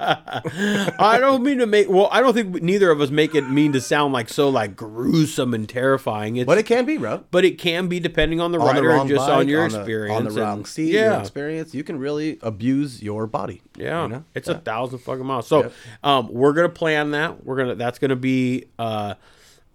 [SPEAKER 1] I don't mean to make well, I don't think neither of us make it mean to sound like so like gruesome and terrifying. It's
[SPEAKER 3] But it can be, bro.
[SPEAKER 1] but it can be depending on the
[SPEAKER 3] On the
[SPEAKER 1] rider
[SPEAKER 3] wrong
[SPEAKER 1] and just
[SPEAKER 3] bike,
[SPEAKER 1] on your
[SPEAKER 3] the-
[SPEAKER 1] experience
[SPEAKER 3] on the
[SPEAKER 1] and-
[SPEAKER 3] wrong seat, your
[SPEAKER 1] Yeah.
[SPEAKER 3] experience, you can really abuse your body.
[SPEAKER 1] Yeah,
[SPEAKER 3] you know?
[SPEAKER 1] it's a thousand fucking miles. So, um, we're gonna plan that. We're gonna that's gonna be. Uh,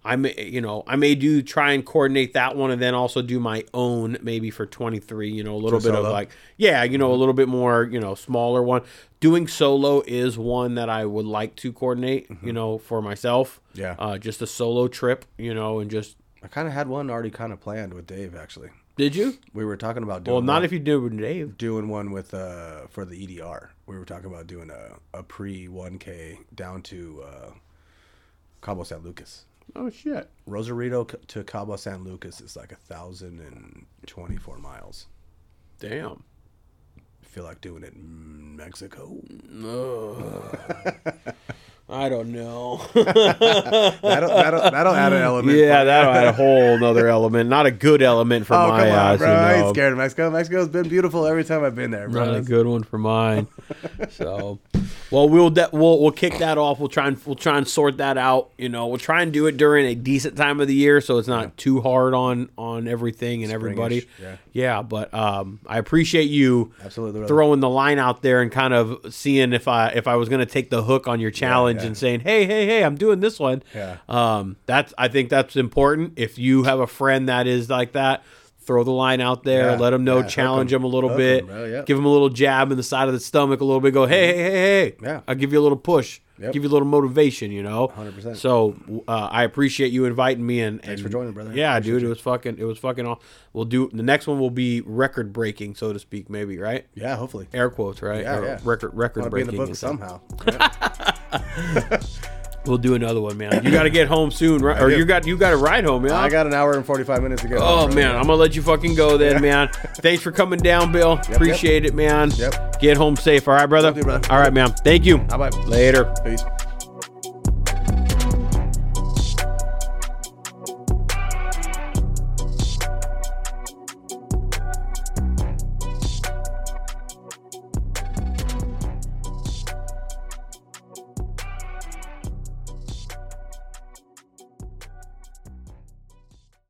[SPEAKER 1] I may you know I may do try and coordinate that one and then also do my own maybe for twenty three. You know a little bit of
[SPEAKER 3] solo? Uh-huh.
[SPEAKER 1] like yeah you know a little bit more you know smaller one. Doing solo is one that I would like to coordinate. You know for myself.
[SPEAKER 3] Mm-hmm. Yeah.
[SPEAKER 1] Uh, just a solo trip. You know and just
[SPEAKER 3] I kind of had one already kind of planned with Dave actually.
[SPEAKER 1] did you?
[SPEAKER 3] We were talking about doing
[SPEAKER 1] Well,
[SPEAKER 3] one-
[SPEAKER 1] not if you do it, with Dave.
[SPEAKER 3] doing one with uh for the EDR. We were talking about doing a, a pre 1K down to uh, Cabo San Lucas.
[SPEAKER 1] Oh shit.
[SPEAKER 3] Rosarito c- to Cabo San Lucas is like a thousand and twenty four miles.
[SPEAKER 1] Damn.
[SPEAKER 3] I feel like doing it in Mexico.
[SPEAKER 1] I don't know.
[SPEAKER 3] That'll, that'll, that'll add an element.
[SPEAKER 1] Yeah, that'll add a whole other element. Not a good element for
[SPEAKER 3] Oh
[SPEAKER 1] my
[SPEAKER 3] come on,
[SPEAKER 1] ass.
[SPEAKER 3] bro!
[SPEAKER 1] you
[SPEAKER 3] I ain't
[SPEAKER 1] know.
[SPEAKER 3] scared of Mexico. Mexico's been beautiful every time I've been there,
[SPEAKER 1] Not a
[SPEAKER 3] bro.
[SPEAKER 1] good one for mine. so, well, we'll de- we'll we'll kick that off. We'll try and we'll try and sort that out. You know, we'll try and do it during a decent time of the year, so it's not too hard on on everything and everybody.
[SPEAKER 3] yeah.
[SPEAKER 1] but um, I appreciate you
[SPEAKER 3] Absolutely, brother.
[SPEAKER 1] throwing the line out there and kind of seeing if I if I was going to take the hook on your challenge
[SPEAKER 3] yeah.
[SPEAKER 1] and saying, hey, hey, hey, I'm doing this one.
[SPEAKER 3] Yeah.
[SPEAKER 1] Um, that's I think that's important. If you have a friend that is like that, throw the line out there.
[SPEAKER 3] Yeah,
[SPEAKER 1] let them know,
[SPEAKER 3] yeah, hook
[SPEAKER 1] challenge
[SPEAKER 3] 'em.
[SPEAKER 1] them a little
[SPEAKER 3] Hook
[SPEAKER 1] bit,
[SPEAKER 3] 'em, bro, yeah.
[SPEAKER 1] give them a little jab in the side of the stomach a little bit. Go, hey, hey, hey, hey.
[SPEAKER 3] Mm-hmm. Yeah.
[SPEAKER 1] I'll give you a little push.
[SPEAKER 3] Yep.
[SPEAKER 1] Give you a little motivation, you know.
[SPEAKER 3] 100%.
[SPEAKER 1] So uh, I appreciate you inviting me and thanks
[SPEAKER 3] for joining, brother.
[SPEAKER 1] Yeah, dude, it was fucking, it was fucking. All, we'll do the next one will be record breaking, so to speak, maybe right?
[SPEAKER 3] Yeah, hopefully.
[SPEAKER 1] Air quotes, right?
[SPEAKER 3] Yeah,
[SPEAKER 1] Or
[SPEAKER 3] yeah.
[SPEAKER 1] Record record
[SPEAKER 3] Want to be in
[SPEAKER 1] breaking.
[SPEAKER 3] the book
[SPEAKER 1] and stuff.
[SPEAKER 3] somehow.
[SPEAKER 1] We'll do another one, man. You got to get home soon, right? Or
[SPEAKER 3] do.
[SPEAKER 1] you got you got to ride home, man.
[SPEAKER 3] I got an hour and forty five minutes to go.
[SPEAKER 1] Oh
[SPEAKER 3] bro.
[SPEAKER 1] man, I'm gonna let you fucking go then, man. Thanks for coming down, Bill. Appreciate it, man.
[SPEAKER 3] Yep.
[SPEAKER 1] Get home safe, all right, brother.
[SPEAKER 3] Will do, brother.
[SPEAKER 1] All right, man. Thank you.
[SPEAKER 3] Bye-bye.
[SPEAKER 1] Later.
[SPEAKER 3] Peace.